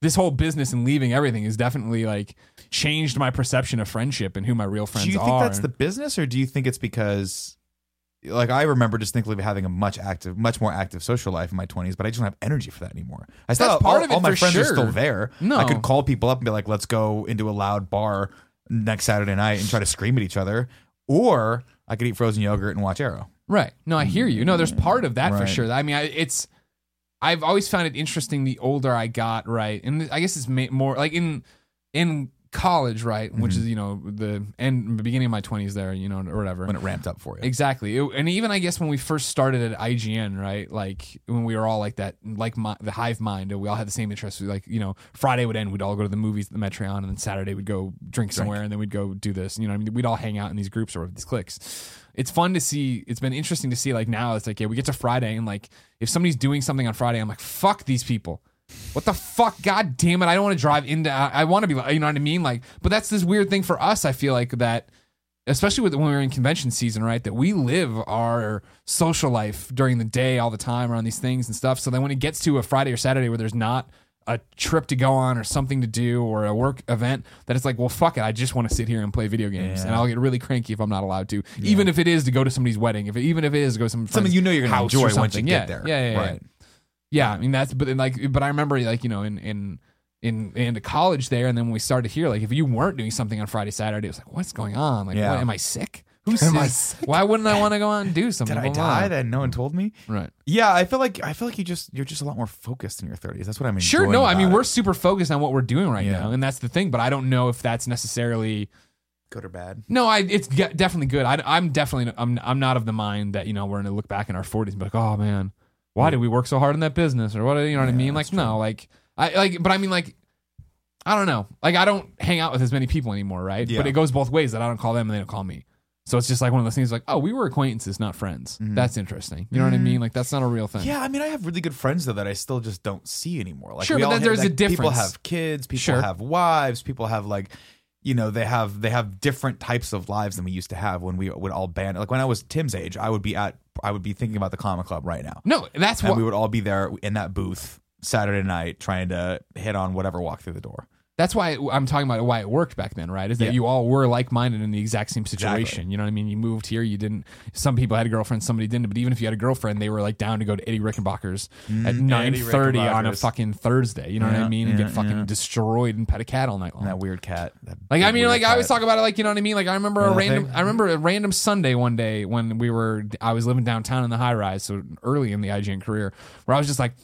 Speaker 1: this whole business and leaving everything has definitely like changed my perception of friendship and who my real friends
Speaker 2: do you think
Speaker 1: are.
Speaker 2: that's the business or do you think it's because like i remember distinctly having a much active much more active social life in my 20s but i just don't have energy for that anymore i still
Speaker 1: That's
Speaker 2: all,
Speaker 1: part of it
Speaker 2: all my
Speaker 1: for
Speaker 2: friends are
Speaker 1: sure.
Speaker 2: still there
Speaker 1: No.
Speaker 2: i could call people up and be like let's go into a loud bar next saturday night and try to scream at each other or i could eat frozen yogurt and watch arrow
Speaker 1: Right. No, I hear you. No, there's part of that for
Speaker 2: Right.
Speaker 1: sure. I mean, I, it's. I've always found it interesting the older I got, right? And I guess it's ma- more like in in college, right?
Speaker 2: Mm-hmm.
Speaker 1: Which is you know the end the beginning of my twenties there, you know, or whatever.
Speaker 2: when it ramped up for you.
Speaker 1: Exactly, It- and even I guess when we first started at IGN, right? Like when we were all like that, like my, the hive mind, and we all had the same interests. We, Like you know, Friday would end, we'd all go to the movies at the Metreon, and then Saturday we'd go drink somewhere, and then we'd go do this. You know, what I mean, we'd all hang out in these groups or these cliques. It's fun to see. It's been interesting to see. Like now, it's like yeah, we get to Friday, and like if somebody's doing something on Friday, I'm like fuck these people. What the fuck? God damn it! I don't want to drive into. I, I want to be. like You know what I mean? Like, but that's this weird thing for us. I feel like that especially with when we're in convention season, right? That we live our social life during the day all the time around these things and stuff. So then when it gets to a Friday or Saturday where there's not a trip to go on or something to do or a work event, that it's like, well, fuck it. I just want to sit here and play video games, and I'll get really cranky if I'm not allowed to, even if it is to go to somebody's wedding, if it, even if it is to go to some
Speaker 2: Something
Speaker 1: friend's
Speaker 2: you know you're gonna
Speaker 1: house
Speaker 2: enjoy
Speaker 1: or
Speaker 2: once you
Speaker 1: something.
Speaker 2: get
Speaker 1: yeah,
Speaker 2: there.
Speaker 1: Yeah, yeah, yeah.
Speaker 2: Right.
Speaker 1: Yeah, I mean that's but then, like but I remember like you know in in in in the college there and then when we started here like if you weren't doing something on Friday Saturday it was like what's going on like
Speaker 2: Yeah.
Speaker 1: what, am I sick who's
Speaker 2: Am I
Speaker 1: why wouldn't I want to go out and do something
Speaker 2: Did I
Speaker 1: Blah, blah,
Speaker 2: die
Speaker 1: blah.
Speaker 2: that no one told me?
Speaker 1: right
Speaker 2: Yeah, I feel like I feel like you just you're just a lot more focused in your 30s. That's what I'm
Speaker 1: sure
Speaker 2: enjoying
Speaker 1: no I
Speaker 2: about
Speaker 1: mean
Speaker 2: it.
Speaker 1: we're super focused on what we're doing right
Speaker 2: Yeah.
Speaker 1: now and that's the thing but I don't know if that's necessarily
Speaker 2: good or bad.
Speaker 1: No, I it's ge- definitely good. I, I'm definitely I'm I'm not of the mind that you know we're gonna look back in our 40s and be like, oh man, why did we work so hard in that business or what? You know what I mean? Like no, like I like, but I mean like. I don't know. Like I don't hang out with as many people anymore, right?
Speaker 2: Yeah.
Speaker 1: But it goes both ways that I don't call them and they don't call me. So it's just like one of those things like, oh, we were acquaintances, not friends. That's interesting. You know what I mean? Like that's not a real thing.
Speaker 2: Mm-hmm. Yeah, I mean, I have really good friends though that I still just don't see anymore. Like,
Speaker 1: Sure,
Speaker 2: we
Speaker 1: but
Speaker 2: all
Speaker 1: then
Speaker 2: have-
Speaker 1: there's a
Speaker 2: like, People
Speaker 1: difference.
Speaker 2: have kids, people
Speaker 1: Sure.
Speaker 2: have wives, people have like, you know, they have they have different types of lives than we used to have when we would all band. Like when I was Tim's age, I would be at, I would be thinking about the comic club right now,
Speaker 1: No, that's
Speaker 2: and
Speaker 1: what
Speaker 2: we would all be there in that booth Saturday night trying to hit on whatever walked through the door.
Speaker 1: that's why I'm talking about why it worked back then, right? Is that
Speaker 2: Yeah.
Speaker 1: you all were like minded in the exact same situation.
Speaker 2: Exactly.
Speaker 1: You know what I mean? You moved here, you didn't. Some people had a girlfriend, somebody didn't. But even if you had a girlfriend, they were like down to go to Eddie Rickenbacker's
Speaker 2: Mm-hmm.
Speaker 1: at nine thirty on a
Speaker 2: Rickenbacker's.
Speaker 1: fucking Thursday. You know what I
Speaker 2: Yeah,
Speaker 1: mean? And
Speaker 2: yeah,
Speaker 1: get fucking
Speaker 2: yeah.
Speaker 1: destroyed and pet a cat all night long.
Speaker 2: And that weird cat. that
Speaker 1: Like I mean,
Speaker 2: big weird
Speaker 1: like I always
Speaker 2: cat.
Speaker 1: talk about it, like you know what I mean. Like I remember a
Speaker 2: that
Speaker 1: random,
Speaker 2: thing?
Speaker 1: I remember a random Sunday one day when we were, I was living downtown in the high rise, so early in the IGN career, where I was just like,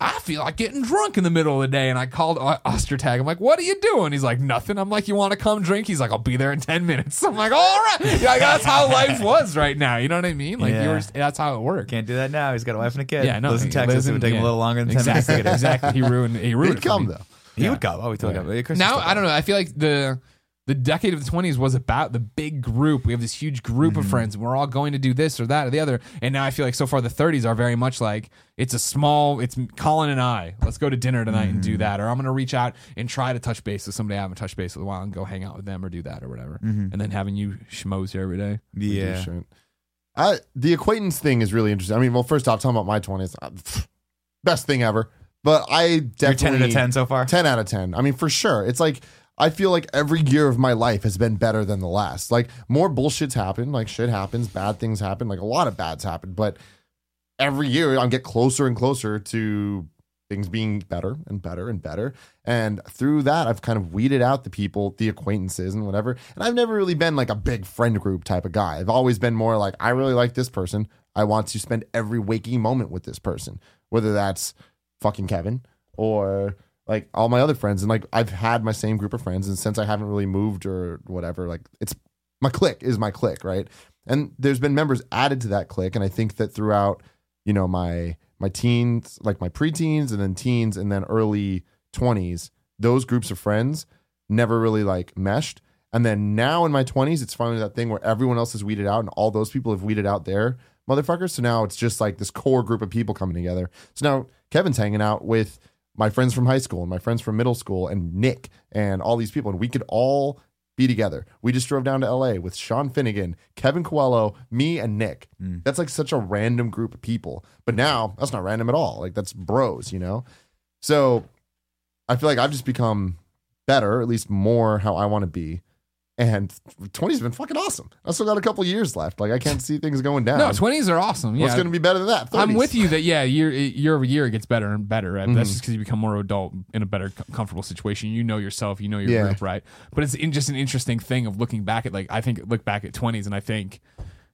Speaker 1: I feel like getting drunk in the middle of the day, and I called O- Ostertag. I'm like, what are you doing? He's like, nothing. I'm like, you want to come drink? He's like, I'll be there in ten minutes. I'm like, all right. Yeah, like, that's how life was right now. You know what I mean? Like you
Speaker 2: Yeah.
Speaker 1: were, that's how it worked.
Speaker 2: Can't do that now. He's got a wife and a kid.
Speaker 1: yeah, no.
Speaker 2: lives in Texas.
Speaker 1: lives
Speaker 2: it would
Speaker 1: in-
Speaker 2: take him
Speaker 1: yeah.
Speaker 2: a little longer than ten
Speaker 1: exactly,
Speaker 2: minutes to get here.
Speaker 1: Exactly. He ruined. He ruined.
Speaker 5: He'd
Speaker 1: it for
Speaker 5: come
Speaker 1: me.
Speaker 5: though.
Speaker 2: He would go. Oh, he totally go. Chris
Speaker 1: now
Speaker 2: would
Speaker 1: I don't know. I feel like the the decade of the twenties was about the big group. We have this huge group of friends, and we're all going to do this or that or the other. And now I feel like so far the thirties are very much like it's a small. It's Colin and I. Let's go to dinner tonight and do that, or I'm going to reach out and try to touch base with somebody I haven't touched base with a while and go hang out with them or do that or whatever. And then having you schmoes here every day.
Speaker 2: Yeah.
Speaker 5: Sure. I, the acquaintance thing is really interesting. I mean, well, first off, talking about my twenties, uh, best thing ever. But I
Speaker 2: You're ten
Speaker 5: definitely
Speaker 2: out of ten so far.
Speaker 5: 10 out of 10. I mean, for sure. It's like, I feel like every year of my life has been better than the last. Like, more bullshit's happened. Like, shit happens. Bad things happen. Like, a lot of bads happen. But every year, I get closer and closer to things being better and better and better. And through that, I've kind of weeded out the people, the acquaintances, and whatever. And I've never really been like a big friend group type of guy. I've always been more like, I really like this person. I want to spend every waking moment with this person, whether that's fucking Kevin or like all my other friends. And like I've had my same group of friends. And since I haven't really moved or whatever, like it's my clique is my clique, right? And there's been members added to that clique. And I think that throughout, you know, my my teens, like my preteens and then teens and then early 20s, those groups of friends never really like meshed. And then now in my 20s, it's finally that thing where everyone else is weeded out and all those people have weeded out their motherfuckers. So now it's just like this core group of people coming together. So now Kevin's hanging out with my friends from high school and my friends from middle school and Nick and all these people. And we could all be together. We just drove down to LA with Sean Finnegan, Kevin Coelho, me, and Nick.
Speaker 1: Mm.
Speaker 5: That's like such a random group of people. But now that's not random at all. Like that's bros, you know? So I feel like I've just become better, at least more how I want to be. And 20's been fucking awesome. I still got a couple years left. Like I can't see things going down.
Speaker 1: No, twenties are awesome. Yeah,
Speaker 5: What's going to be better than that?
Speaker 1: I'm
Speaker 5: 30s.
Speaker 1: with you that yeah, year year over year it gets better and better. Right? But That's just because you become more adult in a better com- comfortable situation. You know yourself, you know your
Speaker 5: Yeah.
Speaker 1: group, right? But it's in just an interesting thing of looking back at like I think look back at 20s and I think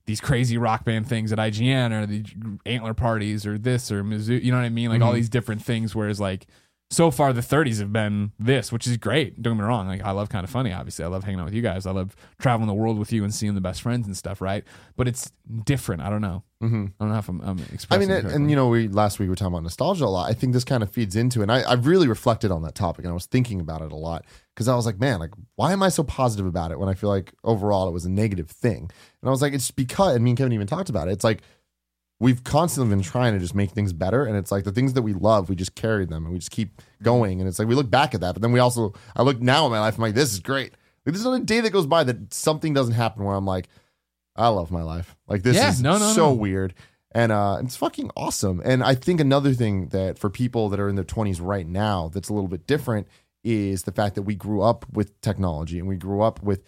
Speaker 1: these crazy rock band things at IGN or the antler parties or this or Mizzou, you know what I mean? Like all these different things. Whereas like so far the 30s have been this, which is great. Don't get me wrong. Like I love kind of funny, obviously. I love hanging out with you guys. I love traveling the world with you and seeing the best friends and stuff, right? But it's different. I don't know. Mm-hmm. I don't know if I'm, I'm
Speaker 5: I
Speaker 1: expressing.
Speaker 5: mean,
Speaker 1: it
Speaker 5: and,
Speaker 1: correctly.
Speaker 5: and, you know, we last week we were talking about nostalgia a lot. I think this kind of feeds into, it. and I, I really reflected on that topic, and I was thinking about it a lot because I was like, man, like, why am I so positive about it when I feel like overall it was a negative thing? And I was like, it's because, and me and Kevin even talked about it. It's like we've constantly been trying to just make things better, and it's like the things that we love, we just carry them and we just keep going, and it's like we look back at that, but then we also, I look now in my life, I'm like, this is great. Like, there's not a day that goes by that something doesn't happen where I'm like, I love my life. Like this
Speaker 1: Yeah,
Speaker 5: is
Speaker 1: no, no,
Speaker 5: so
Speaker 1: no.
Speaker 5: weird. And uh, it's fucking awesome. And I think another thing that for people that are in their 20s right now that's a little bit different is the fact that we grew up with technology and we grew up with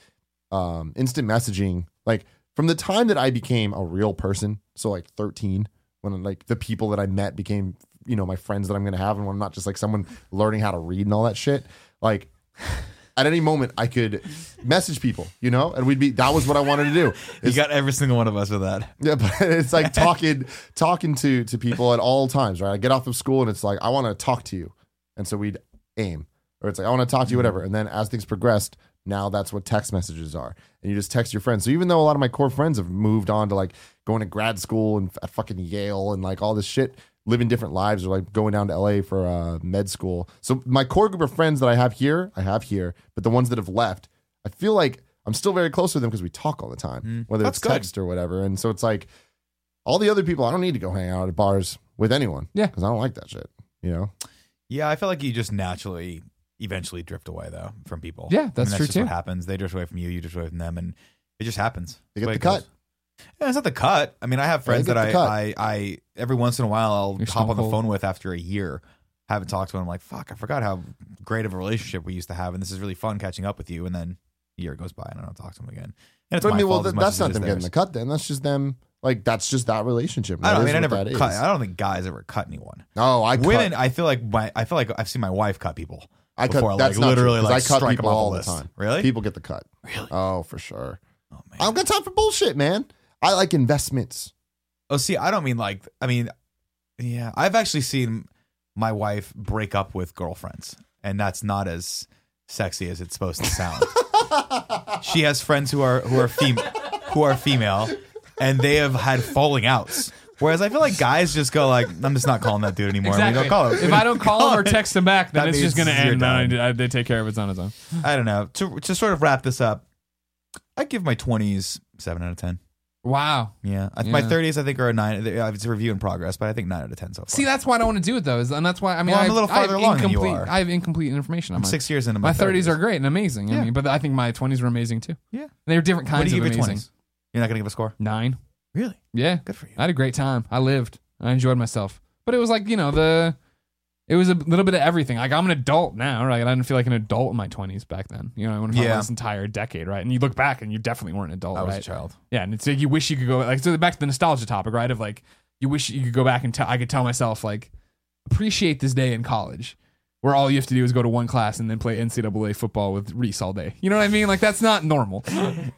Speaker 5: um, instant messaging. Like from the time that I became a real person, so like 13, when like the people that I met became, you know, my friends that I'm going to have and when I'm not just like someone learning how to read and all that shit, like at any moment I could message people, you know, and we'd be, that was what I wanted to do.
Speaker 2: You got every single one of us with that.
Speaker 5: Yeah, but it's like talking talking to to people at all times, right? I get off of school and it's like I want to talk to you, and so we'd aim, or it's like I want to talk to you, whatever. And then as things progressed, now that's what text messages are, and you just text your friends. So even though a lot of my core friends have moved on to like going to grad school and f- fucking Yale and like all this shit, living different lives, or like going down to LA for uh, med school. So my core group of friends that I have here, I have here, but the ones that have left, I feel like. I'm still very close with them because we talk all the time, whether
Speaker 2: Mm. That's
Speaker 5: it's
Speaker 2: good.
Speaker 5: text or whatever. And so it's like all the other people, I don't need to go hang out at bars with anyone.
Speaker 1: Yeah.
Speaker 5: Because I don't like that shit. You know?
Speaker 2: Yeah, I feel like you just naturally eventually drift away though from people.
Speaker 1: Yeah,
Speaker 2: I mean,
Speaker 1: that's true,
Speaker 2: just
Speaker 1: too.
Speaker 2: What happens? They drift away from you. You drift away from them, and it just happens.
Speaker 5: They get
Speaker 2: Way
Speaker 5: the
Speaker 2: it
Speaker 5: cut.
Speaker 2: goes. Yeah, it's not the cut. I mean, I have friends
Speaker 5: get
Speaker 2: that
Speaker 5: the
Speaker 2: I,
Speaker 5: cut.
Speaker 2: I, I, every once in a while, I'll
Speaker 1: You're
Speaker 2: hop
Speaker 1: stone
Speaker 2: on the
Speaker 1: cold.
Speaker 2: phone with after a year. Haven't talked to them. I'm like, fuck, I forgot how great of a relationship we used to have, and this is really fun catching up with you. And then a year goes by, and I don't talk to them again. And it's
Speaker 5: But I
Speaker 2: my
Speaker 5: mean, well,
Speaker 2: fault as
Speaker 5: th-
Speaker 2: much
Speaker 5: that's
Speaker 2: as it
Speaker 5: not
Speaker 2: is
Speaker 5: them getting
Speaker 2: theirs.
Speaker 5: the cut then. That's just them. Like, that's just that relationship.
Speaker 2: I don't. I mean,
Speaker 5: That
Speaker 2: I
Speaker 5: is what
Speaker 2: never
Speaker 5: that
Speaker 2: cut.
Speaker 5: is.
Speaker 2: I don't think guys ever cut anyone.
Speaker 5: No, I
Speaker 2: Women,
Speaker 5: cut.
Speaker 2: I feel like my, I feel like I've seen my wife cut people.
Speaker 5: I cut.
Speaker 2: before,
Speaker 5: that's
Speaker 2: like,
Speaker 5: not true,
Speaker 2: literally,
Speaker 5: 'cause
Speaker 2: like,
Speaker 5: I cut
Speaker 2: strike 'em
Speaker 5: people
Speaker 2: off the
Speaker 5: all the
Speaker 2: list.
Speaker 5: time.
Speaker 2: Really?
Speaker 5: People get the cut.
Speaker 2: Really?
Speaker 5: Oh, for sure.
Speaker 2: Oh man.
Speaker 5: I don't got time for bullshit, man. I like investments.
Speaker 2: Oh, see, I don't mean like. I mean, yeah, I've actually seen my wife break up with girlfriends, and that's not as sexy as it's supposed to sound. she has friends who are who are fem- who are female, and they have had falling outs. Whereas I feel like guys just go like, I'm just not calling that dude anymore. and
Speaker 1: Exactly.
Speaker 2: We don't call him.
Speaker 1: If I don't call him or text him back, then
Speaker 2: That
Speaker 1: it's just
Speaker 2: means
Speaker 1: going to end.
Speaker 2: you're
Speaker 1: and
Speaker 2: done.
Speaker 1: I- They take care of it on its own.
Speaker 2: I don't know. To to sort of wrap this up, I give my 20s seven out of ten.
Speaker 1: Wow.
Speaker 2: Yeah, I- my
Speaker 1: Yeah.
Speaker 2: 30s I think are a nine. uh, It's a review in progress, but I think nine out of ten so far.
Speaker 1: See, that's why I don't want to do it though, is, and that's why I mean
Speaker 2: Well, I'm
Speaker 1: I
Speaker 2: a little
Speaker 1: I have
Speaker 2: farther along than you
Speaker 1: incomplete,
Speaker 2: are.
Speaker 1: I have incomplete information. on
Speaker 2: I'm
Speaker 1: mine.
Speaker 2: six years into my,
Speaker 1: My thirties are great and amazing. I
Speaker 2: Yeah.
Speaker 1: mean, but I think my twenties were amazing too.
Speaker 2: Yeah.
Speaker 1: they were different
Speaker 2: What
Speaker 1: kinds
Speaker 2: do you
Speaker 1: of
Speaker 2: give your
Speaker 1: amazing.
Speaker 2: 20s? You're not gonna give a score.
Speaker 1: Nine.
Speaker 2: Really?
Speaker 1: Yeah,
Speaker 2: Good for you.
Speaker 1: I had a great time. I lived. I enjoyed myself. But it was like you know the, it was a little bit of everything. Like I'm an adult now, right? I didn't feel like an adult in my twenties back then. You know, I went
Speaker 2: Yeah.
Speaker 1: yeah. this entire decade, right? And you look back and you definitely weren't an adult.
Speaker 2: I was a
Speaker 1: right?
Speaker 2: child.
Speaker 1: Yeah, and it's like you wish you could go like so back to the nostalgia topic, right? Of like you wish you could go back and tell I could tell myself like appreciate this day in college where all you have to do is go to one class and then play NCAA football with Reese all day. You know what I mean? Like that's not normal,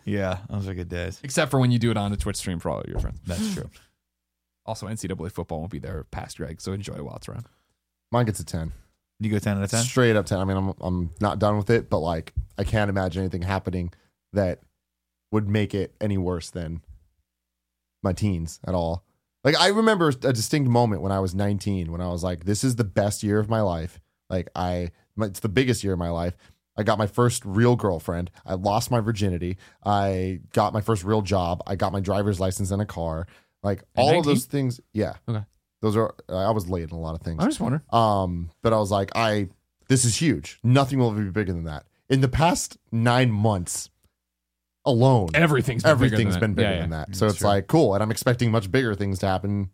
Speaker 2: Yeah, those are good days.
Speaker 1: except for when you do it on the Twitch stream for all of your friends.
Speaker 2: That's
Speaker 5: Hmm.
Speaker 2: true.
Speaker 1: Also, NCAA football won't be there past Greg, so enjoy it while it's around.
Speaker 5: Mine gets a 10.
Speaker 2: You go ten out of ten.
Speaker 5: Straight up 10. I mean, I'm, I'm not done with it, but like, I can't imagine anything happening that would make it any worse than my teens at all. Like, I remember a distinct moment when I was 19 when I was like, this is the best year of my life. Like, I, my- it's the biggest year of my life. I got my first real girlfriend. I lost my virginity. I got my first real job. I got my driver's license and a car. Like,
Speaker 1: At
Speaker 5: all of
Speaker 1: 19?
Speaker 5: those things. Yeah.
Speaker 1: Okay.
Speaker 5: Those are, I was late in a lot of things.
Speaker 1: I just wonder.
Speaker 5: Um, but I was like, I this is huge. Nothing will ever be bigger than that. In the past nine months alone,
Speaker 1: Everything's been bigger
Speaker 5: everything's been
Speaker 1: than
Speaker 5: bigger
Speaker 1: that. Yeah,
Speaker 5: than
Speaker 1: yeah.
Speaker 5: that. So it's like cool, and I'm expecting much bigger things to happen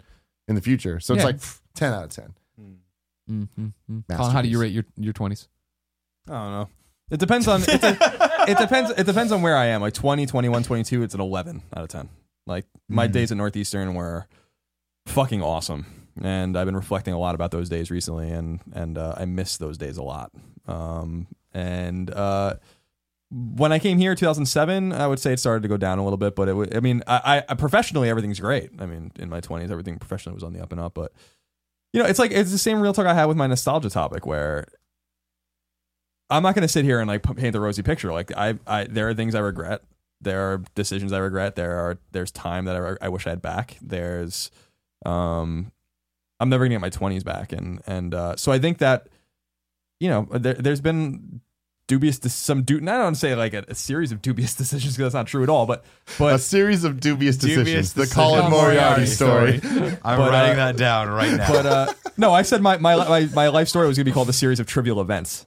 Speaker 5: in the future. So it's
Speaker 1: Yeah.
Speaker 5: like pff, ten out of ten.
Speaker 3: Hmm.
Speaker 1: Mhm, mhm. Colin, how do you rate your your twenties?
Speaker 3: I don't know. It depends on it's a, it depends it depends on where I am. Like 20, 21, 22, it's an 11 out of 10. Like my
Speaker 2: Mhm.
Speaker 3: days at Northeastern were fucking awesome. And I've been reflecting a lot about those days recently and and uh, I miss those days a lot. Um and uh when I came here 2007, I would say it started to go down a little bit, but it wa- I mean, I, I professionally everything's great. I mean, in my 20s everything professionally was on the up and up, but you know, it's like it's the same real talk I had with my nostalgia topic where I'm not going to sit here and like p- paint the rosy picture. Like I, I, there are things I regret. There are decisions I regret. There are there's time that I, re- I wish I had back. There's, um, I'm never going to get my 20s back, and and uh, so I think that, you know, there, there's been dubious de- some do not I don't say like a, a series of dubious decisions because that's not true at all, but
Speaker 5: A
Speaker 3: but
Speaker 5: series of dubious decisions.
Speaker 2: Dubious
Speaker 5: the
Speaker 2: decisions.
Speaker 5: Colin Moriarty
Speaker 2: Moriarty
Speaker 5: story.
Speaker 2: I'm
Speaker 3: But, uh,
Speaker 2: writing that down right now.
Speaker 3: but uh, no, I said my, my my my life story was going to be called a series of trivial events.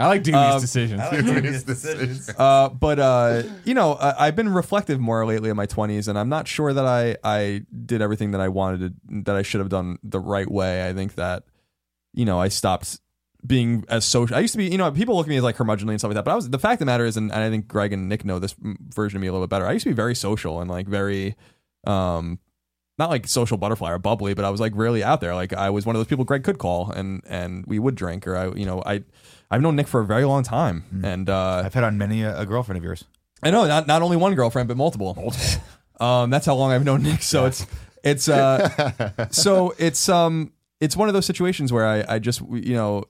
Speaker 6: I like doing
Speaker 3: Uh,
Speaker 5: Um,
Speaker 6: these decisions.
Speaker 5: Dubious decisions.
Speaker 3: Uh, but uh, you know, I, I've been reflective more lately in my twenties, and I'm not sure that I I did everything that I wanted to, that I should have done the right way. I think that you know I stopped being as social. I used to be, you know, people look at me as like curmudgeonly and stuff like that. But I was the fact of the matter is, and, and I think Greg and Nick know this mm, version of me a little bit better. I used to be very social and like very, um, not like social butterfly or bubbly, but I was like really out there. Like I was one of those people Greg could call and and we would drink or I, you know, I. I've known Nick for a very long time, and uh,
Speaker 2: I've hit on many a, a girlfriend of yours.
Speaker 3: I know not not only one girlfriend but multiple. um, that's how long I've known Nick. So it's it's uh, so it's um it's one of those situations where I I just you know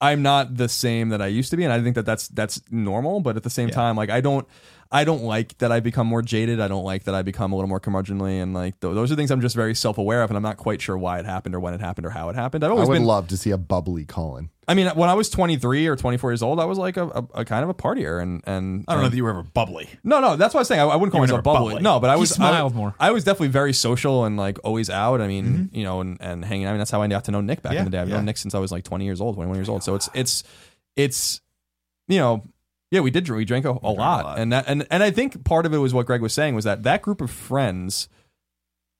Speaker 3: I'm not the same that I used to be, and I think that that's that's normal. But at the same time, like I don't I don't like that I become more jaded. I don't like that I become a little more curmudgeonly, and like th- those are things I'm just very self aware of, and I'm not quite sure why it happened or when it happened or how it happened. I've
Speaker 5: I
Speaker 3: always
Speaker 5: would
Speaker 3: been
Speaker 5: love to see a bubbly Colin.
Speaker 3: I mean when I was 23 or 24 years old, I was like a, a, a kind of a partier, and and
Speaker 2: I don't
Speaker 3: and-
Speaker 2: know that you were ever bubbly.
Speaker 3: no, no, that's what I was saying. I, I wouldn't call
Speaker 2: were
Speaker 3: myself
Speaker 2: never
Speaker 3: bubbly.
Speaker 2: bubbly.
Speaker 3: No, but I
Speaker 6: He
Speaker 3: was
Speaker 6: smiled
Speaker 3: I,
Speaker 6: more.
Speaker 3: I was definitely very social and like always out. I mean, you know, and, and hanging. I mean, that's how I got to know Nick back
Speaker 2: Yeah,
Speaker 3: in the day. I've
Speaker 2: yeah.
Speaker 3: known Nick since I was like twenty years old, twenty one years old. So it's it's it's you know, yeah, we did drink. We drank a, a, lot.
Speaker 2: a lot.
Speaker 3: and that and and I think part of it was what Greg was saying was that that group of friends,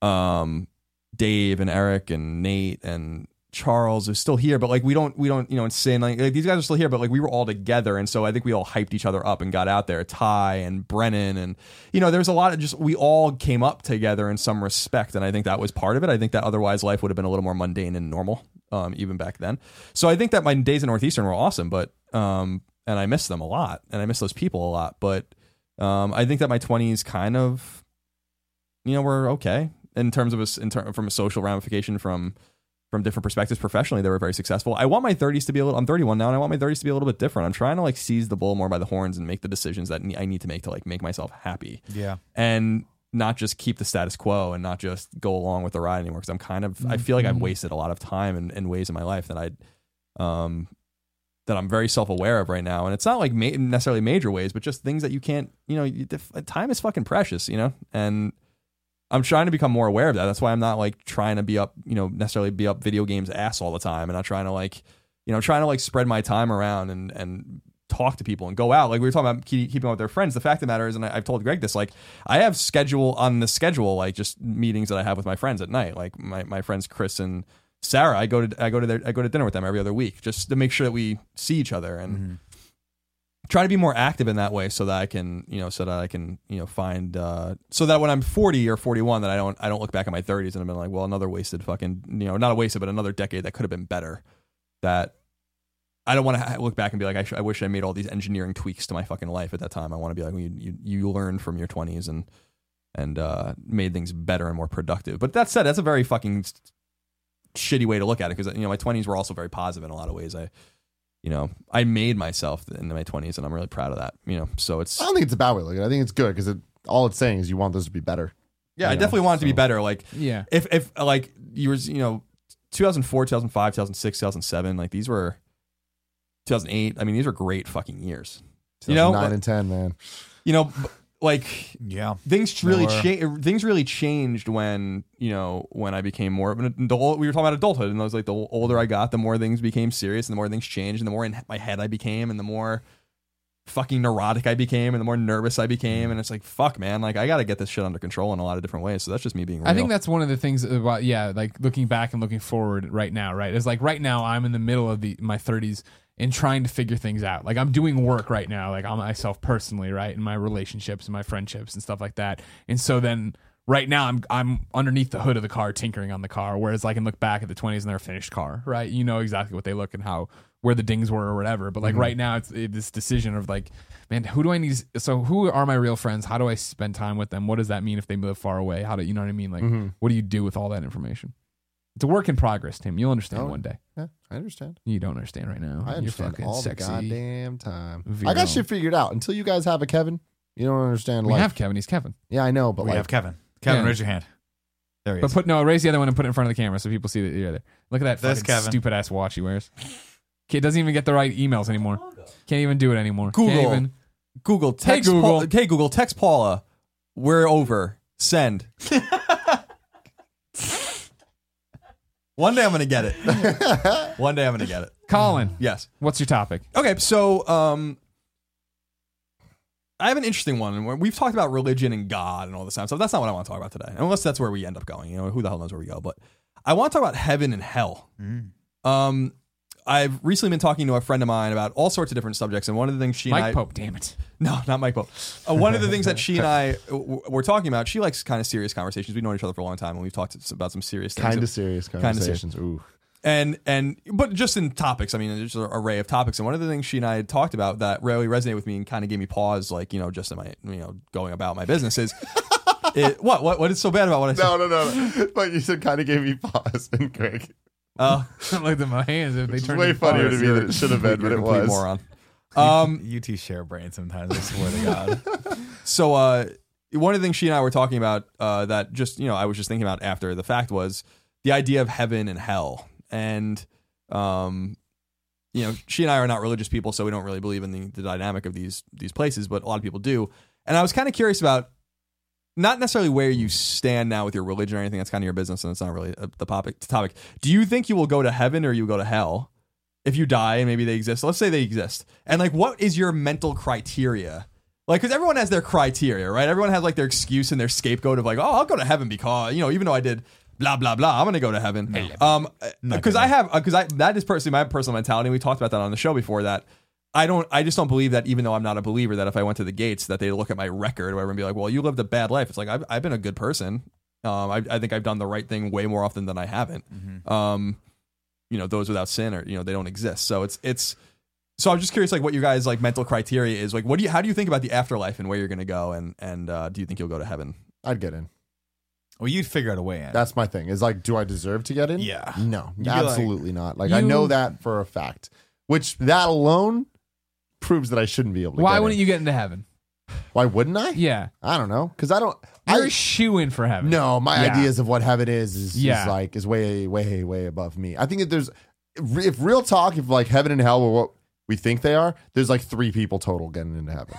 Speaker 3: um, Dave and Eric and Nate and Charles is still here, but like we don't, we don't, you know, insane. Like, like these guys are still here, but like we were all together, and so I think we all hyped each other up and got out there. Ty and Brennan, and you know, there's a lot of just we all came up together in some respect, and I think that was part of it. I think that otherwise life would have been a little more mundane and normal, um, even back then. So I think that my days in Northeastern were awesome, but um, and I miss them a lot, and I miss those people a lot, but um, I think that my 20s kind of you know we're okay in terms of us in ter- from a social ramification from from different perspectives professionally they were very successful i want my 30s to be a little i'm 31 now and i want my 30s to be a little bit different i'm trying to like seize the bull more by the horns and make the decisions that ne- i need to make to like make myself happy
Speaker 2: Yeah.
Speaker 3: and not just keep the status quo and not just go along with the ride anymore because i'm kind of i feel like i've wasted a lot of time in, in ways in my life that i um that i'm very self-aware of right now and it's not like ma- necessarily major ways but just things that you can't you know you, def- time is fucking precious you know and I'm trying to become more aware of that. That's why I'm not like trying to be up, you know, necessarily be up video games ass all the time, and not trying to like, you know, trying to like spread my time around and and talk to people and go out. Like we were talking about keep, keeping up with their friends. The fact of the matter is, and I, I've told Greg this, like I have schedule on the schedule, like just meetings that I have with my friends at night. Like my my friends Chris and Sarah, I go to I go to their I go to dinner with them every other week just to make sure that we see each other and try to be more active in that way so that I can, you know, so that I can, you know, find uh so that when I'm 40 or 41 that I don't I don't look back at my 30s and I've been like, well, another wasted fucking, you know, not a wasted but another decade that could have been better. That I don't want to ha- look back and be like, I, sh- I wish I made all these engineering tweaks to my fucking life at that time. I want to be like, well, you, you you learned from your 20s and and uh made things better and more productive. But that said, that's a very fucking s- shitty way to look at it because you know my 20s were also very positive in a lot of ways. I you know, I made myself in my 20s and I'm really proud of that, you know. So it's
Speaker 5: I don't think it's a bad way to look at it. I think it's good because it, all it's saying is you want those to be better.
Speaker 3: yeah, I
Speaker 5: you know,
Speaker 3: definitely want it to be
Speaker 5: so-
Speaker 3: better like
Speaker 6: Yeah.
Speaker 3: if if uh, like you were you know 2004 2005 2006 2007 like these were 2008 i mean these were great fucking years you know
Speaker 5: nine
Speaker 3: like-
Speaker 5: and ten, man.
Speaker 3: you know b- like
Speaker 2: Yeah.
Speaker 3: things really
Speaker 2: were.
Speaker 3: cha- things really changed when you know when I became more the old, we were talking about adulthood and I was like the older I got the more things became serious and the more things changed and the more in my head I became and the more fucking neurotic I became and the more nervous I became
Speaker 6: Mm.
Speaker 3: and it's like fuck man like I got to get this shit under control in a lot of different ways so that's just me being real
Speaker 6: I think that's one of the things about yeah, like looking back and looking forward right now, right? It's like right now I'm in the middle of the my 30s and trying to figure things out. Like I'm doing work right now, like on myself personally, right? In my relationships and my friendships and stuff like that. And so then right now I'm I'm underneath the hood of the car tinkering on the car whereas I can look back at the 20s and they're a finished car, right? You know exactly what they look and how where the dings were or whatever. But like right now, it's it, this decision of like, man, who do I need? So who are my real friends? How do I
Speaker 5: Mm-hmm.
Speaker 6: spend time with them? What does that mean if they live far away? How do you know what I mean? Like, what do you do with all that information? It's a work in progress, Tim. You'll understand
Speaker 5: Oh.
Speaker 6: one day.
Speaker 5: Yeah, I understand.
Speaker 6: You don't understand right now.
Speaker 5: I understand
Speaker 6: You're fucking
Speaker 5: all
Speaker 6: sexy.
Speaker 5: the goddamn time. I
Speaker 6: Vero.
Speaker 5: got shit figured out. Until you guys have a Kevin, you don't understand
Speaker 6: we
Speaker 5: life.
Speaker 6: have Kevin. He's Kevin.
Speaker 5: yeah, I know, but
Speaker 2: we
Speaker 5: like
Speaker 2: have Kevin. Kevin,
Speaker 6: Yeah.
Speaker 2: raise your hand. There he
Speaker 6: But
Speaker 2: is.
Speaker 6: put no, raise the other one and put it in front of the camera so people see that you're there. Look at
Speaker 2: This
Speaker 6: that fucking
Speaker 2: Kevin.
Speaker 6: stupid ass watch he wears. Kid doesn't even get the right emails anymore. Can't even do it anymore. Can't
Speaker 3: Google.
Speaker 6: even,
Speaker 3: Google text.
Speaker 6: Google.
Speaker 3: Paul- hey Google text Paula. We're over. Send. One day I'm gonna get it. One day I'm gonna get it.
Speaker 6: Colin,
Speaker 3: Yes.
Speaker 6: what's your topic?
Speaker 3: Okay. So um, I have an interesting one. and We've talked about religion and God and all this time. So that's not what I want to talk about today, unless that's where we end up going. You know, who the hell knows where we go? But I want to talk about heaven and hell.
Speaker 6: Mm.
Speaker 3: Um, I've recently been talking to a friend of mine about all sorts of different subjects, and one of the things she
Speaker 6: Mike
Speaker 3: and I,
Speaker 6: Pope, damn it.
Speaker 3: no, not Mike Pope. Uh, one of the things that she and I w- were talking about, she likes kind of serious conversations. We've known each other for a long time, and we've talked about some serious things.
Speaker 5: kind of serious
Speaker 3: Kinda serious.
Speaker 5: conversations. Ooh.
Speaker 3: and and but just in topics. I mean, there's an array of topics. And one of the things she and I had talked about that really resonated with me and kind of gave me pause, like you know, just in my you know going about my business is. It, what what what is so bad about what I said?
Speaker 5: No, no, no. But you said kind of gave me pause, and Greg.
Speaker 3: Uh,
Speaker 6: Look at my hands. If they
Speaker 5: It's
Speaker 6: turn
Speaker 5: way
Speaker 6: into
Speaker 5: funnier to
Speaker 6: bars.
Speaker 5: me than it should have been, but
Speaker 3: you're a
Speaker 5: it
Speaker 3: complete
Speaker 5: was.
Speaker 3: moron. Um,
Speaker 2: you two share brain sometimes. I swear to God.
Speaker 3: So uh, one of the things she and I were talking about uh, that just you know I was just thinking about after the fact was the idea of heaven and hell, and um, you know she and I are not religious people, so we don't really believe in the, the dynamic of these these places, but a lot of people do. And I was kind of curious about not necessarily where you stand now with your religion or anything. That's kind of your business, and it's not really uh the topic. Topic. Do you think you will go to heaven or you go to hell? if you die and maybe they exist let's say they exist and like what is your mental criteria like because everyone has their criteria right everyone has like their excuse and their scapegoat of like oh i'll go to heaven because you know even though i did blah blah blah i'm gonna go to heaven um because i have because i that is personally my personal mentality we talked about that on the show before that i don't i just don't believe that even though i'm not a believer that if i went to the gates that they look at my record or whatever and be like well you lived a bad life it's like i've, I've been a good person um I, I think i've done the right thing way more often than i haven't um you know those without sin or you know they don't exist so it's it's so i'm just curious like what your guys like mental criteria is like what do you how do you think about the afterlife and where you're gonna go and and uh, do you think you'll go to heaven
Speaker 5: I'd get in.
Speaker 2: Well, you'd figure out a way in.
Speaker 5: That's my thing. Is like, do I deserve to get in?
Speaker 2: Yeah.
Speaker 5: No,
Speaker 2: You'd be like-
Speaker 5: absolutely not. Like, I
Speaker 6: You-
Speaker 5: know that for a fact. Which that alone proves that I shouldn't be able to.
Speaker 6: Why
Speaker 5: get
Speaker 6: wouldn't
Speaker 5: in.
Speaker 6: you get into heaven?
Speaker 5: Why wouldn't I?
Speaker 6: Yeah.
Speaker 5: I don't know. Because I don't.
Speaker 6: You're
Speaker 5: I
Speaker 6: a shoe in for heaven.
Speaker 5: no. My
Speaker 6: Yeah.
Speaker 5: ideas of what heaven is is, is
Speaker 6: Yeah.
Speaker 5: like is way way way above me. I think that there's if real talk if like heaven and hell were what we think they are. There's like three people total getting into heaven.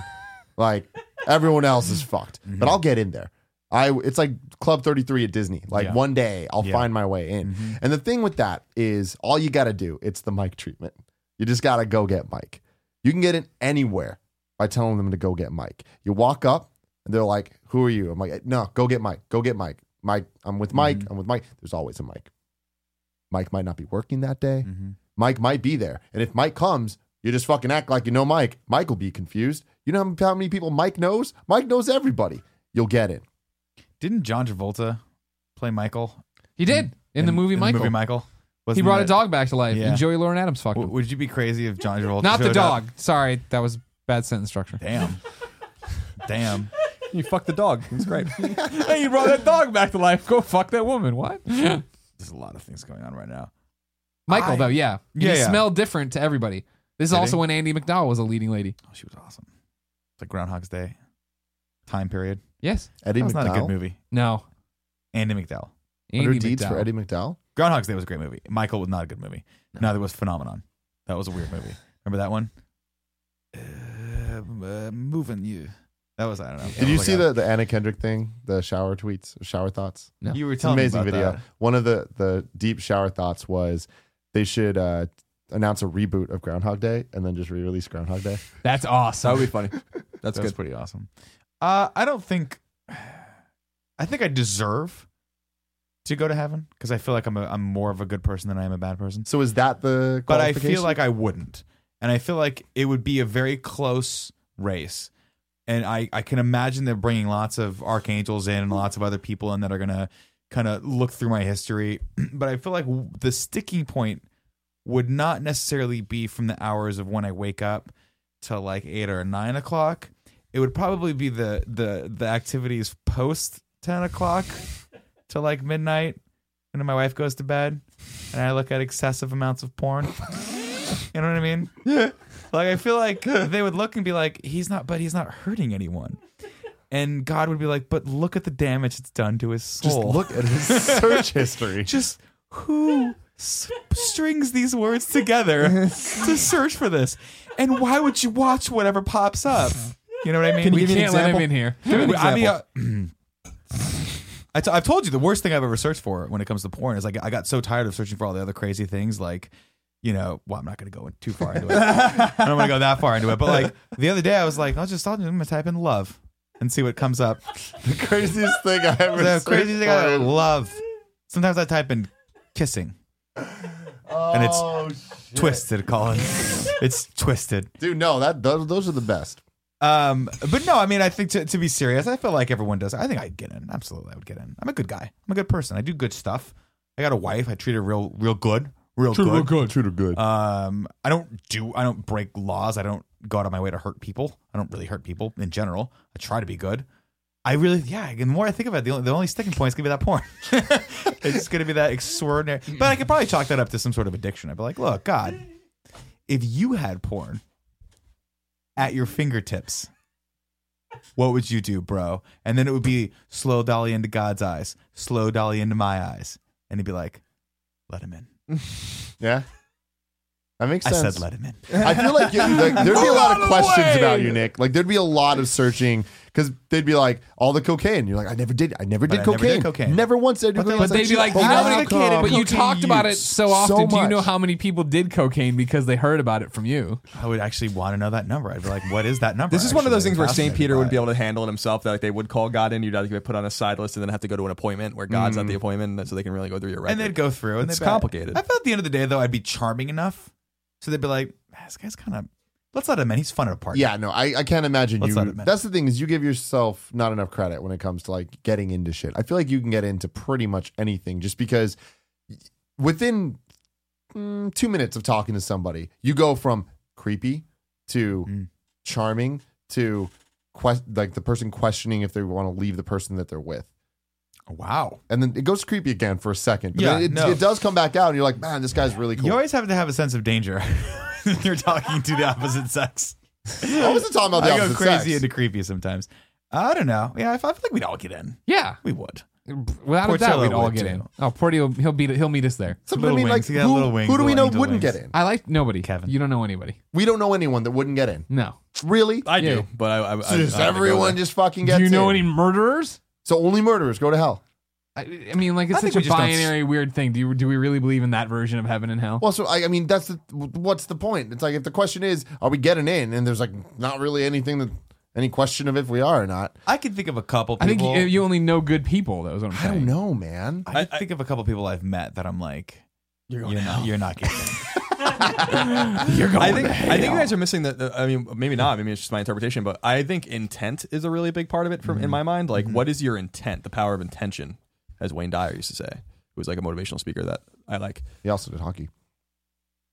Speaker 5: like everyone else is fucked. But I'll get in there. I it's like Club 33 at Disney. Like
Speaker 2: Yeah.
Speaker 5: one day I'll
Speaker 2: Yeah.
Speaker 5: find my way in.
Speaker 2: Mm-hmm.
Speaker 5: And the thing with that is all you got to do, it's the mic treatment. You just got to go get Mike. You can get in anywhere by telling them to go get Mike. You walk up and they're like, "Who are you?" I'm like, "No, go get Mike. Go get Mike. Mike, I'm with Mike.
Speaker 2: Mm-hmm.
Speaker 5: I'm with Mike." There's always a Mike. Mike might not be working that day.
Speaker 2: Mm-hmm.
Speaker 5: Mike might be there. And if Mike comes, you just fucking act like you know Mike. Mike will be confused. You know how many people Mike knows? Mike knows everybody. You'll get it.
Speaker 2: Didn't John Travolta play Michael
Speaker 6: He did in, the movie Michael.
Speaker 2: movie Michael.
Speaker 6: he
Speaker 2: Wasn't
Speaker 6: brought a
Speaker 2: that-
Speaker 6: dog back to life,
Speaker 2: Yeah.
Speaker 6: and Joey Lauren Adams fucked
Speaker 2: W-
Speaker 6: him.
Speaker 2: would you be crazy if John Travolta?
Speaker 6: Not the
Speaker 2: showed up?
Speaker 6: dog. Sorry, that was bad sentence structure.
Speaker 2: Damn. Damn.
Speaker 3: you fuck the dog it's great
Speaker 6: hey, you brought that dog back to life. Go fuck that woman. What?
Speaker 2: There's a lot of things going on right now.
Speaker 6: Michael,
Speaker 2: I-
Speaker 6: though, yeah.
Speaker 2: Yeah,
Speaker 6: he
Speaker 2: yeah.
Speaker 6: smelled different to everybody. This is
Speaker 2: Did
Speaker 6: also
Speaker 2: he?
Speaker 6: when Andy McDowell was a leading lady.
Speaker 2: Oh, she was awesome. It's like Groundhog's Day time period.
Speaker 6: Yes.
Speaker 5: Eddie
Speaker 2: That was
Speaker 5: McDowell.
Speaker 2: not a good movie.
Speaker 6: No.
Speaker 2: Andy McDowell.
Speaker 5: What are
Speaker 6: Andy
Speaker 5: deeds
Speaker 6: McDowell.
Speaker 5: for Eddie McDowell?
Speaker 2: Groundhog's Day was a great movie. Michael was not a good movie. Neither was Phenomenon. That was a weird movie. Remember that one? Uh, uh, moving you. That was I don't know.
Speaker 5: Did you see the, the Anna Kendrick thing? The shower tweets, shower thoughts?
Speaker 6: the-
Speaker 2: You were
Speaker 5: It's an
Speaker 2: telling me
Speaker 5: amazing
Speaker 2: about
Speaker 5: video.
Speaker 2: that.
Speaker 5: One of the, the deep shower thoughts was they should uh, announce a reboot of Groundhog Day and then just re release Groundhog Day.
Speaker 6: That's awesome.
Speaker 3: that would be funny that's
Speaker 2: That's
Speaker 3: good
Speaker 2: pretty awesome. Uh, I don't think. I think I deserve to go to heaven because I feel like I'm a, I'm more of a good person than I am a bad person.
Speaker 5: So is that the
Speaker 2: But I
Speaker 5: qualification?
Speaker 2: feel like I wouldn't, and I feel like it would be a very close race. And I I can imagine they're bringing lots of archangels in and lots of other people in that are gonna kind of look through my history. but I feel like w- the sticking point would not necessarily be from the hours of when I wake up to like eight or nine o'clock. It would probably be the the the activities post ten o'clock to like midnight and then my wife goes to bed and I look at excessive amounts of porn. you know what I mean? Yeah. Like I feel like they would look and be like, he's not, but he's not hurting anyone. And God would be like, but look at the damage it's done to his
Speaker 5: Just
Speaker 2: soul.
Speaker 5: look at his search history.
Speaker 2: just who s- strings these words together to search for this? And why would you watch whatever pops up? You know what I mean?
Speaker 6: Can
Speaker 2: We
Speaker 6: you give me an
Speaker 2: can't
Speaker 6: example? in
Speaker 2: let him
Speaker 6: here.
Speaker 2: Wait, I mean, uh, I t- I've told you the worst thing I've ever searched for when it comes to porn is like I got so tired of searching for all the other crazy things like. You know, well, I'm not going to go in too far into it. I don't want to go that far into it. But like the other day, I was like, I'll just, I'll, I'm going to type in love and see what comes up.
Speaker 5: the craziest thing I ever.
Speaker 2: The
Speaker 5: searched
Speaker 2: crazy thing I
Speaker 5: for.
Speaker 2: love. Sometimes I type in kissing. And it's
Speaker 5: Oh, shit.
Speaker 2: twisted, Colin. it's twisted.
Speaker 5: dude. No, that those, those are the best.
Speaker 2: Um, but no, I mean, I think to, to be serious, I feel like everyone does. I think I'd get in. Absolutely, I would get in. I'm a good guy. I'm a good person. I do good stuff. I got a wife. I treat her real, real good. Real good.
Speaker 5: good. True to good.
Speaker 2: Um, I don't do. I don't break laws. I don't go out of my way to hurt people. I don't really hurt people in general. I try to be good. I really, yeah. And the more I think about it, the only, the only sticking point is gonna be that porn. it's just gonna be that extraordinary. But I could probably chalk that up to some sort of addiction. I'd be like, look, God, if you had porn at your fingertips, what would you do, bro? And then it would be slow dolly into God's eyes, slow dolly into my eyes, and he'd be like, let him in.
Speaker 5: yeah, that makes sense.
Speaker 2: I said, let him in.
Speaker 5: I feel like, you, like there'd be a lot of questions about you, Nick. Like there'd be a lot of searching because they'd be like, all the cocaine. You're like, I never did. I never
Speaker 2: I
Speaker 5: did
Speaker 2: never
Speaker 5: cocaine.
Speaker 2: did cocaine.
Speaker 5: Never once did.
Speaker 2: But they-
Speaker 5: cocaine.
Speaker 2: but
Speaker 5: It's
Speaker 6: they'd be like, you
Speaker 5: "But
Speaker 6: know
Speaker 5: how
Speaker 6: what I
Speaker 5: come?"
Speaker 2: cocaine
Speaker 6: But you
Speaker 2: use.
Speaker 6: talked about it so
Speaker 5: So
Speaker 6: often. Do you
Speaker 5: much.
Speaker 6: know how many people did cocaine because they heard about it from you?
Speaker 2: I would actually want to know that number. I'd be like, what is that number?
Speaker 3: This is one of those
Speaker 2: actually?
Speaker 3: things where
Speaker 2: I'm
Speaker 3: St.
Speaker 2: fascinated
Speaker 3: Peter
Speaker 2: by
Speaker 3: wouldn't be
Speaker 2: it.
Speaker 3: able to handle it himself. That, Like they would call God in, you'd have to get put on a side list, and then have to go to an appointment where God's at the appointment, Mm. and so they can really go through your record.
Speaker 2: And they'd go through. And
Speaker 3: It's
Speaker 2: they'd be like-
Speaker 3: complicated.
Speaker 2: I felt at the end of the day, though, I'd be charming enough. So they'd be like, "Ah, this guy's kind of, let's let him in. He's fun at a party.
Speaker 5: Yeah, no, I, I can't imagine
Speaker 2: Let's
Speaker 5: you.
Speaker 2: not admit it.
Speaker 5: That's the thing is you give yourself not enough credit when it comes to like getting into shit. I feel like you can get into pretty much anything just because within mm, two minutes of talking to somebody, you go from creepy to
Speaker 2: Mm.
Speaker 5: charming to quest like the person questioning if they want to leave the person that they're with.
Speaker 2: Oh, Wow.
Speaker 5: And then it goes creepy again for a second. But
Speaker 2: Yeah,
Speaker 5: then it,
Speaker 2: no.
Speaker 5: it does come back out, and you're like, man, this guy's really cool.
Speaker 2: You always have to have a sense of danger when you're talking to the opposite sex.
Speaker 5: I wasn't talking
Speaker 3: Oh,
Speaker 5: about the
Speaker 2: I go
Speaker 5: opposite
Speaker 2: crazy
Speaker 5: sex.
Speaker 2: into creepy sometimes. I don't know. Yeah, I I feel like we'd all get in.
Speaker 6: Yeah,
Speaker 2: We would.
Speaker 6: without a doubt,
Speaker 2: Portillo
Speaker 6: we'd all
Speaker 2: would
Speaker 6: get
Speaker 2: too.
Speaker 6: in. Oh, Portillo, he'll beat he'll meet us there.
Speaker 5: So, I
Speaker 2: Little
Speaker 5: mean, like,
Speaker 2: wings. You got
Speaker 5: who,
Speaker 2: little wings,
Speaker 5: who do we
Speaker 2: little
Speaker 5: know
Speaker 2: angel
Speaker 5: wouldn't
Speaker 2: wings.
Speaker 5: get in?
Speaker 6: I like nobody.
Speaker 2: Kevin.
Speaker 6: you don't know anybody.
Speaker 5: We don't know anyone that wouldn't get in.
Speaker 6: No.
Speaker 5: Really?
Speaker 3: I
Speaker 6: Yeah.
Speaker 3: do, but I, I,
Speaker 5: So
Speaker 3: I,
Speaker 5: just
Speaker 3: I don't wanna go
Speaker 5: everyone
Speaker 3: there.
Speaker 5: just fucking gets
Speaker 6: do you know
Speaker 5: in.
Speaker 6: any murderers?
Speaker 5: So only murderers go to hell.
Speaker 6: I, I mean, like it's
Speaker 2: I think
Speaker 6: such a
Speaker 2: we just don't s-
Speaker 6: binary weird thing. Do you do we really believe in that version of heaven and hell?
Speaker 5: Well, so I, I mean, that's the what's the point? It's like if the question is, are we getting in? And there's like not really anything that any question of if we are or not.
Speaker 2: I can think of a couple
Speaker 6: I think
Speaker 2: people.
Speaker 6: you, you only know good people. That was what I'm
Speaker 5: I
Speaker 6: saying.
Speaker 5: don't know, man.
Speaker 2: I can think of a couple people I've met that I'm like, you're, not, you're not getting in.
Speaker 6: You're going.
Speaker 3: I think I think you guys are missing the, the- I mean, maybe not. Maybe it's just my interpretation, but I think intent is a really big part of it. From in my mind, like what is your intent? The power of intention, as Wayne Dyer used to say, who was like a motivational speaker that I like.
Speaker 5: He also did hockey.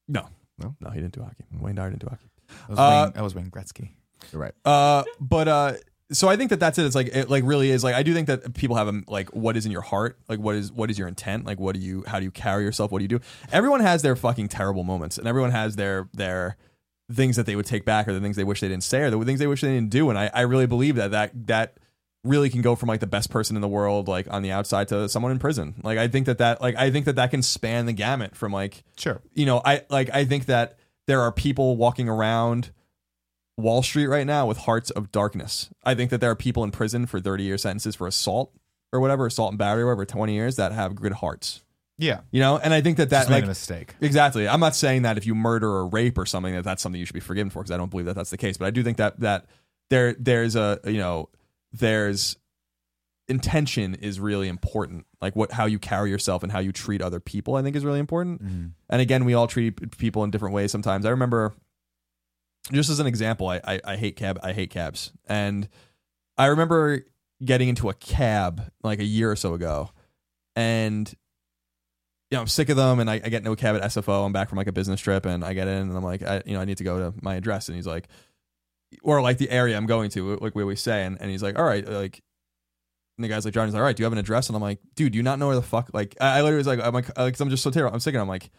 Speaker 3: No,
Speaker 5: No?
Speaker 3: no, he didn't do hockey. Wayne Dyer didn't do hockey.
Speaker 2: That was,
Speaker 3: Uh,
Speaker 2: Wayne, that was Wayne Gretzky.
Speaker 5: You're right.
Speaker 3: Uh, but uh, so I think that that's it. It's like it like really is like I do think that people have um, like what is in your heart, like what is what is your intent, like what do you how do you carry yourself, what do you do? Everyone has their fucking terrible moments, and everyone has their their things that they would take back or the things they wish they didn't say or the things they wish they didn't do. And I I really believe that that that really can go from like the best person in the world like on the outside to someone in prison like i think that that like i think that that can span the gamut from like
Speaker 2: Sure.
Speaker 3: you know, I like I think that there are people walking around Wall Street right now with hearts of darkness. I think that there are people in prison for 30 year sentences for assault or whatever, assault and battery, whatever, 20 years that have good hearts.
Speaker 2: Yeah.
Speaker 3: You know, and I think that that
Speaker 2: Just made
Speaker 3: like
Speaker 2: a mistake.
Speaker 3: Exactly. I'm not saying that if you murder or rape or something that that's something you should be forgiven for because I don't believe that that's the case. But I do think that that there there's a you know there's intention is really important. Like what how you carry yourself and how you treat other people I think is really important.
Speaker 5: Mm-hmm.
Speaker 3: And again, we all treat p- people in different ways sometimes. I remember just as an example, I I, I hate cab I hate cabs and I remember getting into a cab like a year or so ago and you know, I'm sick of them and I, I get no cab at SFO. I'm back from like a business trip and I get in and I'm like, I, you know, I need to go to my address. And he's like, or like the area I'm going to, like we always say. And, and he's like, all right, like, And the guy's like, Johnny's like, all right, do you have an address? And I'm like, dude, do you not know where the fuck? Like, I, I literally was like, I'm like, because I'm just so terrible. I'm sick, and I'm like,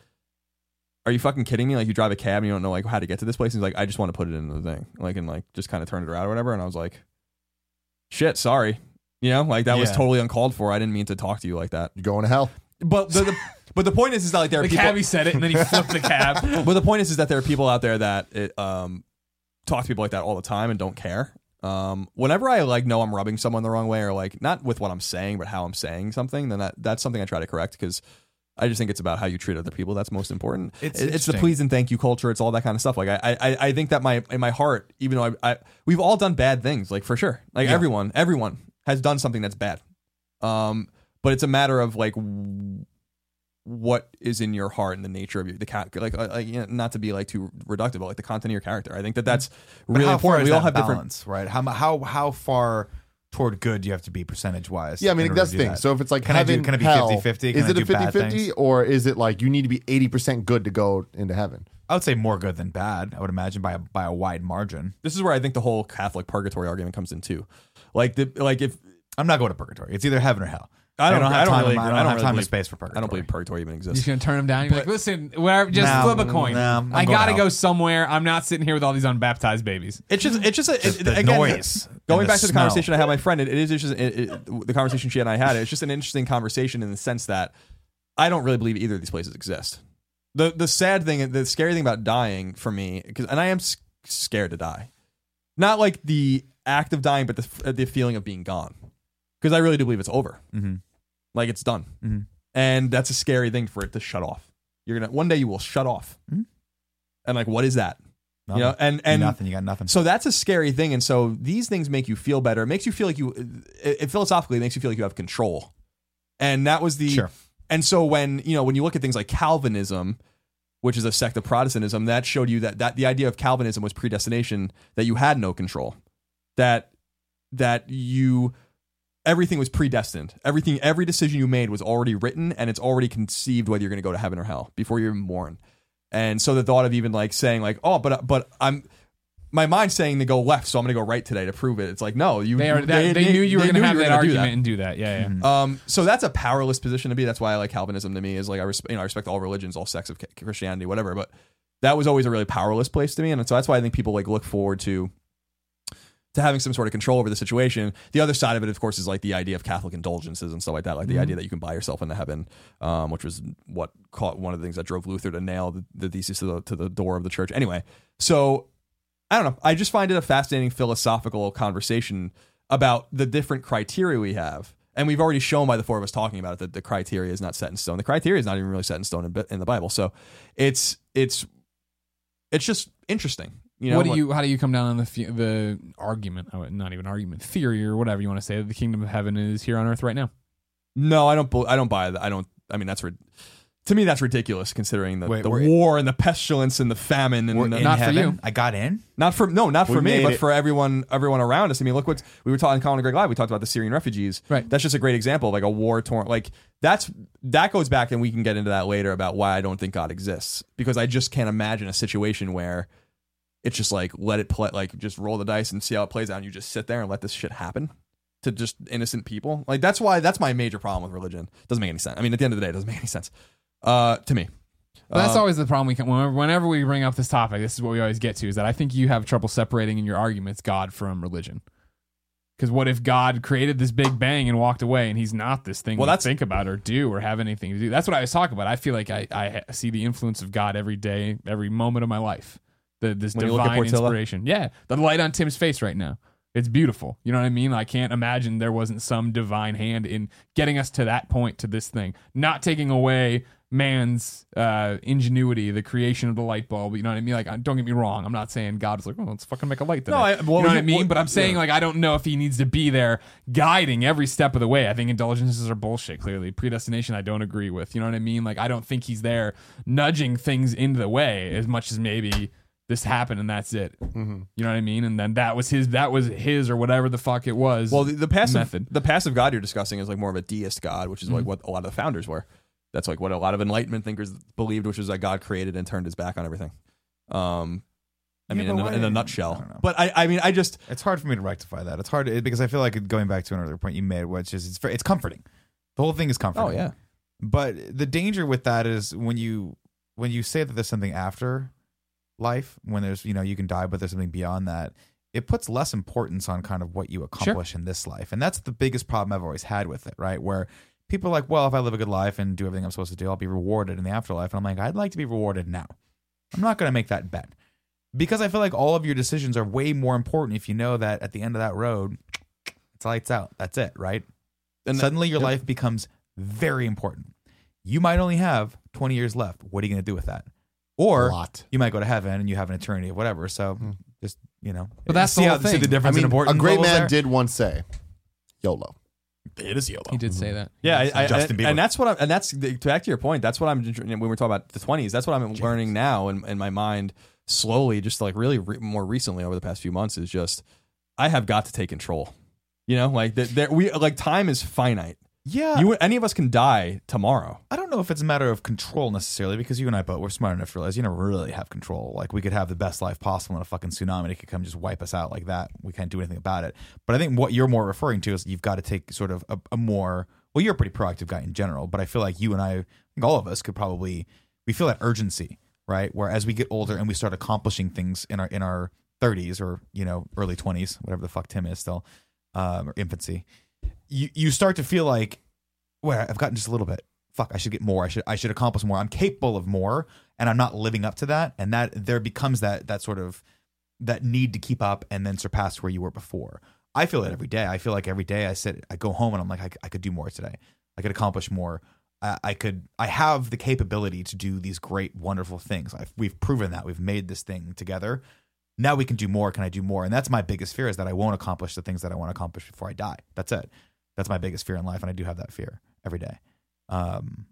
Speaker 3: are you fucking kidding me? Like, you drive a cab and you don't know like how to get to this place. And he's like, I just want to put it in the thing, like, and like just kind of turn it around or whatever. And I was like, shit, sorry, you know, like that was
Speaker 2: Yeah.
Speaker 3: totally uncalled for. I didn't mean to talk to you like that.
Speaker 5: You're going to hell.
Speaker 3: But the, the but the point is, is that like there are
Speaker 1: The
Speaker 3: people.
Speaker 1: cabbie said it, and then he flipped the cab.
Speaker 3: but the point is, is that there are people out there that it, um, talk to people like that all the time and don't care. Um, whenever I like know I'm rubbing someone the wrong way or like not with what I'm saying but how I'm saying something, then that that's something I try to correct because I just think it's about how you treat other people that's most important.
Speaker 2: It's
Speaker 3: It- it's the
Speaker 2: interesting.
Speaker 3: please and thank you culture. It's all that kind of stuff. Like I I, I think that my in my heart, even though I, I we've all done bad things, like for sure. Like everyone, everyone has done something that's bad. Um, but it's a matter of like what is in your heart and the nature of your the cat like, uh, like you know, not to be like too reductive but like the content of your character i think that that's
Speaker 2: But
Speaker 3: really
Speaker 2: how far
Speaker 3: important
Speaker 2: is
Speaker 3: we all
Speaker 2: that
Speaker 3: have different
Speaker 2: balance, right? How mu- how how far toward good do you have to be percentage wise?
Speaker 5: Yeah, I mean, that's the thing. So if it's like
Speaker 2: Can I do-
Speaker 5: heaven,
Speaker 2: can I be
Speaker 5: hell,
Speaker 2: 50-50? Can
Speaker 5: Is
Speaker 2: I
Speaker 5: it a
Speaker 2: do bad
Speaker 5: 50-50
Speaker 2: things?
Speaker 5: or is it like you need to be 80% good to go into heaven?
Speaker 2: I would say more good than bad. I would imagine by a, by a wide margin.
Speaker 3: this is where i think the whole catholic purgatory argument comes in too like the like if
Speaker 2: I'm not going to purgatory. It's either heaven or hell.
Speaker 3: I don't- I
Speaker 2: have
Speaker 3: don't
Speaker 2: time.
Speaker 3: really-
Speaker 2: I don't,
Speaker 3: I don't
Speaker 2: have
Speaker 3: really
Speaker 2: time and
Speaker 3: believe-
Speaker 2: space for purgatory.
Speaker 3: i don't believe purgatory even
Speaker 1: He's
Speaker 3: exists
Speaker 1: gonna turn him down. You're like, listen, wherever, just
Speaker 2: No,
Speaker 1: flip a coin.
Speaker 2: no, I'm
Speaker 1: I
Speaker 2: going
Speaker 1: gotta
Speaker 2: out.
Speaker 1: go somewhere. I'm not sitting here with all these unbaptized babies.
Speaker 3: it's just it's just a, it,
Speaker 2: the
Speaker 3: again,
Speaker 2: noise
Speaker 3: going
Speaker 2: and
Speaker 3: back
Speaker 2: the
Speaker 3: to the
Speaker 2: smell.
Speaker 3: conversation i had with my friend it, it is just it, it, the conversation she and i had it's just an interesting conversation in the sense that i don't really believe either of these places exist the the sad thing the scary thing about dying for me because and i am s- scared to die not like the act of dying but the, f- the feeling of being gone because i really do believe it's over
Speaker 2: Mhm.
Speaker 3: like it's done
Speaker 2: Mhm.
Speaker 3: and that's a scary thing for it to shut off you're gonna one day you will shut off
Speaker 2: Mhm.
Speaker 3: and like what is that
Speaker 2: Nothing.
Speaker 3: you know and and
Speaker 2: nothing. You got nothing.
Speaker 3: so that's a scary thing, and so these things make you feel better. It makes you feel like you, it, it philosophically makes you feel like you have control, and that was the.
Speaker 2: Sure.
Speaker 3: And so when you know when you look at things like Calvinism, which is a sect of Protestantism, that showed you that that the idea of Calvinism was predestination, that you had no control, that that you everything was predestined, everything every decision you made was already written, and it's already conceived whether you're going to go to heaven or hell before you're even born. And so the thought of even like saying like, oh, but but I'm my mind's saying to go left, so I'm going to go right today to prove it. It's like no, you
Speaker 1: They are. That, they, knew you were
Speaker 3: they
Speaker 1: gonna
Speaker 3: knew
Speaker 1: have
Speaker 3: you
Speaker 1: that
Speaker 3: gonna do
Speaker 1: argument and do that. Yeah, yeah.
Speaker 3: um, so that's a powerless position to be. That's why I like Calvinism to me is like I respect, you know, I respect all religions, all sects of Ca- Christianity, whatever. But that was always a really powerless place to me, and so that's why I think people like look forward to to having some sort of control over the situation. The other side of it, of course, is like the idea of Catholic indulgences and stuff like that, like
Speaker 1: Mm-hmm.
Speaker 3: the idea that you can buy yourself into heaven, um, which was what caught one of the things that drove Luther to nail the, the thesis to the, to the door of the church. Anyway, so I don't know. I just find it a fascinating philosophical conversation about the different criteria we have. And we've already shown by the four of us talking about it that the criteria is not set in stone. The criteria is not even really set in stone in, Bi- in the Bible. So it's it's it's just interesting. You know,
Speaker 1: what do
Speaker 3: like-
Speaker 1: you? How do you come down on the fe- the argument? Oh, not even argument, theory or whatever you want to say that the kingdom of heaven is here on earth right now.
Speaker 3: No, I don't. bel- I don't buy that. I don't. I mean, that's rid- to me that's ridiculous considering the,
Speaker 2: Wait,
Speaker 3: the
Speaker 2: we're-
Speaker 3: war and the pestilence and the famine and
Speaker 2: We're
Speaker 3: the-
Speaker 2: in
Speaker 1: Not for
Speaker 2: heaven.
Speaker 1: you.
Speaker 2: I got in.
Speaker 3: Not for no, not
Speaker 5: We
Speaker 3: for me,
Speaker 5: made
Speaker 3: but
Speaker 5: it.
Speaker 3: for everyone, everyone around us. I mean, look what we were talking. Colin and Greg live. We talked about the Syrian refugees.
Speaker 1: Right.
Speaker 3: That's just a great example, of like a war torn. Like that's that goes back, and we can get into that later about why I don't think God exists because I just can't imagine a situation where it's just like let it play, like just roll the dice and see how it plays out, and you just sit there and let this shit happen to just innocent people. Like that's why that's my major problem with religion. Doesn't make any sense. I mean, at the end of the day, it doesn't make any sense uh, to me.
Speaker 1: But that's
Speaker 3: Uh,
Speaker 1: always the problem. We can, whenever, whenever we bring up this topic, this is what we always get to: is that I think you have trouble separating in your arguments God from religion. Because what if God created this big bang and walked away, and He's not this thing
Speaker 3: Well,
Speaker 1: well, we
Speaker 3: that's-
Speaker 1: think about or do or have anything to do? That's what I was talking about. I feel like I, I ha- see the influence of God every day, every moment of my life. The, this
Speaker 3: When you look at
Speaker 1: divine
Speaker 3: Portillo?
Speaker 1: inspiration. Yeah, the light on Tim's face right now. It's beautiful. You know what I mean? I can't imagine there wasn't some divine hand in getting us to that point to this thing. Not taking away man's uh, ingenuity, the creation of the light bulb. You know what I mean? Like, I- don't get me wrong. I'm not saying God was like, oh, let's fucking make a light. Today.
Speaker 3: No, I-
Speaker 1: you know
Speaker 3: well,
Speaker 1: what I
Speaker 3: you-
Speaker 1: mean?
Speaker 3: well,
Speaker 1: but I'm saying
Speaker 3: yeah.
Speaker 1: like I don't know if he needs to be there guiding every step of the way. I think indulgences are bullshit. Clearly, predestination I don't agree with. You know what I mean? Like I don't think he's there nudging things into the way as much as maybe this happened and that's it.
Speaker 3: Mm-hmm.
Speaker 1: You know what I mean? And then that was his. That was his or whatever the fuck it was.
Speaker 3: Well, the, the passive
Speaker 1: method.
Speaker 3: the passive god you're discussing is like more of a deist god, which is like what a lot of the founders were. That's like what a lot of enlightenment thinkers believed, which is that God created and turned his back on everything. Um, I
Speaker 2: Yeah,
Speaker 3: mean, in
Speaker 2: but
Speaker 3: a,
Speaker 2: why-
Speaker 3: in a
Speaker 2: I don't know.
Speaker 3: nutshell. But I, I mean, I just
Speaker 2: It's hard for me to rectify that. It's hard to, because I feel like going back to another point you made, which is it's ver- it's comforting. The whole thing is comforting. But the danger with that is when you when you say that there's something after life, when there's you know you can die, but there's something beyond that. It puts less importance on kind of what you accomplish in this life, and that's the biggest problem I've always had with it. Right, where people are like, well, if I live a good life and do everything I'm supposed to do, I'll be rewarded in the afterlife, and I'm like, I'd like to be rewarded now. I'm not going to make that bet because I feel like all of your decisions are way more important if you know that at the end of that road, it's lights out. That's it, right?
Speaker 3: And the-
Speaker 2: suddenly your life becomes very important. You might only have 20 years left. What are you going to do with that? Or
Speaker 5: lot. Hmm.
Speaker 2: you might go to heaven and you have an eternity of whatever. So just, you know.
Speaker 6: But that's
Speaker 2: see
Speaker 6: the
Speaker 2: how-
Speaker 6: whole
Speaker 2: See
Speaker 6: thing.
Speaker 2: the difference
Speaker 5: I mean,
Speaker 2: in
Speaker 5: a
Speaker 2: importance.
Speaker 5: great
Speaker 2: levels
Speaker 5: man
Speaker 2: there?
Speaker 5: did once say, "YOLO."
Speaker 3: it is yellow.
Speaker 6: He did say that.
Speaker 3: Yeah, I, I,
Speaker 2: Justin
Speaker 3: and,
Speaker 2: Bieber.
Speaker 3: and that's what I'm, and that's to back to your point. That's what I'm when we're talking about the 20s. That's what I'm learning now in, in my mind slowly, just like really re- more recently over the past few months is just I have got to take control. You know, like that that we like time is finite.
Speaker 2: Yeah.
Speaker 3: You any of us can die tomorrow.
Speaker 2: I don't know if it's a matter of control necessarily because you and I both we're smart enough to realize you don't really have control. Like we could have the best life possible and a fucking tsunami could come just wipe us out like that. We can't do anything about it. But I think what you're more referring to is you've got to take sort of a, a more well, you're a pretty proactive guy in general, but I feel like you and I, I think all of us could probably we feel that urgency, right? Where as we get older and we start accomplishing things in our in our 30s or you know early 20s, whatever the fuck Tim is still, um, or infancy, you you start to feel like where I've gotten just a little bit. Fuck, I should get more. I should I should accomplish more. I'm capable of more, and I'm not living up to that. And that there becomes that that sort of that need to keep up and then surpass where you were before. I feel it every day. I feel like every day I sit, I go home and I'm like, I, I could do more today. I could accomplish more. I, I could, I have the capability to do these great, wonderful things. I've, we've proven that. We've made this thing together. Now we can do more. Can I do more? And that's my biggest fear is that I won't accomplish the things that I want to accomplish before I die. That's it. That's my biggest fear in life. And I do have that fear every day. Um,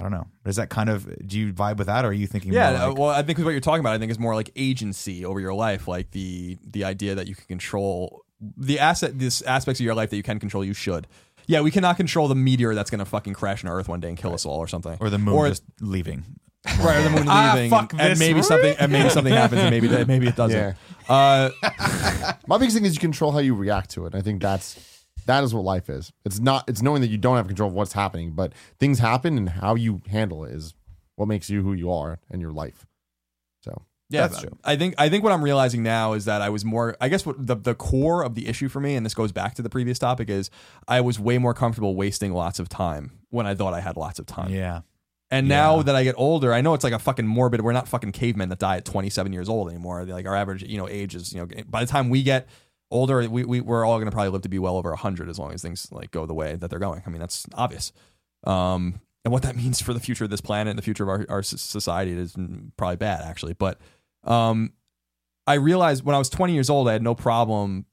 Speaker 2: I don't know. Is that kind of, do you vibe with that or are you thinking,
Speaker 3: Yeah,
Speaker 2: more like-
Speaker 3: uh, well, I think what you're talking about, I think, is more like agency over your life, like the the idea that you can control the asset, this aspects of your life that you can control. You should. Yeah, we cannot control the meteor that's going to fucking crash on Earth one day and kill us all or something,
Speaker 2: or the moon
Speaker 3: or,
Speaker 2: just leaving?
Speaker 3: right, or the moon leaving,
Speaker 6: Ah, fuck
Speaker 3: and, and
Speaker 6: this.
Speaker 3: maybe something, and maybe something happens, and maybe that- maybe it doesn't. Uh,
Speaker 5: My biggest thing is you control how you react to it. And I think that's that is what life is. It's not it's knowing that you don't have control of what's happening, but things happen and how you handle it is what makes you who you are and your life. So
Speaker 3: Yeah,
Speaker 2: That's true.
Speaker 3: I think I think what I'm realizing now is that I was more. I guess what the the core of the issue for me, and this goes back to the previous topic, is I was way more comfortable wasting lots of time when I thought I had lots of time.
Speaker 2: Yeah.
Speaker 3: And now that I get older, I know it's like a fucking morbid. We're not fucking cavemen that die at 27 years old anymore. Like our average, you know, age is you know. By the time we get older, we, we we're all gonna probably live to be well over 100 as long as things like go the way that they're going. I mean, that's obvious. Um, and what that means for the future of this planet and the future of our our s- society is probably bad actually. But um, I realized when I was 20 years old, I had no problem,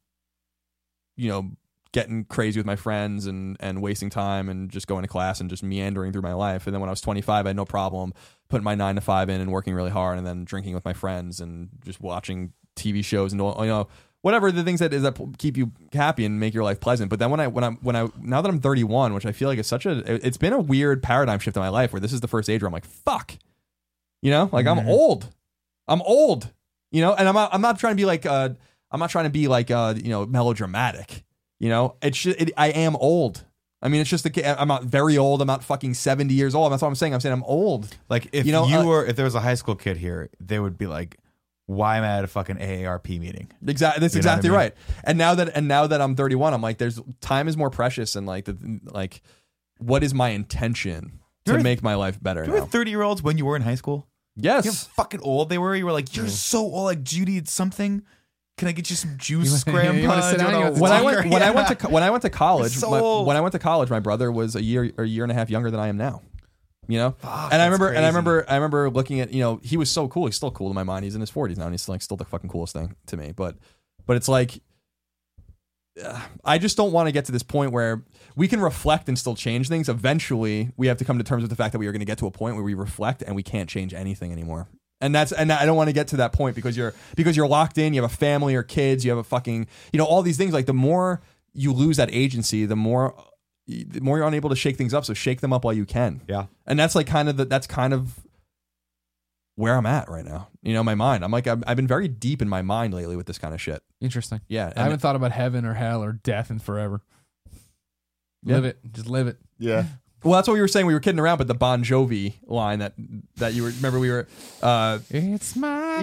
Speaker 3: you know, getting crazy with my friends and and wasting time and just going to class and just meandering through my life. And then when I was 25, I had no problem putting my nine to five in and working really hard and then drinking with my friends and just watching TV shows and all, you know whatever the things that is that keep you happy and make your life pleasant. But then when I when I when I now that I'm 31, which I feel like is such a it's been a weird paradigm shift in my life where this is the first age where I'm like fuck, you know, like I'm old, I'm old, you know, and I'm not, I'm not trying to be like uh I'm not trying to be like uh you know melodramatic. You know, it's ju- it, I am old. I mean, it's just the ca- I'm not very old. I'm not fucking seventy years old. That's what I'm saying. I'm saying I'm old.
Speaker 2: Like if you,
Speaker 3: You know, uh,
Speaker 2: were if there was a high school kid here, they would be like, "Why am I at a fucking AARP meeting?"
Speaker 3: Exactly. That's
Speaker 2: You know what I
Speaker 3: exactly
Speaker 2: mean?
Speaker 3: right. And now that and now that I'm 31, I'm like, there's time is more precious, and like the like, what is my intention to
Speaker 2: You're-
Speaker 3: make my life better?
Speaker 2: You were
Speaker 3: Now?
Speaker 2: thirty year olds when you were in high school. You know
Speaker 3: Yes.
Speaker 2: how fucking old they were. You were like, "You're so old." Like Judy, it's something. Can I get you some juice,
Speaker 6: You wanna-
Speaker 2: Grandpa?
Speaker 6: you wanna sit
Speaker 2: Do you
Speaker 6: down?
Speaker 2: wanna-
Speaker 6: You wanna
Speaker 3: when I went
Speaker 2: Yeah.
Speaker 3: when I went to co- when I went to college
Speaker 2: You're so
Speaker 3: my-
Speaker 2: old.
Speaker 3: when I went to college my brother was a year or a year and a half younger than I am now you know and I
Speaker 2: that's
Speaker 3: remember and
Speaker 2: crazy.
Speaker 3: I remember I remember looking at you know he was so cool he's still cool to my mind he's in his 40s now and he's like still the fucking coolest thing to me but but it's like uh, I just don't want to get to this point where we can reflect and still change things eventually we have to come to terms with the fact that we are going to get to a point where we reflect and we can't change anything anymore and that's and I don't want to get to that point because you're because you're locked in. You have a family or kids. You have a fucking you know all these things. Like the more you lose that agency, the more the more you're unable to shake things up. So shake them up while you can.
Speaker 2: Yeah.
Speaker 3: and that's like kind of the, that's kind of where I'm at right now. You know, my mind. I'm like, I've, I've been very deep in my mind lately with this kind of shit.
Speaker 1: Interesting.
Speaker 3: Yeah. and-
Speaker 6: I haven't thought about heaven or hell or death in forever. Live it. Just live it.
Speaker 5: Yeah.
Speaker 3: well, that's what we were saying. We were kidding around, but the Bon Jovi line that that you were, remember we were, uh,
Speaker 1: It's my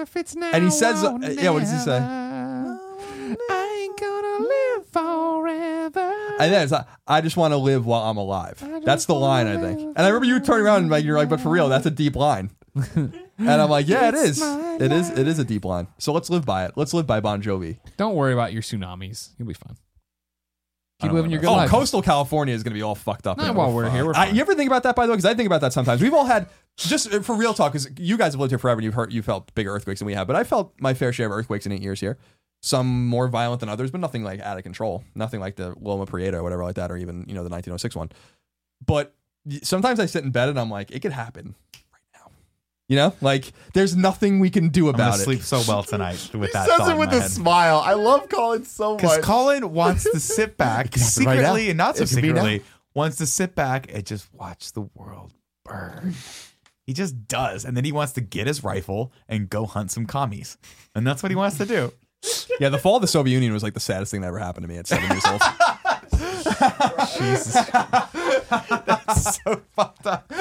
Speaker 1: life. It's now.
Speaker 3: And he says-
Speaker 1: or
Speaker 3: uh, yeah, what does he say?
Speaker 1: never. I ain't gonna live forever.
Speaker 3: and then it's like, I just want to live while I'm alive. That's the line, I think. And I remember you turning around and like, you're like, but for real, that's a deep line. and I'm like, yeah, it is. It is. It is a deep line. So let's live by it. Let's live by Bon Jovi.
Speaker 6: Don't worry about your tsunamis. You'll be fine.
Speaker 2: I
Speaker 6: Keep
Speaker 2: don't
Speaker 6: living
Speaker 2: know
Speaker 6: your good
Speaker 3: Oh,
Speaker 6: life.
Speaker 3: coastal California is going to be all fucked up.
Speaker 6: Not while we're here. We're
Speaker 3: I,
Speaker 6: fine.
Speaker 3: you ever think about that, by the way? Because I think about that sometimes. We've all had just uh, for real talk, because you guys have lived here forever and you've heard you felt bigger earthquakes than we have. But I felt my fair share of earthquakes in eight years here. Some more violent than others, but nothing like out of control. Nothing like the Loma Prieta or whatever like that, or even you know the 1906 one. But y- sometimes I sit in bed and I'm like, it could happen right now. You know, like there's nothing we can do
Speaker 2: I'm gonna
Speaker 3: about it.
Speaker 2: sleep so well tonight with
Speaker 5: He
Speaker 2: that.
Speaker 5: says
Speaker 2: thought
Speaker 5: it
Speaker 2: in
Speaker 5: with
Speaker 2: my
Speaker 5: a
Speaker 2: head.
Speaker 5: smile. I love Colin so
Speaker 2: Because
Speaker 5: much.
Speaker 2: Colin wants to sit back
Speaker 5: happen right
Speaker 2: secretly
Speaker 5: now.
Speaker 2: and not so
Speaker 5: It could be now.
Speaker 2: secretly, wants to sit back and just watch the world burn. He just does. And then he wants to get his rifle and go hunt some commies. And that's what he wants to do.
Speaker 3: Yeah, the fall of the Soviet Union was like the saddest thing that ever happened to me at seven years old.
Speaker 2: so fucked up.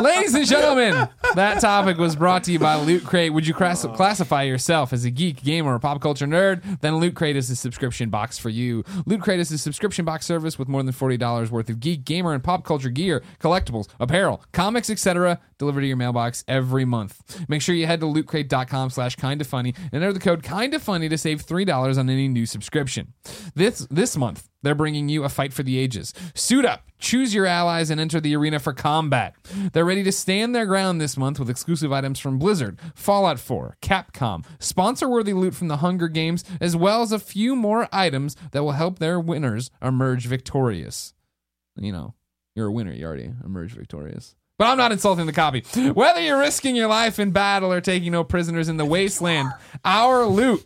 Speaker 1: Ladies and gentlemen, that topic was brought to you by Loot Crate. Would you class- classify yourself as a geek, gamer, or pop culture nerd? Then Loot Crate is the subscription box for you. Loot Crate is a subscription box service with more than $40 worth of geek, gamer, and pop culture gear, collectibles, apparel, comics, etc., delivered to your mailbox every month. Make sure you head to lootcrate.com slash kinda funny and enter the code kinda funny to save $3 on any new subscription. This this month, they're bringing you a fight for the ages. Suit up, choose your allies, and enter the arena for combat. They're ready to stand their ground this month with exclusive items from Blizzard, Fallout 4, Capcom, sponsor worthy loot from the Hunger Games, as well as a few more items that will help their winners emerge victorious. You know, you're a winner, you already emerge victorious. But I'm not insulting the copy. Whether you're risking your life in battle or taking no prisoners in the wasteland, our loot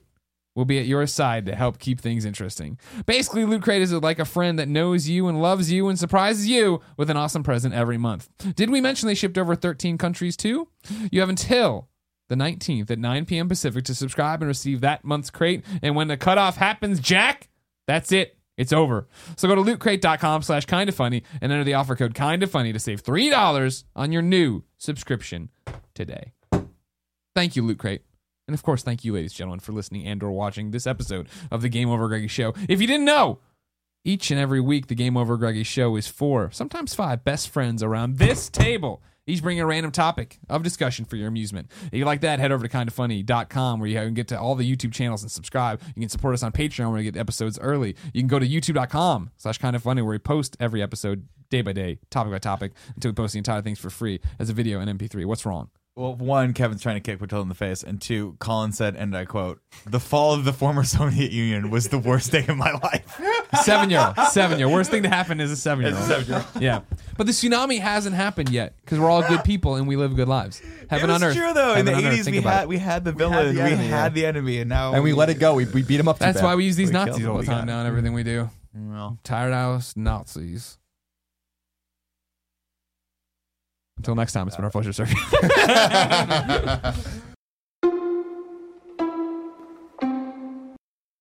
Speaker 1: will be at your side to help keep things interesting. Basically, Loot Crate is like a friend that knows you and loves you and surprises you with an awesome present every month. Did we mention they shipped over 13 countries too? You have until the 19th at 9 p.m. Pacific to subscribe and receive that month's crate. And when the cutoff happens, Jack, that's it. It's over. So go to lootcrate.com slash kinda funny and enter the offer code kinda funny to save $3 on your new subscription today. Thank you, Loot Crate. And of course, thank you, ladies and gentlemen, for listening and or watching this episode of the Game Over Greggy Show. If you didn't know, each and every week, the Game Over Greggy Show is four, sometimes five best friends around this table. Each bring a random topic of discussion for your amusement. If you like that, head over to kindoffunny.com where you can get to all the YouTube channels and subscribe. You can support us on Patreon where you get episodes early. You can go to youtube.com slash kindoffunny where we post every episode day by day, topic by topic, until we post the entire things for free as a video and MP3. What's wrong?
Speaker 2: Well, one, Kevin's trying to kick Patel in the face. And two, Colin said, and I quote, the fall of the former Soviet Union was the worst day of my life.
Speaker 1: Seven year old. Seven year. Worst thing to happen is a seven year old. Yeah. But the tsunami hasn't happened yet because we're all good people and we live good lives. Heaven
Speaker 2: it was
Speaker 1: on earth.
Speaker 2: true, though.
Speaker 1: Heaven
Speaker 2: In the
Speaker 1: on earth.
Speaker 2: 80s,
Speaker 1: Think
Speaker 2: we
Speaker 1: about
Speaker 2: had,
Speaker 1: it.
Speaker 2: we had the villain. We had the enemy, and now.
Speaker 3: and we let it go. We, we beat him up. Too
Speaker 1: That's
Speaker 3: bad.
Speaker 1: why we use these
Speaker 2: We killed
Speaker 1: Nazis
Speaker 2: what
Speaker 1: all the
Speaker 2: we
Speaker 1: time
Speaker 2: got.
Speaker 1: now and everything we do.
Speaker 2: Well,
Speaker 1: Tired house Nazis. Until next time, it's been our pleasure, sir.